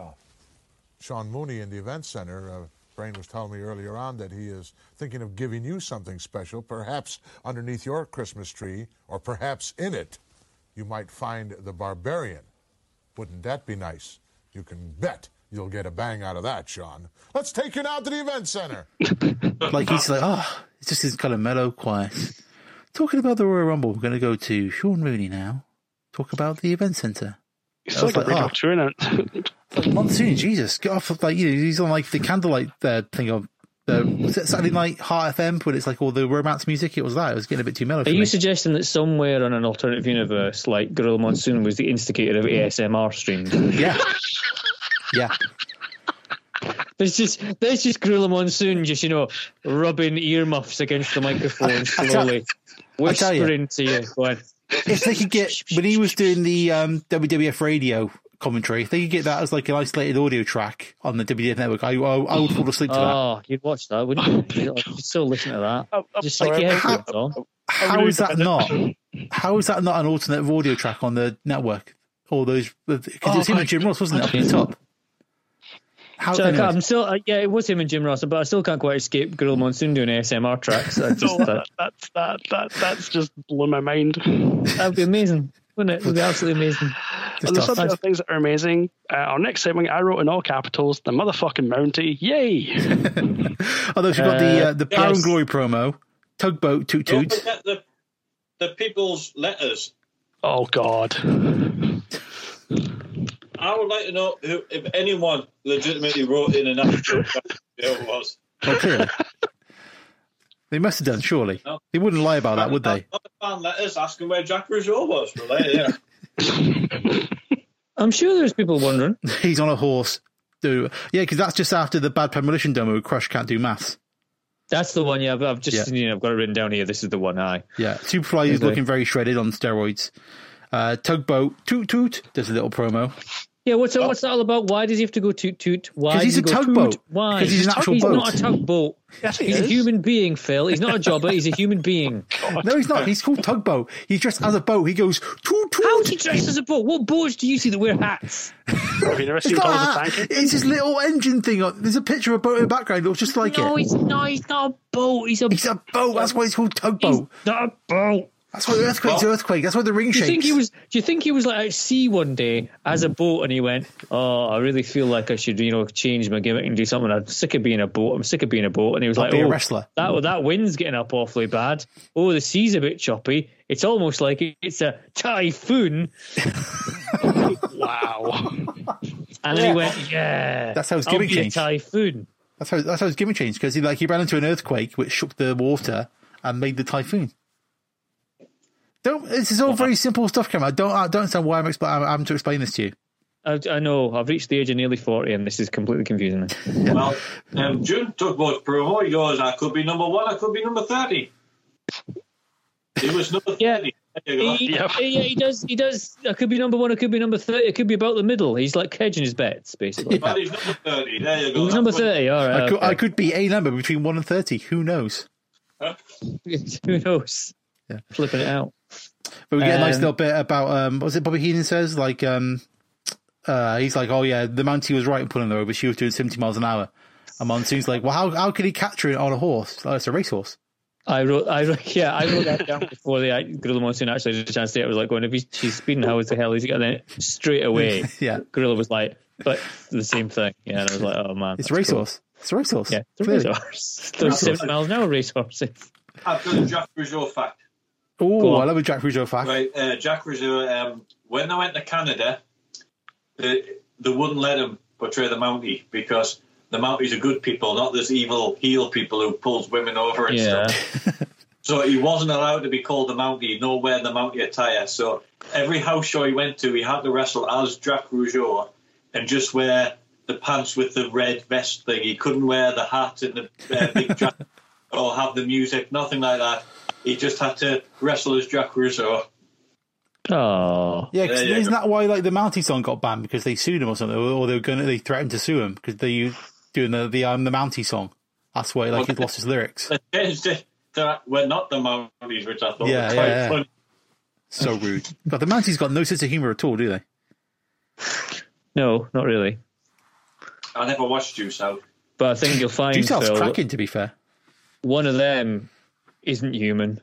[SPEAKER 5] Sean Mooney in the Event Center. Uh, Brain was telling me earlier on that he is thinking of giving you something special, perhaps underneath your Christmas tree, or perhaps in it. You might find the barbarian. Wouldn't that be nice? You can bet you'll get a bang out of that, Sean. Let's take you now to the Event Center.
[SPEAKER 3] Like he's like, oh, it's just this kind of mellow, quiet. Talking about the Royal Rumble, we're going to go to Sean Rooney now. Talk about the event center.
[SPEAKER 1] It's
[SPEAKER 3] I
[SPEAKER 1] like
[SPEAKER 3] was
[SPEAKER 1] a
[SPEAKER 3] like,
[SPEAKER 1] radio
[SPEAKER 3] oh.
[SPEAKER 1] tune out.
[SPEAKER 3] Like, Monsoon, Jesus, get off of like you know he's on like the candlelight uh, thing on the was it Saturday Night Heart FM, when it's like all the romance music. It was that. It was getting a bit too mellow. For
[SPEAKER 2] Are you
[SPEAKER 3] me.
[SPEAKER 2] suggesting that somewhere on an alternative universe, like Gorilla Monsoon was the instigator of ASMR streams?
[SPEAKER 3] yeah, yeah.
[SPEAKER 2] There's just there's just Gorilla Monsoon just you know rubbing earmuffs against the microphone slowly,
[SPEAKER 3] I tell you.
[SPEAKER 2] whispering to you. Going,
[SPEAKER 3] if they could get when he was doing the um, WWF radio commentary, if they could get that as like an isolated audio track on the WWF network, I, I, I would fall asleep to that.
[SPEAKER 2] oh, you'd watch that, wouldn't you? You'd still listen to that.
[SPEAKER 1] I'm- I'm
[SPEAKER 2] just
[SPEAKER 1] sorry,
[SPEAKER 2] like your
[SPEAKER 1] I'm-
[SPEAKER 2] headphones on.
[SPEAKER 3] How is that not? How is that not an alternative audio track on the network? All those
[SPEAKER 2] Oh,
[SPEAKER 3] because it was him and Jim Ross, wasn't it, up in the top? How?
[SPEAKER 2] So I can't,
[SPEAKER 3] anyways,
[SPEAKER 2] I'm still uh, yeah, it was him and Jim Ross, but I still can't quite escape Gorilla Monsoon doing ASMR tracks. I just,
[SPEAKER 1] No,
[SPEAKER 2] that,
[SPEAKER 1] that, that's that, that that's just blown my mind. And
[SPEAKER 2] that'd be amazing, wouldn't it? It'd be absolutely amazing.
[SPEAKER 3] just
[SPEAKER 1] there's
[SPEAKER 3] off.
[SPEAKER 1] some other things that are amazing. Uh, our next segment, I wrote in all capitals, the motherfucking Mountie. Yay!
[SPEAKER 3] Although if you've got the uh, the Power
[SPEAKER 2] yes.
[SPEAKER 3] and Glory promo, tugboat toot
[SPEAKER 4] Don't
[SPEAKER 3] toot.
[SPEAKER 4] forget the, the people's letters.
[SPEAKER 1] Oh God.
[SPEAKER 4] I would like to know who, if anyone legitimately wrote in and asked who it was.
[SPEAKER 3] Well, clearly. They must have done, surely.
[SPEAKER 2] Oh.
[SPEAKER 4] No.
[SPEAKER 3] They wouldn't lie about that, would they?
[SPEAKER 4] Not the fan letters asking where Jack Rougeau was. But later, yeah.
[SPEAKER 2] I'm sure there's people wondering.
[SPEAKER 3] He's on a horse. Do yeah, because that's just after the bad premonition demo. Crush can't do maths.
[SPEAKER 2] That's the one. Yeah, I've, I've just
[SPEAKER 3] Yeah.
[SPEAKER 2] you know, I've got it written down here. This is the one. I
[SPEAKER 3] Yeah, Superfly is
[SPEAKER 2] Okay.
[SPEAKER 3] looking very shredded on steroids. Uh, tugboat toot toot does a little promo.
[SPEAKER 2] Yeah, what's that, what's that all about? Why does he have to go toot toot? Why
[SPEAKER 3] 'Cause he's
[SPEAKER 2] does
[SPEAKER 3] a
[SPEAKER 2] he go
[SPEAKER 3] tugboat.
[SPEAKER 2] toot? Why?
[SPEAKER 3] 'Cause he's an actual
[SPEAKER 2] he's
[SPEAKER 3] boat.
[SPEAKER 2] not a tugboat.
[SPEAKER 1] Yes, he
[SPEAKER 2] he's a
[SPEAKER 1] is.
[SPEAKER 2] human being, Phil. He's not a jobber. He's a human being.
[SPEAKER 3] No, he's not. He's called Tugboat. He's dressed as a boat. He goes, toot, toot.
[SPEAKER 2] How do you dress as a boat? What boats do you see that wear hats?
[SPEAKER 1] Have you never
[SPEAKER 3] He's
[SPEAKER 1] seen
[SPEAKER 3] got a
[SPEAKER 1] Dollar the
[SPEAKER 3] hat.
[SPEAKER 1] Tank?
[SPEAKER 3] It's his little engine thing. On. There's a picture of a boat in the background. It looks just like
[SPEAKER 2] no,
[SPEAKER 3] it.
[SPEAKER 2] he's not. He's not a boat. He's a.
[SPEAKER 3] He's a boat. That's why it's called
[SPEAKER 2] he's
[SPEAKER 3] Tugboat.
[SPEAKER 2] not a boat.
[SPEAKER 3] That's why the earthquake's earthquake. That's why the ring
[SPEAKER 2] Do you
[SPEAKER 3] shakes.
[SPEAKER 2] think he was? Do you think he was like at sea one day as a boat, and he went, "Oh, I really feel like I should, you know, change my gimmick and do something. I'm sick of being a boat. I'm sick of being a boat." And he was
[SPEAKER 3] I'll
[SPEAKER 2] like,
[SPEAKER 3] be a
[SPEAKER 2] "Oh,
[SPEAKER 3] wrestler."
[SPEAKER 2] that that wind's getting up awfully bad. Oh, the sea's a bit choppy. It's almost like it's a typhoon."
[SPEAKER 1] Wow.
[SPEAKER 2] And then he went, "Yeah,
[SPEAKER 3] That's how his
[SPEAKER 2] I'll
[SPEAKER 3] gimmick
[SPEAKER 2] be a
[SPEAKER 3] changed.
[SPEAKER 2] typhoon."
[SPEAKER 3] That's how that's how his gimmick changed because he like he ran into an earthquake which shook the water and made the typhoon. Don't. This is all very simple stuff, Cameron. I don't. I don't understand why I'm, expl- I'm having to explain this to you.
[SPEAKER 2] I, I know. I've reached the age of nearly forty, and this is completely confusing me.
[SPEAKER 4] Well, um, June Tugboat promo, he goes, I could be number one, I could be number 30. He was number 30.
[SPEAKER 2] Yeah.
[SPEAKER 4] There you go.
[SPEAKER 2] He,
[SPEAKER 1] Yeah.
[SPEAKER 2] yeah, he does. He does. I could be number one. I could be number thirty. It could be about the middle. He's like hedging his bets, basically.
[SPEAKER 4] But he's number 30. There you go.
[SPEAKER 2] He was number
[SPEAKER 4] That's what-
[SPEAKER 2] thirty. All right.
[SPEAKER 3] I, could,
[SPEAKER 2] Oh, okay.
[SPEAKER 3] I could be a number between one and thirty. Who knows?
[SPEAKER 2] Who knows?
[SPEAKER 3] Yeah.
[SPEAKER 2] Flipping it out.
[SPEAKER 3] But we get a nice
[SPEAKER 2] Um,
[SPEAKER 3] little bit about um, what was it Bobby Heenan says? Like, um, uh, he's like, oh yeah, the Mountie was right in pulling her over. She was doing seventy miles an hour. And Monsoon's like, well, how how could he catch her on a horse? Oh, it's a racehorse.
[SPEAKER 2] I wrote, I wrote, yeah, I wrote that down before the uh, Gorilla Monsoon actually had a chance to say it. I was like, going, if he's, she's speeding, how is the hell is he getting it? Straight away,
[SPEAKER 3] Yeah,
[SPEAKER 2] Gorilla was like, but the same thing. Yeah, and I was like, oh man.
[SPEAKER 3] it's
[SPEAKER 2] that's
[SPEAKER 3] a racehorse. It's a racehorse.
[SPEAKER 2] cool. Yeah, it's a
[SPEAKER 3] Clearly.
[SPEAKER 2] racehorse. Those seven miles an hour racehorses.
[SPEAKER 4] I've got a Jack Rougeau fact.
[SPEAKER 3] Oh,
[SPEAKER 2] Go on.
[SPEAKER 3] I love a Jack Rougeau fact.
[SPEAKER 4] Right, uh, Jack Rougeau, um, when they went to Canada, they, they wouldn't let him portray the Mountie because the Mounties are good people, not this evil heel people who pulls women over and
[SPEAKER 2] Yeah.
[SPEAKER 4] stuff. So he wasn't allowed to be called the Mountie, nor wear the Mountie attire. So every house show he went to, he had to wrestle as Jack Rougeau and just wear the pants with the red vest thing. He couldn't wear the hat and the uh, big jacket or have the music, nothing like that. He just had to wrestle as Jack Rougeau.
[SPEAKER 2] Oh.
[SPEAKER 3] Yeah, 'cause
[SPEAKER 4] Yeah, yeah,
[SPEAKER 3] isn't
[SPEAKER 4] go-
[SPEAKER 3] that why like the Mountie song got banned because they sued him or something, or they were going to they threatened to sue him because they were doing the the um the Mountie song. That's why like he lost his lyrics.
[SPEAKER 4] They changed it to we're not the Mounties, which I thought
[SPEAKER 3] Yeah,
[SPEAKER 4] was quite
[SPEAKER 3] yeah, yeah.
[SPEAKER 4] funny.
[SPEAKER 3] So rude. But the Mounties got no sense of humor at all, do they?
[SPEAKER 2] No, not really.
[SPEAKER 4] I never watched Juice Out.
[SPEAKER 2] But I think you'll find
[SPEAKER 3] Juice Out's
[SPEAKER 2] Phil,
[SPEAKER 3] cracking, to be fair.
[SPEAKER 2] one of them isn't human.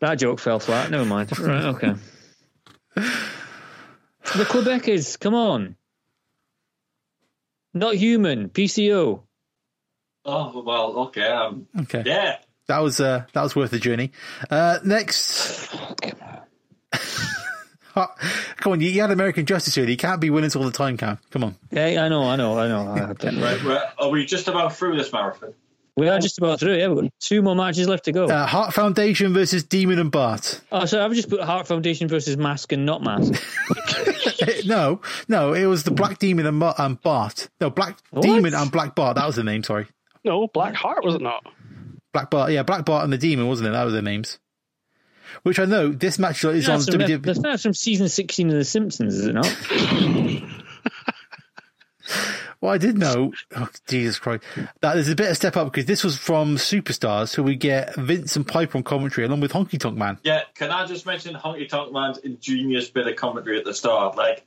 [SPEAKER 2] that joke fell flat. Never mind. Right, okay. The Quebecers, come on. Not human. PCO.
[SPEAKER 4] Oh, well, okay. Um,
[SPEAKER 3] Okay.
[SPEAKER 4] yeah.
[SPEAKER 3] That was uh, that was worth the journey. Uh, next, Ah, come on, you, you had American Justice here. You can't be winners all the time, Cam. Come on,
[SPEAKER 2] Yeah, I know, I know, I know. I don't know.
[SPEAKER 4] Right, we're- are we just about through this marathon?
[SPEAKER 2] We are just about through. it, Yeah, we've got two more matches left to go.
[SPEAKER 3] uh, Heart Foundation versus Demon and Bart.
[SPEAKER 2] oh, sorry, I've just put Heart Foundation versus Mask and Not Mask.
[SPEAKER 3] no, no, it was the Black Demon and, Mar- and Bart. No, Black Demon and Black Bart. That was the name. Sorry,
[SPEAKER 1] No, Black Heart was it not?
[SPEAKER 3] Black Bart. Yeah, Black Bart and the Demon, wasn't it? That was their names. Which I know this match is on E.
[SPEAKER 2] That's from,
[SPEAKER 3] WWE.
[SPEAKER 2] that's from season 16 of The Simpsons, is it not?
[SPEAKER 3] Well, I did know. Oh, Jesus Christ. That there's a bit of step up because this was from Superstars, so we get Vince and Piper on commentary along with Honky Tonk Man.
[SPEAKER 4] Yeah, can I just mention Honky Tonk Man's ingenious bit of commentary at the start? Like,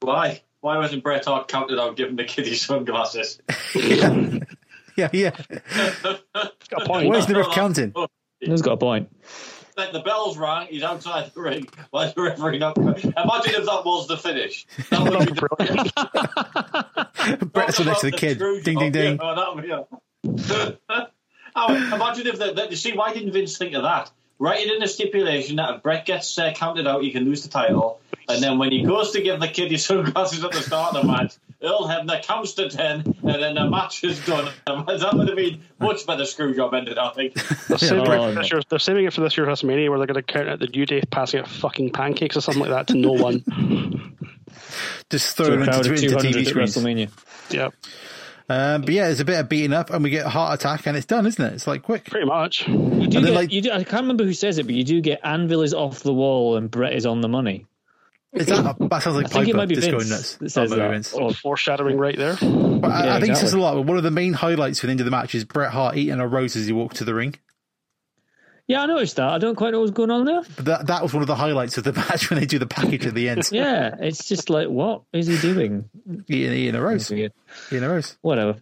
[SPEAKER 4] why? Why wasn't Bret Hart counted out giving the kiddie sunglasses?
[SPEAKER 3] Yeah, yeah.
[SPEAKER 1] Got a point.
[SPEAKER 3] Where's the ref counting?
[SPEAKER 2] He's got a point.
[SPEAKER 4] Like, the bells rang, he's outside the ring. Why is the referee not? Imagine if that was the finish. That would be brilliant.
[SPEAKER 3] Brett's
[SPEAKER 4] Talk
[SPEAKER 3] next to the
[SPEAKER 4] about
[SPEAKER 3] kid.
[SPEAKER 4] Scrooge
[SPEAKER 3] Ding, ding,
[SPEAKER 4] job.
[SPEAKER 3] ding.
[SPEAKER 4] Yeah, oh, that would be- Oh, imagine if that. that- You see, why didn't Vince think of that? Write it in the stipulation that if Brett gets uh, counted out, he can lose the title. And then when he goes to give the kid his sunglasses at the start of the match, he'll have the counts to ten, and then the match is done. That would have been much better screw job ended, I think.
[SPEAKER 1] They're saving, it
[SPEAKER 2] Oh,
[SPEAKER 1] for this
[SPEAKER 2] no.
[SPEAKER 1] year's, they're saving it for this year's WrestleMania where they're going to count out the New Day passing out fucking pancakes or something like that to no one.
[SPEAKER 3] Just
[SPEAKER 2] To
[SPEAKER 3] thrown
[SPEAKER 2] a crowd
[SPEAKER 3] into,
[SPEAKER 2] of
[SPEAKER 3] into
[SPEAKER 2] 200
[SPEAKER 3] TV
[SPEAKER 2] at
[SPEAKER 3] screens.
[SPEAKER 2] WrestleMania.
[SPEAKER 1] Yep,
[SPEAKER 3] Um, but yeah, there's a bit of beating up, and we get a heart attack, and it's done, isn't it? It's like quick.
[SPEAKER 1] pretty much.
[SPEAKER 2] You do
[SPEAKER 3] And then,
[SPEAKER 2] get,
[SPEAKER 3] like-
[SPEAKER 2] you do, I can't remember who says it, but you do get Anvil is off the wall and Brett is on the money.
[SPEAKER 3] Is that, that sounds like
[SPEAKER 2] I think it
[SPEAKER 3] Piper
[SPEAKER 2] might be
[SPEAKER 3] just
[SPEAKER 2] Vince
[SPEAKER 3] going nuts.
[SPEAKER 2] that says
[SPEAKER 3] Oh, maybe
[SPEAKER 2] that.
[SPEAKER 3] Vince.
[SPEAKER 2] Or-
[SPEAKER 1] Foreshadowing right there.
[SPEAKER 3] But I,
[SPEAKER 2] Yeah,
[SPEAKER 3] I think this is a
[SPEAKER 2] exactly.
[SPEAKER 3] lot. But one of the main highlights for the end of the match is Bret Hart eating a rose as he walked to the ring.
[SPEAKER 2] yeah, I noticed that. I don't quite know what's going on there.
[SPEAKER 3] But that that was one of the highlights of the match when they do the package at the end.
[SPEAKER 2] Yeah, it's just like, what is he doing?
[SPEAKER 3] eating, eating a rose.
[SPEAKER 2] Weird.
[SPEAKER 3] Eating a rose.
[SPEAKER 2] Whatever.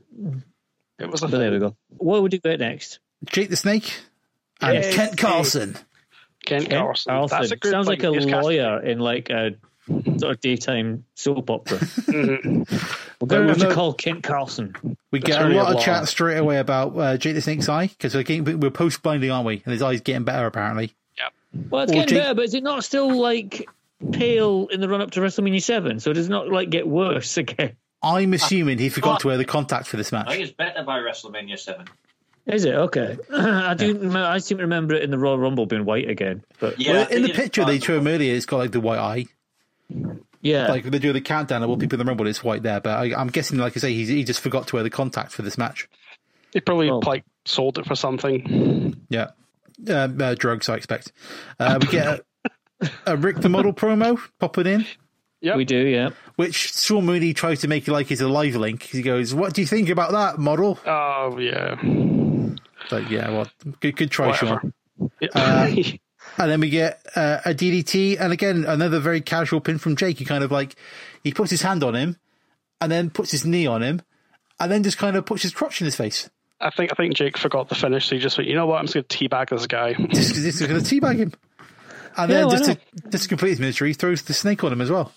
[SPEAKER 1] It was a
[SPEAKER 2] But there we
[SPEAKER 1] thing.
[SPEAKER 2] go. What would you get next?
[SPEAKER 3] Jake the Snake and
[SPEAKER 1] Yay.
[SPEAKER 3] Kent Carlson.
[SPEAKER 1] Ken
[SPEAKER 2] Ken
[SPEAKER 1] Carlson.
[SPEAKER 2] Carlson.
[SPEAKER 1] That's a good
[SPEAKER 2] Sounds like a
[SPEAKER 1] point. He's cast-
[SPEAKER 2] lawyer in like a sort of daytime soap opera.
[SPEAKER 1] Mm-hmm.
[SPEAKER 2] We're
[SPEAKER 3] No,
[SPEAKER 2] going
[SPEAKER 3] no,
[SPEAKER 2] to
[SPEAKER 3] no.
[SPEAKER 2] call Kent Carlson.
[SPEAKER 3] We get a
[SPEAKER 1] Attorney
[SPEAKER 3] lot
[SPEAKER 1] at
[SPEAKER 3] of
[SPEAKER 1] law.
[SPEAKER 3] chat straight away about uh, Jake the Snake's eye because we're, getting- we're post blinding, aren't we? And his eye's getting better apparently.
[SPEAKER 2] Well, it's
[SPEAKER 3] Or
[SPEAKER 2] getting
[SPEAKER 3] Jake-
[SPEAKER 2] better, but is it not still like pale in the run up to WrestleMania Seven? So does it not like get worse again?
[SPEAKER 3] I'm assuming he forgot to wear the contacts for this
[SPEAKER 4] I think
[SPEAKER 3] match.
[SPEAKER 4] it's better by WrestleMania Seven.
[SPEAKER 2] Is it okay? I do. remem- I seem to remember it in the Royal Rumble being white again. But
[SPEAKER 4] Yeah, I
[SPEAKER 3] Well, in
[SPEAKER 4] think
[SPEAKER 3] the
[SPEAKER 4] it's
[SPEAKER 3] picture they
[SPEAKER 4] possible.
[SPEAKER 3] show him earlier, it's got like the white eye.
[SPEAKER 2] yeah,
[SPEAKER 3] Like when they do the countdown of all people in the rumble, it's white there. But I, I'm guessing, like I say, he's, he just forgot to wear the contact for this match.
[SPEAKER 1] He probably
[SPEAKER 2] Oh.
[SPEAKER 1] like sold it for something.
[SPEAKER 3] Yeah, um, uh, drugs, I expect. Uh, we get a, a Rick the Model promo popping in.
[SPEAKER 2] we do. Yeah,
[SPEAKER 3] which Sean Mooney tries to make it like it's a live link. He goes, "What do you think about that model?"
[SPEAKER 2] Uh,
[SPEAKER 1] Oh yeah.
[SPEAKER 3] It's like, yeah, well, good, good try,
[SPEAKER 1] Whatever.
[SPEAKER 3] Sean.
[SPEAKER 1] Yeah.
[SPEAKER 2] Uh,
[SPEAKER 3] And then we get uh, a DDT, and again another very casual pin from Jake. He kind of like he puts his hand on him, and then puts his knee on him, and then just kind of puts his crotch in his face.
[SPEAKER 1] I think I think Jake forgot the finish, so he just went, you know what, I'm just gonna teabag this guy.
[SPEAKER 3] Just because he's going to teabag him. And
[SPEAKER 2] Yeah,
[SPEAKER 3] then
[SPEAKER 2] why
[SPEAKER 3] just to, just to complete his misery, he throws the snake on him as well.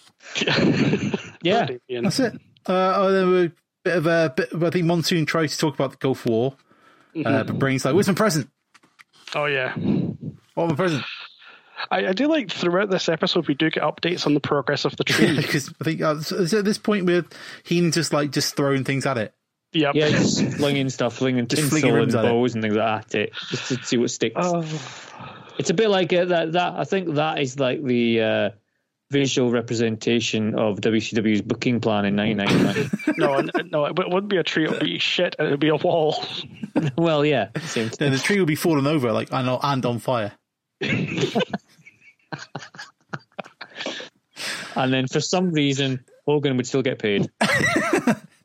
[SPEAKER 2] yeah.
[SPEAKER 1] Damien.
[SPEAKER 3] That's it. Uh, oh, then we bit of a bit. I think Monsoon tries to talk about the Gulf War, uh, but Brain's like, "Where's my present?
[SPEAKER 1] Oh yeah.
[SPEAKER 3] What my present?"
[SPEAKER 1] I, I do like throughout this episode we do get updates on the progress of the tree.
[SPEAKER 3] because I think uh, so- is it at this point where Heenan just like just throwing things at it.
[SPEAKER 1] yep.
[SPEAKER 2] Yeah, just flinging stuff, flinging
[SPEAKER 3] flinging
[SPEAKER 2] tinsel and
[SPEAKER 3] rims at it.
[SPEAKER 2] bows and things like that at it, just to see what sticks.
[SPEAKER 1] Oh,
[SPEAKER 2] It's a bit like uh, that. That I think that is like the uh, visual representation of WCW's booking plan in 1999.
[SPEAKER 1] no, n- no, it wouldn't be a tree. It would be shit, and it would be a wall.
[SPEAKER 2] well, yeah, same thing.
[SPEAKER 3] Then the tree will be falling over like and, and on fire.
[SPEAKER 2] and then for some reason Hogan would still get paid.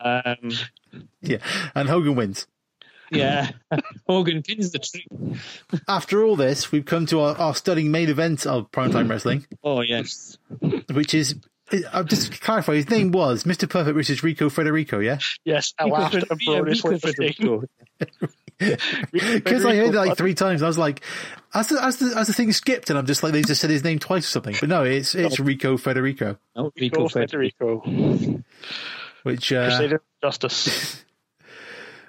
[SPEAKER 2] um,
[SPEAKER 3] Yeah, and Hogan wins.
[SPEAKER 2] yeah, Hogan pins the tree.
[SPEAKER 3] After all this, we've come to our, our stunning main event of primetime wrestling,
[SPEAKER 2] Oh yes,
[SPEAKER 3] which is. I'll just clarify. His name was Mr. Perfect versus Rico Federico. Yeah,
[SPEAKER 1] Yes, I laughed uproariously. at the name.
[SPEAKER 3] because I heard it like three times. I was like, as the, as the as the thing skipped, and I'm just like they just said his name twice or something. But no, it's it's Rico Federico,
[SPEAKER 2] No,
[SPEAKER 1] Go
[SPEAKER 2] Rico Federico.
[SPEAKER 1] Federico,
[SPEAKER 3] which uh,
[SPEAKER 1] Crusader Justice.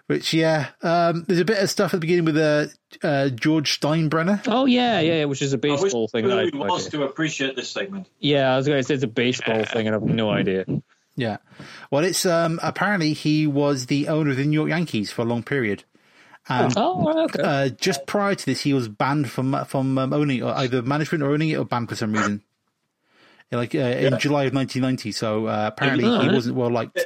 [SPEAKER 3] Which yeah, um, there's a bit of stuff at the beginning with uh, uh, George Steinbrenner.
[SPEAKER 2] Oh yeah, yeah, yeah, which is a
[SPEAKER 4] I wish
[SPEAKER 2] baseball thing. That
[SPEAKER 4] Louis
[SPEAKER 2] I,
[SPEAKER 4] was to appreciate this segment.
[SPEAKER 2] yeah, I was going to say it's a baseball thing, and I have no idea.
[SPEAKER 3] Yeah, well, it's um, apparently he was the owner of the New York Yankees for a long period.
[SPEAKER 2] Oh, okay.
[SPEAKER 3] Uh, just prior to this, he was banned from from um, owning or either management or owning it or banned for some reason. Like uh, in July of 1990, so uh, apparently
[SPEAKER 2] Oh,
[SPEAKER 3] he
[SPEAKER 2] right.
[SPEAKER 3] wasn't well liked.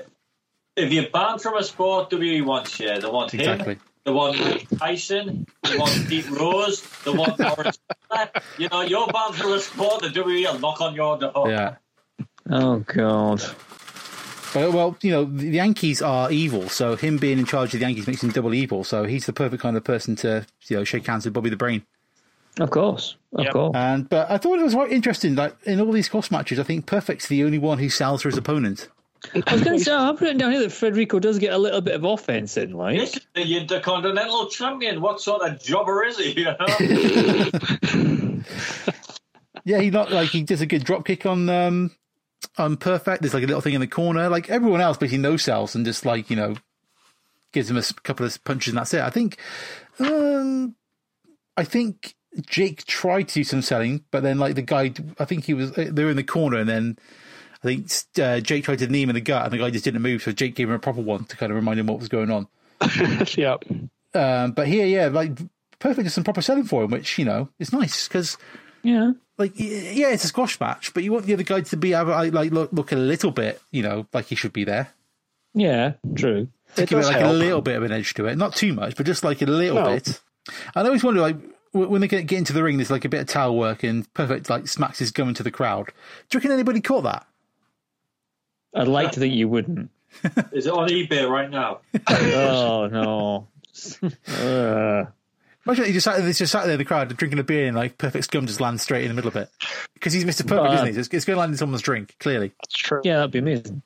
[SPEAKER 4] If you're banned from a sport, WWE wants you. They want
[SPEAKER 3] Exactly.
[SPEAKER 4] him. They want Mike Tyson. They want Pete Rose. They want Lawrence. Taylor. you know, you're banned from a sport. The WWE will knock on your door.
[SPEAKER 3] Yeah,
[SPEAKER 2] oh god.
[SPEAKER 3] but, well, you know the Yankees are evil, so him being in charge of the Yankees makes him double evil. So he's the perfect kind of person to you know shake hands with Bobby the Brain.
[SPEAKER 2] Of course, of course.
[SPEAKER 3] And but I thought it was quite interesting. Like in all these cross matches, I think Perfect's the only one who sells for his opponent.
[SPEAKER 2] I was going to say I've written down here that Federico does get a little bit of offense in, like
[SPEAKER 4] This is the Intercontinental Champion. What sort of jobber is he? You know?
[SPEAKER 3] Yeah, he not like he does a good drop kick on um on Perfect. There's like a little thing in the corner. Like everyone else, basically no sells and just like you know gives him a s- couple of punches and that's it. I think, um, I think Jake tried to do some selling, but then like the guy, I think he was they were in the corner and then. I think uh, Jake tried to knee him in the gut, and the guy just didn't move. So Jake gave him a proper one to kind of remind him what was going on.
[SPEAKER 1] yep.
[SPEAKER 3] Um, but here, yeah, like perfect is some proper selling for him, which you know is nice because
[SPEAKER 2] yeah.
[SPEAKER 3] like y- yeah, it's a squash match, but you want the other guy to be have, like like, look look a little bit, you know, like he should be there.
[SPEAKER 2] Yeah, true.
[SPEAKER 3] To give it
[SPEAKER 1] does
[SPEAKER 3] like a
[SPEAKER 1] help.
[SPEAKER 3] little bit of an edge to it, not too much, but just like a little
[SPEAKER 1] No.
[SPEAKER 3] bit. I always wonder like wh- when they get, get into the ring, there's like a bit of towel work and perfect like smacks his gum into the crowd. Do you reckon anybody caught that?
[SPEAKER 2] I'd like to think you wouldn't.
[SPEAKER 4] Is it on eBay right now?
[SPEAKER 2] Oh no. Uh,
[SPEAKER 3] Imagine he just sat there, he's just sat there in the crowd drinking a beer and like perfect scum just lands straight in the middle of it because he's Mr. Perfect,
[SPEAKER 2] Uh,
[SPEAKER 3] isn't he? So It's, it's going to land in someone's drink, clearly,
[SPEAKER 1] That's true.
[SPEAKER 2] yeah, that'd be amazing.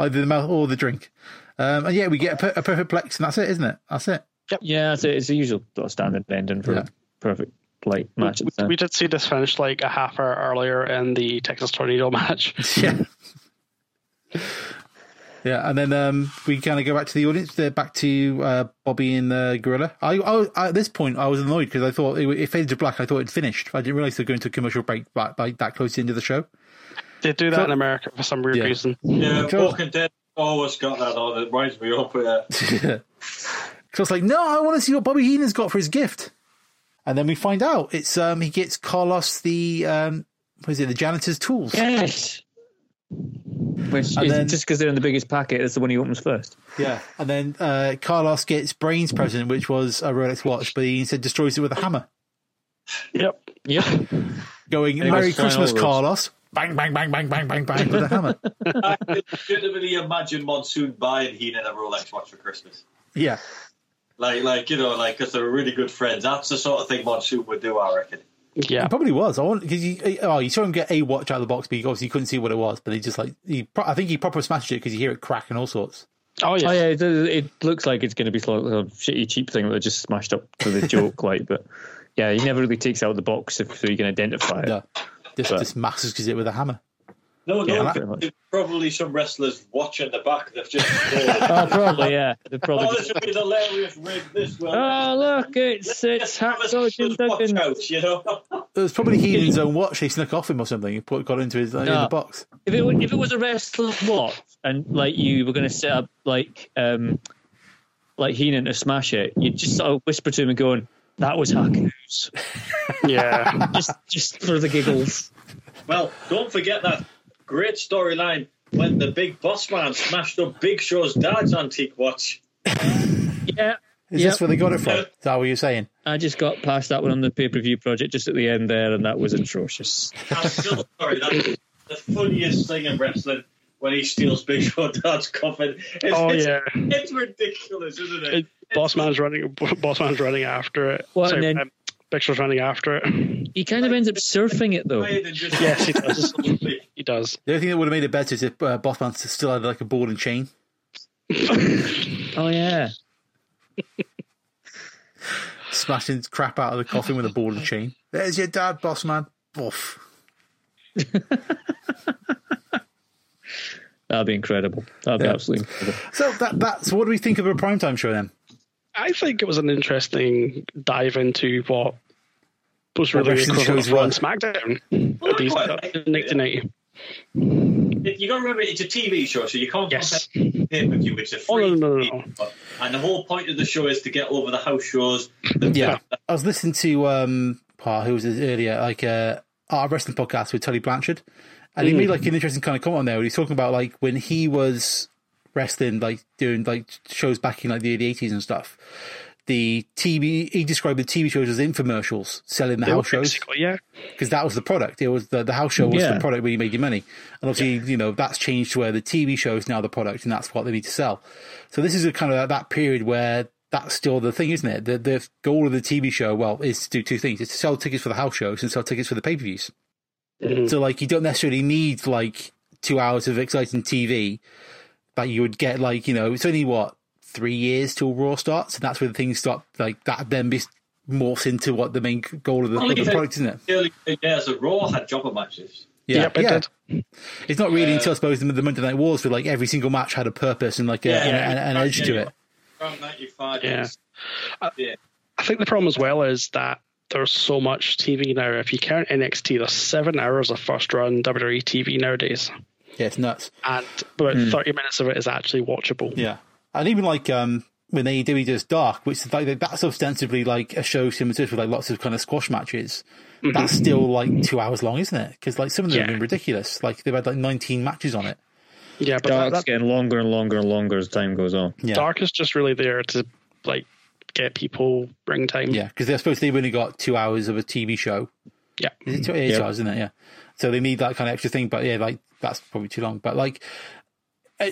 [SPEAKER 3] either the mouth or the drink. Um, and yeah, we get a, per- a perfect plex, and that's it, isn't it? That's it.
[SPEAKER 2] Yeah, it's a, it's a usual sort of standard ending for
[SPEAKER 3] Yeah.
[SPEAKER 2] a perfect like match. at the
[SPEAKER 1] We,
[SPEAKER 2] time.
[SPEAKER 1] we did see this finish like a half hour earlier in the Texas Tornado match.
[SPEAKER 3] Yeah. yeah, and then um, we kind of go back to the audience. They're back to uh, Bobby and the gorilla. I, I was- at this point I was annoyed because I thought it, it faded to black. I thought it finished. I didn't realize they were going to a commercial break back, like that close into the show.
[SPEAKER 1] They do that
[SPEAKER 3] So-
[SPEAKER 1] in America for some weird
[SPEAKER 3] Yeah.
[SPEAKER 1] reason.
[SPEAKER 4] Yeah,
[SPEAKER 3] Sure.
[SPEAKER 4] Walking Dead always got that on. It winds me up with it.
[SPEAKER 3] So I was like, no, I want to see what Bobby Heenan's got for his gift. And then we find out it's um, he gets Carlos the um, what is it the janitor's tools?
[SPEAKER 2] Yes. Which
[SPEAKER 3] And
[SPEAKER 2] is
[SPEAKER 3] then-
[SPEAKER 2] just because they're in the biggest packet, it's the one he opens first.
[SPEAKER 3] Yeah. And then uh, Carlos gets Brains present, which was a Rolex watch, but he instead destroys it with a hammer.
[SPEAKER 1] Yep.
[SPEAKER 2] Yep.
[SPEAKER 3] going
[SPEAKER 2] it
[SPEAKER 3] "Merry
[SPEAKER 2] goes flying
[SPEAKER 3] Christmas,
[SPEAKER 2] over us.
[SPEAKER 3] Carlos!" Bang, bang, bang, bang, bang, bang, bang with a hammer.
[SPEAKER 4] I could legitimately imagine Monsoon buying Heenan a Rolex watch for Christmas.
[SPEAKER 3] Yeah,
[SPEAKER 4] Like, like you know, like because they're really good friends. That's the sort of thing Monsoon would do, I reckon.
[SPEAKER 1] Yeah.
[SPEAKER 3] it probably was. I want because you oh you saw him get a watch out of the box, but you obviously couldn't see what it was. But he just like he pro- I think he proper smashed it because you hear it crack and all sorts.
[SPEAKER 1] Oh yeah.
[SPEAKER 2] Oh yeah, it, does- it looks like it's going to be sort of a shitty cheap thing that they just smashed up for the joke, like. But yeah, he never really takes out the box if, so you can identify it.
[SPEAKER 3] Yeah, just
[SPEAKER 2] But-
[SPEAKER 3] just massacres it with a hammer.
[SPEAKER 4] No,
[SPEAKER 2] Yeah,
[SPEAKER 4] no,
[SPEAKER 2] pretty much.
[SPEAKER 4] there's probably some wrestlers watching the back. They've just.
[SPEAKER 2] Oh, probably yeah. They're probably.
[SPEAKER 4] oh,
[SPEAKER 2] just-
[SPEAKER 4] this would be the hilarious rig. This will.
[SPEAKER 2] oh look, it's it's
[SPEAKER 4] Have a
[SPEAKER 2] Hacksaw Jim
[SPEAKER 4] watch
[SPEAKER 2] Duggan.
[SPEAKER 4] out, you know.
[SPEAKER 3] It was probably Heenan's own watch. He snuck off him or something. He put got into his in
[SPEAKER 2] Yeah.
[SPEAKER 3] the box.
[SPEAKER 2] If it wa- if it was a wrestler's watch and like you were going to set up like um like Heenan to smash it, you'd just sort of whisper to him and going, "That was Haku's,"
[SPEAKER 1] yeah.
[SPEAKER 2] just just for the giggles.
[SPEAKER 4] Well, don't forget that great storyline when the big boss man smashed up Big Show's dad's antique watch.
[SPEAKER 2] Yeah.
[SPEAKER 3] Is
[SPEAKER 2] Yep.
[SPEAKER 3] this where they got it from? Is that what you're saying?
[SPEAKER 2] I just got past that one on the pay per view project just at the end there, and that was atrocious.
[SPEAKER 4] I'm still sorry, that is the funniest thing in wrestling when he steals Big Show Dad's coffin. It's,
[SPEAKER 1] Oh
[SPEAKER 4] it's,
[SPEAKER 1] yeah.
[SPEAKER 4] it's ridiculous, isn't it?
[SPEAKER 1] It- boss man's running. Boss man's running after it.
[SPEAKER 2] Well,
[SPEAKER 1] Sorry,
[SPEAKER 2] and then-
[SPEAKER 1] um, Picture's running after it.
[SPEAKER 2] He kind of ends up surfing it though.
[SPEAKER 4] Tired and just-
[SPEAKER 1] Yes, he does. He does.
[SPEAKER 3] The only thing that would have made it better is if uh, Bossman still had like a ball and chain.
[SPEAKER 2] Oh yeah,
[SPEAKER 3] smashing crap out of the coffin with a ball and chain. There's your dad, boss man. Boof.
[SPEAKER 2] that'd be incredible. That'd be
[SPEAKER 3] Yeah.
[SPEAKER 2] absolutely incredible.
[SPEAKER 3] So that that's what do we think of a primetime show then?
[SPEAKER 1] I think it was an interesting dive into what was
[SPEAKER 3] What
[SPEAKER 1] really the
[SPEAKER 3] wrestling
[SPEAKER 1] equivalent
[SPEAKER 3] shows
[SPEAKER 1] of Raw and
[SPEAKER 3] were.
[SPEAKER 1] SmackDown. At least
[SPEAKER 4] quite
[SPEAKER 1] in
[SPEAKER 4] like it,
[SPEAKER 1] 1990.
[SPEAKER 4] you got to remember, it's a TV show, so you can't
[SPEAKER 1] Yes.
[SPEAKER 4] compare it to pay per view. It's a
[SPEAKER 1] Oh,
[SPEAKER 4] free.
[SPEAKER 1] no, no, no,
[SPEAKER 4] TV
[SPEAKER 1] no.
[SPEAKER 4] show. And the whole point of the show is to get over the house shows. The
[SPEAKER 3] Yeah. I was listening to um oh, who was this earlier, like uh our wrestling podcast with Tully Blanchard. And he made like an interesting kind of comment on there where he's talking about like when he was wrestling, like doing like shows back in like the early eighties and stuff. The TV, he described the TV shows as infomercials selling the
[SPEAKER 1] They were
[SPEAKER 3] house shows.
[SPEAKER 1] basically- Yeah.
[SPEAKER 3] because that was the product. It was the, the house show was
[SPEAKER 2] Yeah.
[SPEAKER 3] the product where you made your money, and obviously you know that's changed to where the TV show is now the product, and that's what they need to sell. So this is a kind of that, that period where that's still the thing, isn't it? The the goal of the TV show, well, is to do two things: it's to sell tickets for the house shows and sell tickets for the pay per views. So like you don't necessarily need like two hours of exciting TV that you would get like you know it's only what three years till Raw starts, and that's where things start like that then be morphs into what the main goal of the, of the product, isn't it?
[SPEAKER 4] early years of Raw had jobber matches.
[SPEAKER 3] Yeah,
[SPEAKER 1] Yep, it
[SPEAKER 3] yeah.
[SPEAKER 1] did.
[SPEAKER 3] It's not really until I suppose the, the Monday Night Wars where like every single match had a purpose and like a,
[SPEAKER 4] Yeah,
[SPEAKER 3] an,
[SPEAKER 4] yeah.
[SPEAKER 3] an, an edge to it.
[SPEAKER 4] Around 95.
[SPEAKER 1] Yeah.
[SPEAKER 4] yes. yeah.
[SPEAKER 1] I think the problem as well is that there's so much TV now. If you count NXT, there's seven hours of first run WWE TV nowadays,
[SPEAKER 3] Yeah, it's nuts.
[SPEAKER 1] and about 30 minutes of it is actually watchable.
[SPEAKER 3] Hmm. Yeah, and even like um when AEW does Dark, which is like that's ostensibly like a show similar to this with like lots of kind of squash matches. That's still like two hours long, isn't it? Because like some of them have
[SPEAKER 1] Mm-hmm. Yeah.
[SPEAKER 3] been ridiculous. Like they've had like nineteen matches on it.
[SPEAKER 1] yeah but that,
[SPEAKER 2] Dark's
[SPEAKER 1] that
[SPEAKER 2] getting longer and longer and longer as time goes on.
[SPEAKER 3] Yeah.
[SPEAKER 1] dark is just really there to like get people ring time.
[SPEAKER 3] Yeah, because they're supposed to, they've only got two hours of a TV show.
[SPEAKER 1] Yeah.
[SPEAKER 3] Is it two, eight
[SPEAKER 2] Yeah.
[SPEAKER 3] hours, isn't it? Yeah. So they need that kind of extra thing. But yeah, like that's probably too long. But like, uh,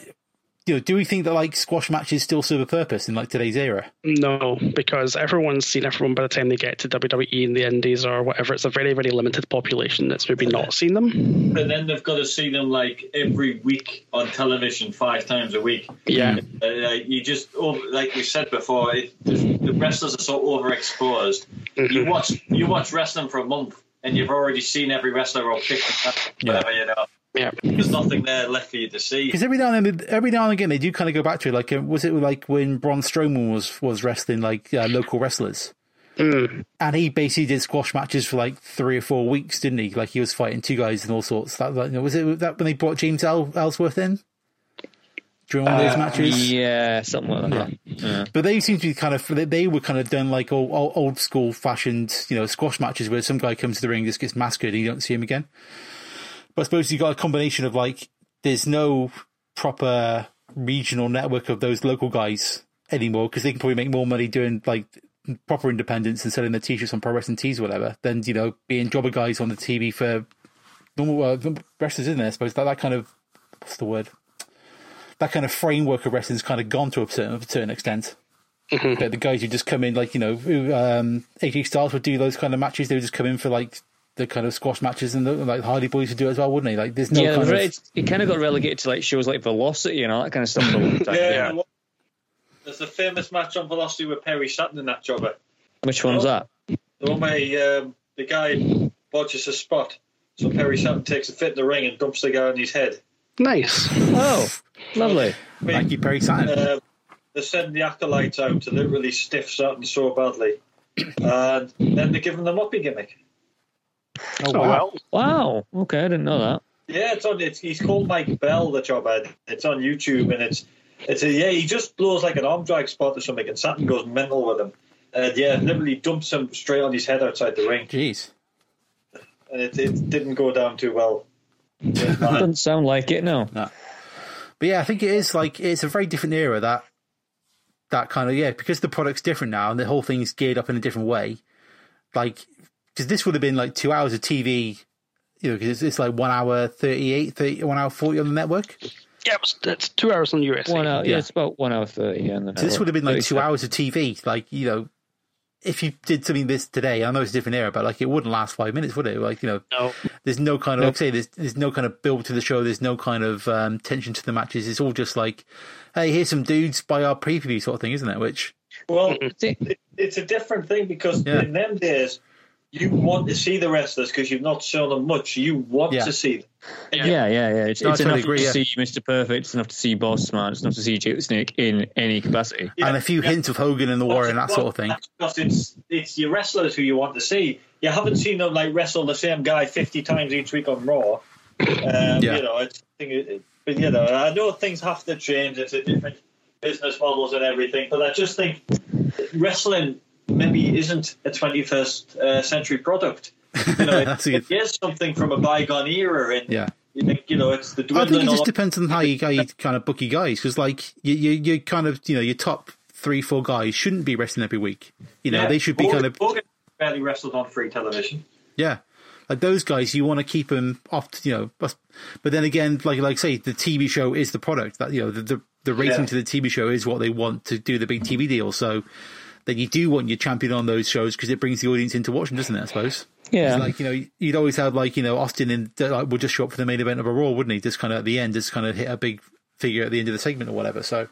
[SPEAKER 3] you know, do we think that like squash matches still serve a purpose in like today's era?
[SPEAKER 1] No, because everyone's seen everyone by the time they get to WWE in the Indies or whatever. It's a very, very limited population that's maybe not seen them.
[SPEAKER 4] and then they've got to see them like every week on television, five times a week.
[SPEAKER 1] Yeah.
[SPEAKER 3] Mm-hmm.
[SPEAKER 4] Uh, you just oh, like we said before, it, the wrestlers are so overexposed.
[SPEAKER 1] Mm-hmm.
[SPEAKER 4] You watch you watch wrestling for a month, and you've already seen every wrestler or pick whatever you know.
[SPEAKER 1] Yeah.
[SPEAKER 4] There's nothing there left for you to see.
[SPEAKER 3] Because every now and then, every now and again, they do kind of go back to it. Like, uh, was it like when Braun Strowman was was wrestling like uh, local wrestlers, and he basically did squash matches for like three or four weeks, didn't he? Like he was fighting two guys and all sorts. That like, you know, was it that when they brought James El- Ellsworth in during one of those matches?
[SPEAKER 2] Yeah, something like that.
[SPEAKER 3] But they seem to be kind of they- they were kind of done like old, old, old school fashioned, you know, squash matches where some guy comes to the ring, just gets massacred, and you don't see him again. But I suppose you got a combination of like there's no proper regional network of those local guys anymore because they can probably make more money doing like proper independence and selling their t-shirts on pro wrestling tees or whatever than you know being jobber guys on the TV for normal uh, wrestlers in there. I suppose that that kind of what's the word that kind of framework of wrestling's kind of gone to a certain, a certain extent. But the guys who just come in, like you know, who, um, AJ Styles would do those kind of matches. They would just come in for like the kind of squash matches, and the, like Hardy Boys would do it as well, wouldn't they? Like there's no
[SPEAKER 2] yeah,
[SPEAKER 3] kind
[SPEAKER 2] right,
[SPEAKER 3] of
[SPEAKER 2] it's- it kind of got relegated to like shows like Velocity and all that kind of stuff. For a long time.
[SPEAKER 4] Yeah. There's a famous match on Velocity with Perry Saturn in that jobber.
[SPEAKER 2] Which one's that?
[SPEAKER 4] The one where um, the guy botches a spot, so Perry Saturn takes a fit in the ring and dumps the guy on his head.
[SPEAKER 1] Nice.
[SPEAKER 2] Oh, lovely.
[SPEAKER 3] Mikey Perry Saturn.
[SPEAKER 4] um, they send the acolytes out to literally stiff Saturn so badly, and then they give him the moppy gimmick.
[SPEAKER 3] oh
[SPEAKER 1] Oh,
[SPEAKER 3] wow!
[SPEAKER 1] well.
[SPEAKER 2] Wow. Okay, I didn't know that.
[SPEAKER 4] Yeah, it's on. It's, he's called Mike Bell, the job ad. It's on YouTube, and it's it's a, yeah. He just blows like an arm drag spot or something, and Saturn goes mental with him. And yeah, literally dumps him straight on his head outside the ring,
[SPEAKER 3] Jeez,
[SPEAKER 4] and it, it didn't go down too well. Yeah,
[SPEAKER 2] Doesn't sound like it. No.
[SPEAKER 3] but yeah, I think it is like it's a very different era that that kind of yeah because the product's different now and the whole thing's geared up in a different way. Like because this would have been like two hours of TV, you know, because it's, it's like one hour 38, 30, one hour forty on the network.
[SPEAKER 1] Yeah, it was, it's two hours on USA.
[SPEAKER 2] One hour. Yeah.
[SPEAKER 3] Yeah.
[SPEAKER 2] it's about one hour thirty. Yeah, and then
[SPEAKER 3] So this would have been like
[SPEAKER 2] 30
[SPEAKER 3] two hours of TV. Like, you know, if you did something this today, I know it's a different era, but like it wouldn't last five minutes, would it? Like, you know,
[SPEAKER 1] No.
[SPEAKER 3] there's no kind of, like I say, there's, there's no kind of build to the show. There's no kind of um, tension to the matches. It's all just like, hey, here's some dudes by our preview sort of thing, isn't it? Which,
[SPEAKER 4] well,
[SPEAKER 2] See,
[SPEAKER 4] it, it's a different thing because
[SPEAKER 3] Yeah.
[SPEAKER 4] in them days, you want to see the wrestlers because you've not shown them much. You want
[SPEAKER 3] Yeah.
[SPEAKER 4] to see them.
[SPEAKER 2] Yeah, yeah, yeah. It's,
[SPEAKER 3] No, I
[SPEAKER 2] it's
[SPEAKER 3] totally
[SPEAKER 2] enough
[SPEAKER 3] agree,
[SPEAKER 2] to
[SPEAKER 3] yeah.
[SPEAKER 2] see Mr. Perfect. It's enough to see Boss Man. It's enough to see Jake the Snake in any capacity.
[SPEAKER 4] Yeah.
[SPEAKER 3] and a few hints of Hogan and the Warrior and that sort of thing.
[SPEAKER 4] That's because it's it's your wrestlers who you want to see. You haven't seen them like wrestle the same guy fifty times each week on Raw. Um,
[SPEAKER 3] Yeah.
[SPEAKER 4] You know, it's, I think it- but you know, I know things have to change. It's a different business models and everything, but I just think wrestling maybe isn't a twenty first uh, century product. You know,
[SPEAKER 3] That's
[SPEAKER 4] it,
[SPEAKER 3] a
[SPEAKER 4] it is something from a bygone era, and
[SPEAKER 3] Yeah.
[SPEAKER 4] you, think, you know, it's the
[SPEAKER 3] I think
[SPEAKER 4] dwindling.
[SPEAKER 3] it just
[SPEAKER 4] of-
[SPEAKER 3] depends on how you, how you kind of book your guys because, like, you, you, you kind of, you know, your top three, four guys shouldn't be wrestling every week. You know,
[SPEAKER 4] Yeah,
[SPEAKER 3] they should be
[SPEAKER 4] Hogan-
[SPEAKER 3] kind of.
[SPEAKER 4] Hogan barely wrestled on free television.
[SPEAKER 3] Yeah. Like those guys, you want to keep them off, you know. But, but then again, like like I say, the TV show is the product that you know the the, the rating
[SPEAKER 4] Yeah.
[SPEAKER 3] to the TV show is what they want to do the big TV deal. So then you do want your champion on those shows because it brings the audience in to watch them, doesn't it? I suppose.
[SPEAKER 2] Yeah.
[SPEAKER 3] It's Like you know, you'd always have like you know Austin and like would just show up for the main event of a Raw, wouldn't he? Just kind of at the end, just kind of hit a big figure at the end of the segment or whatever. So.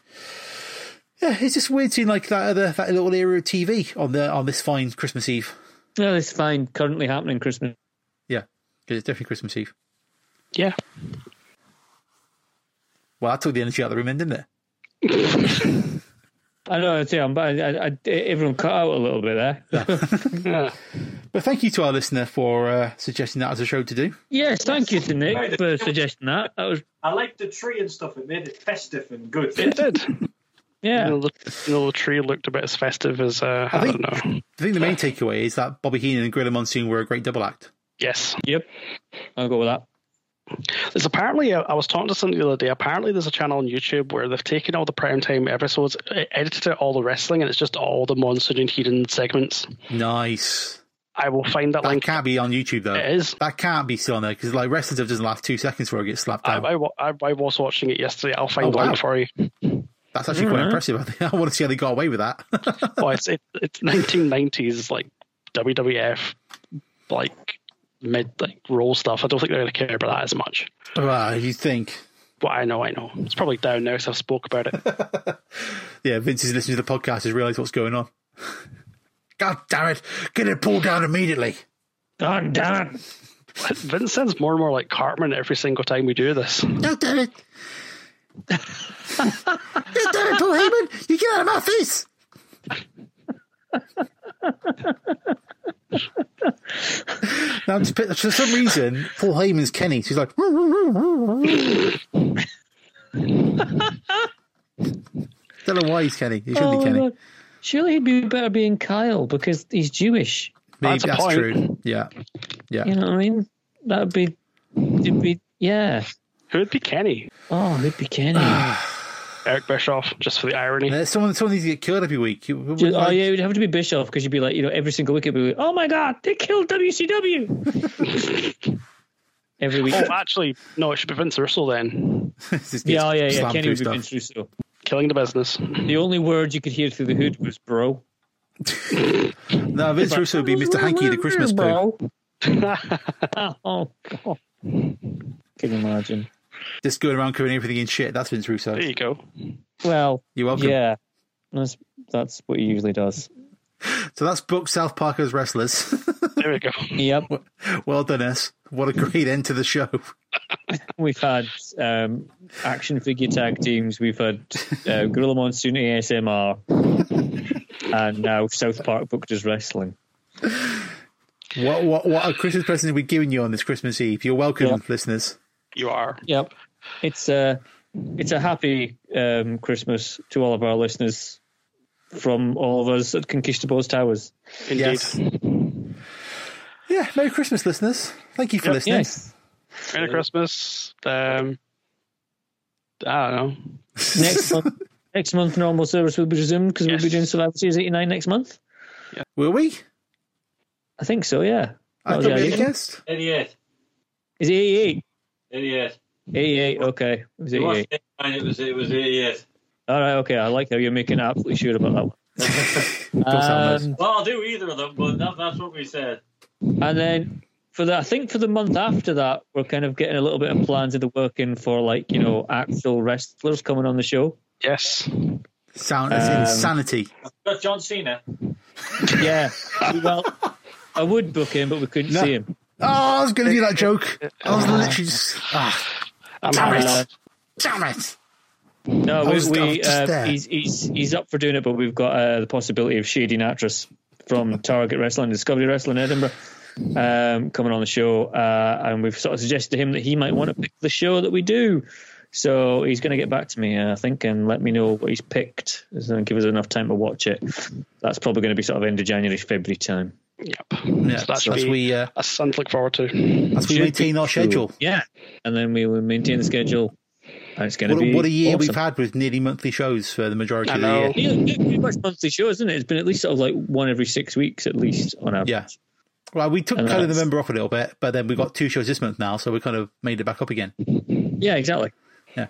[SPEAKER 3] Yeah, it's just weird seeing like that other that little era of TV on the on this fine Christmas Eve.
[SPEAKER 2] No, it's fine. Currently happening Christmas.
[SPEAKER 3] Yeah, because it's definitely Christmas Eve.
[SPEAKER 1] Yeah.
[SPEAKER 3] Well, that took the energy out of the room, then, didn't it?
[SPEAKER 2] I know. I tell you, but I, I, everyone cut out a little bit there.
[SPEAKER 3] But thank you to our listener for uh, suggesting that as a show to do.
[SPEAKER 2] Yes, thank you to Nick for suggesting that. That was
[SPEAKER 4] I liked the tree and stuff. It made it festive and good.
[SPEAKER 1] It did.
[SPEAKER 2] yeah.
[SPEAKER 1] You know, the, you know, the tree looked about as festive as uh, I,
[SPEAKER 3] think-
[SPEAKER 1] don't know.
[SPEAKER 3] I think the main takeaway is that Bobby Heenan and Gorilla Monsoon were a great double act.
[SPEAKER 1] Yes,
[SPEAKER 2] Yep. I'll go with that.
[SPEAKER 1] There's apparently, I was talking to somebody the other day, apparently there's a channel on YouTube where they've taken all the primetime episodes, e- edited out all the wrestling, and it's just all the Monsoon and Heenan segments.
[SPEAKER 3] Nice.
[SPEAKER 1] I will find that,
[SPEAKER 3] That
[SPEAKER 1] link.
[SPEAKER 3] can't be on YouTube though.
[SPEAKER 1] It is.
[SPEAKER 3] That can't be still on there because like wrestling stuff doesn't last two seconds before it gets slapped
[SPEAKER 1] I,
[SPEAKER 3] down.
[SPEAKER 1] I, wa- I, I was watching it yesterday. I'll find
[SPEAKER 3] Oh,
[SPEAKER 1] the link
[SPEAKER 3] wow.
[SPEAKER 1] for you.
[SPEAKER 3] That's actually
[SPEAKER 1] Mm-hmm.
[SPEAKER 3] quite impressive. I think I want to see how they got away with that.
[SPEAKER 1] well, Oh, it's it, it's 1990s, like WWF, like mid like roll stuff. I don't think they're gonna care about that as much.
[SPEAKER 3] Wow, you think?
[SPEAKER 1] But I know, I know. It's probably down now because I've spoke about it.
[SPEAKER 3] Yeah, Vince is listening to the podcast. Has realised what's going on. God damn it! Get it pulled down immediately.
[SPEAKER 2] God damn it.
[SPEAKER 1] Vince sounds more and more like Cartman every single time we do this.
[SPEAKER 3] God damn it! God damn it, Paul Heyman! You get out of my face! now, I'm just pi- for some reason, Paul Heyman's Kenny. So he's like, "Woo, woo, woo, woo, woo." don't know why he's Kenny. He shouldn't
[SPEAKER 2] Oh
[SPEAKER 3] be
[SPEAKER 2] my
[SPEAKER 3] Kenny.
[SPEAKER 2] God. Surely he'd be better being Kyle because he's Jewish.
[SPEAKER 3] Maybe
[SPEAKER 1] That's a
[SPEAKER 3] that's
[SPEAKER 1] point.
[SPEAKER 3] true. Yeah, yeah.
[SPEAKER 2] You know what I mean? That'd be, it'd be yeah.
[SPEAKER 1] Who would be Kenny?
[SPEAKER 2] Oh, he'd be Kenny.
[SPEAKER 1] Eric Bischoff, just for the irony.
[SPEAKER 3] Uh, someone, someone needs to get killed every week. You- we-
[SPEAKER 2] Ju- oh
[SPEAKER 3] like-
[SPEAKER 2] yeah, it would have to be Bischoff because you'd be like, you know, every single week it'd be, like, oh my god, they killed WCW. every week.
[SPEAKER 1] Oh, actually, no, it should be Vince Russell then.
[SPEAKER 3] this is-
[SPEAKER 2] yeah, oh, yeah, yeah.
[SPEAKER 3] slam
[SPEAKER 2] Kenny
[SPEAKER 3] through
[SPEAKER 2] would be
[SPEAKER 3] stuff.
[SPEAKER 2] Vince Russo.
[SPEAKER 1] Killing the business.
[SPEAKER 2] The only word you could hear through the hood was "bro."
[SPEAKER 3] No, Vince Russo would be Mr. Hanky, the Christmas poo.
[SPEAKER 2] oh god, can you imagine?
[SPEAKER 3] Just going around covering everything in shit. That's Vince Russo.
[SPEAKER 1] There you go.
[SPEAKER 2] Well,
[SPEAKER 3] You're welcome.
[SPEAKER 2] yeah, that's that's what he usually does.
[SPEAKER 3] So that's booked South Park as wrestlers.
[SPEAKER 1] There we go.
[SPEAKER 2] Yep.
[SPEAKER 3] well done, S. What a great end to the show.
[SPEAKER 2] We've had um, action figure tag teams. We've had uh, Gorilla Monsoon ASMR, and now South Park booked as wrestling.
[SPEAKER 3] What what what a Christmas present are we giving you on this Christmas Eve? You're welcome,
[SPEAKER 2] Yeah.
[SPEAKER 3] listeners.
[SPEAKER 1] You are.
[SPEAKER 2] Yep, it's a it's a happy um, Christmas to all of our listeners from all of us at Conquistadors Towers.
[SPEAKER 1] Indeed.
[SPEAKER 3] Yes. Yeah, Merry Christmas, listeners. Thank you for listening.
[SPEAKER 2] Yes.
[SPEAKER 1] Merry Christmas. Um, I don't know.
[SPEAKER 2] next month, next month, normal service will be resumed because we'll be
[SPEAKER 1] Yes.
[SPEAKER 2] doing Survivor Series '89 next month.
[SPEAKER 3] Will we?
[SPEAKER 2] I think so. Yeah.
[SPEAKER 3] I
[SPEAKER 2] Oh,
[SPEAKER 3] thought
[SPEAKER 2] yeah,
[SPEAKER 3] we had
[SPEAKER 2] yeah.
[SPEAKER 3] a guest.
[SPEAKER 4] 88.
[SPEAKER 2] Is it 88?
[SPEAKER 4] 88.
[SPEAKER 2] 88. Okay. It was
[SPEAKER 4] It,
[SPEAKER 2] 88.
[SPEAKER 4] was, it, was, it was 88.
[SPEAKER 2] All right, okay. I like how you're making absolutely sure about that one.
[SPEAKER 3] Don't sound
[SPEAKER 2] Um,
[SPEAKER 4] Well, I'll do either of them, but that, that's what we said.
[SPEAKER 2] and then for the, I think for the month after that, we're kind of getting a little bit of plans in the working for like you know actual wrestlers coming on the show.
[SPEAKER 1] Yes.
[SPEAKER 3] nice. Sound as
[SPEAKER 2] Um,
[SPEAKER 3] insanity.
[SPEAKER 4] Got John Cena.
[SPEAKER 2] Yeah. well, I would book him, but we couldn't
[SPEAKER 3] No.
[SPEAKER 2] see him.
[SPEAKER 3] Oh, I was going to do that joke. I was literally just. Ah,
[SPEAKER 1] I'm
[SPEAKER 3] Damn
[SPEAKER 1] having
[SPEAKER 3] it.
[SPEAKER 1] a-
[SPEAKER 3] damn it.
[SPEAKER 2] No,
[SPEAKER 3] I
[SPEAKER 2] we,
[SPEAKER 3] was- I was
[SPEAKER 2] we
[SPEAKER 3] just
[SPEAKER 2] uh,
[SPEAKER 3] there.
[SPEAKER 2] he's he's he's up for doing it, but we've got uh, the possibility of Shady Natras from Target Wrestling, Discovery Wrestling, Edinburgh, um, coming on the show, uh, and we've sort of suggested to him that he might want to pick the show that we do. So he's going to get back to me, uh, I think, and let me know what he's picked. It's going to give us enough time to watch it. That's probably going to be sort of end of January, February time.
[SPEAKER 1] Yep.
[SPEAKER 3] Yeah,
[SPEAKER 1] So that should
[SPEAKER 3] that's
[SPEAKER 1] be
[SPEAKER 3] we, uh,
[SPEAKER 1] a son to look forward to.
[SPEAKER 3] that's we
[SPEAKER 2] Should
[SPEAKER 3] maintain
[SPEAKER 2] be
[SPEAKER 3] our
[SPEAKER 2] cool.
[SPEAKER 3] schedule.
[SPEAKER 2] Yeah, and then we will maintain the schedule. And it's going to
[SPEAKER 3] What,
[SPEAKER 2] be
[SPEAKER 3] what a year
[SPEAKER 2] awesome.
[SPEAKER 3] we've had with nearly monthly shows for the majority
[SPEAKER 1] I
[SPEAKER 3] of the year.
[SPEAKER 1] know.
[SPEAKER 2] Yeah, yeah, pretty much monthly show, isn't it? It's been at least sort of like one every six weeks, at least on average.
[SPEAKER 3] Yeah. Well, we took
[SPEAKER 2] And
[SPEAKER 3] kind of the
[SPEAKER 2] that's-
[SPEAKER 3] member off a little bit, but then we got two shows this month now, so we kind of made it back up again.
[SPEAKER 2] yeah, exactly.
[SPEAKER 3] Yeah.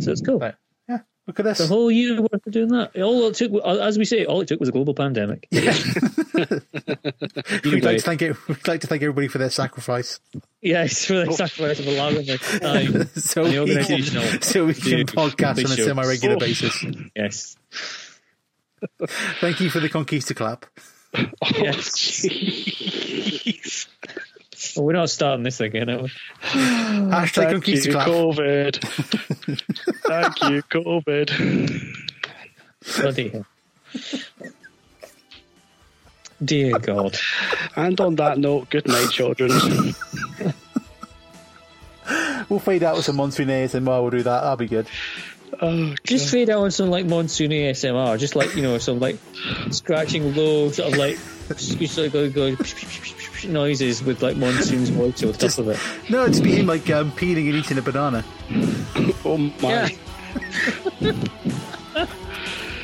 [SPEAKER 2] so it's cool.
[SPEAKER 3] Right. Yeah, look at this.
[SPEAKER 2] The whole year worth of doing that. All it took, uh, as we say, all it took was a global pandemic.
[SPEAKER 3] we'd, like to thank it, we'd like to thank everybody for their sacrifice,
[SPEAKER 2] yeah, it's for
[SPEAKER 3] Oh.
[SPEAKER 2] the sacrifice of allowing the time.
[SPEAKER 3] so
[SPEAKER 2] The
[SPEAKER 3] we can,
[SPEAKER 2] organisational
[SPEAKER 3] so we can
[SPEAKER 2] dude,
[SPEAKER 3] podcast on a
[SPEAKER 2] shows.
[SPEAKER 3] semi-regular
[SPEAKER 2] Oh.
[SPEAKER 3] basis.
[SPEAKER 2] Yes,
[SPEAKER 3] Thank you for the Conquista clap.
[SPEAKER 2] yes. Well, we're not starting this again, are we? Oh,
[SPEAKER 3] Hashtag
[SPEAKER 1] Thank you,
[SPEAKER 3] Conquista clap.
[SPEAKER 1] COVID. Thank you, COVID.
[SPEAKER 2] Bloody hell. Dear God.
[SPEAKER 1] And on that note, good night, children.
[SPEAKER 3] We'll fade out with some monsoon ASMR. We'll do that. That'll be good.
[SPEAKER 1] Oh,
[SPEAKER 2] Just fade out on some like monsoon ASMR, just like you know, some like scratching low sort of like sort of go, go noises with like monsoon's voice over the top of it.
[SPEAKER 3] No, it'd be him like um, peeling and eating a banana.
[SPEAKER 1] oh my.
[SPEAKER 2] Yeah.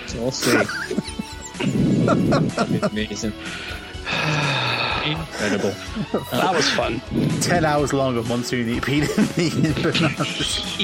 [SPEAKER 2] it's all sweet. Amazing. Incredible.
[SPEAKER 1] That was fun.
[SPEAKER 3] Ten hours long of monsoon eat- peeling and eating bananas.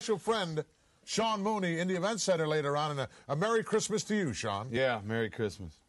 [SPEAKER 5] special friend, Sean Mooney, in the event center later on. And a, a Merry Christmas to you, Sean.
[SPEAKER 6] Yeah, Merry Christmas.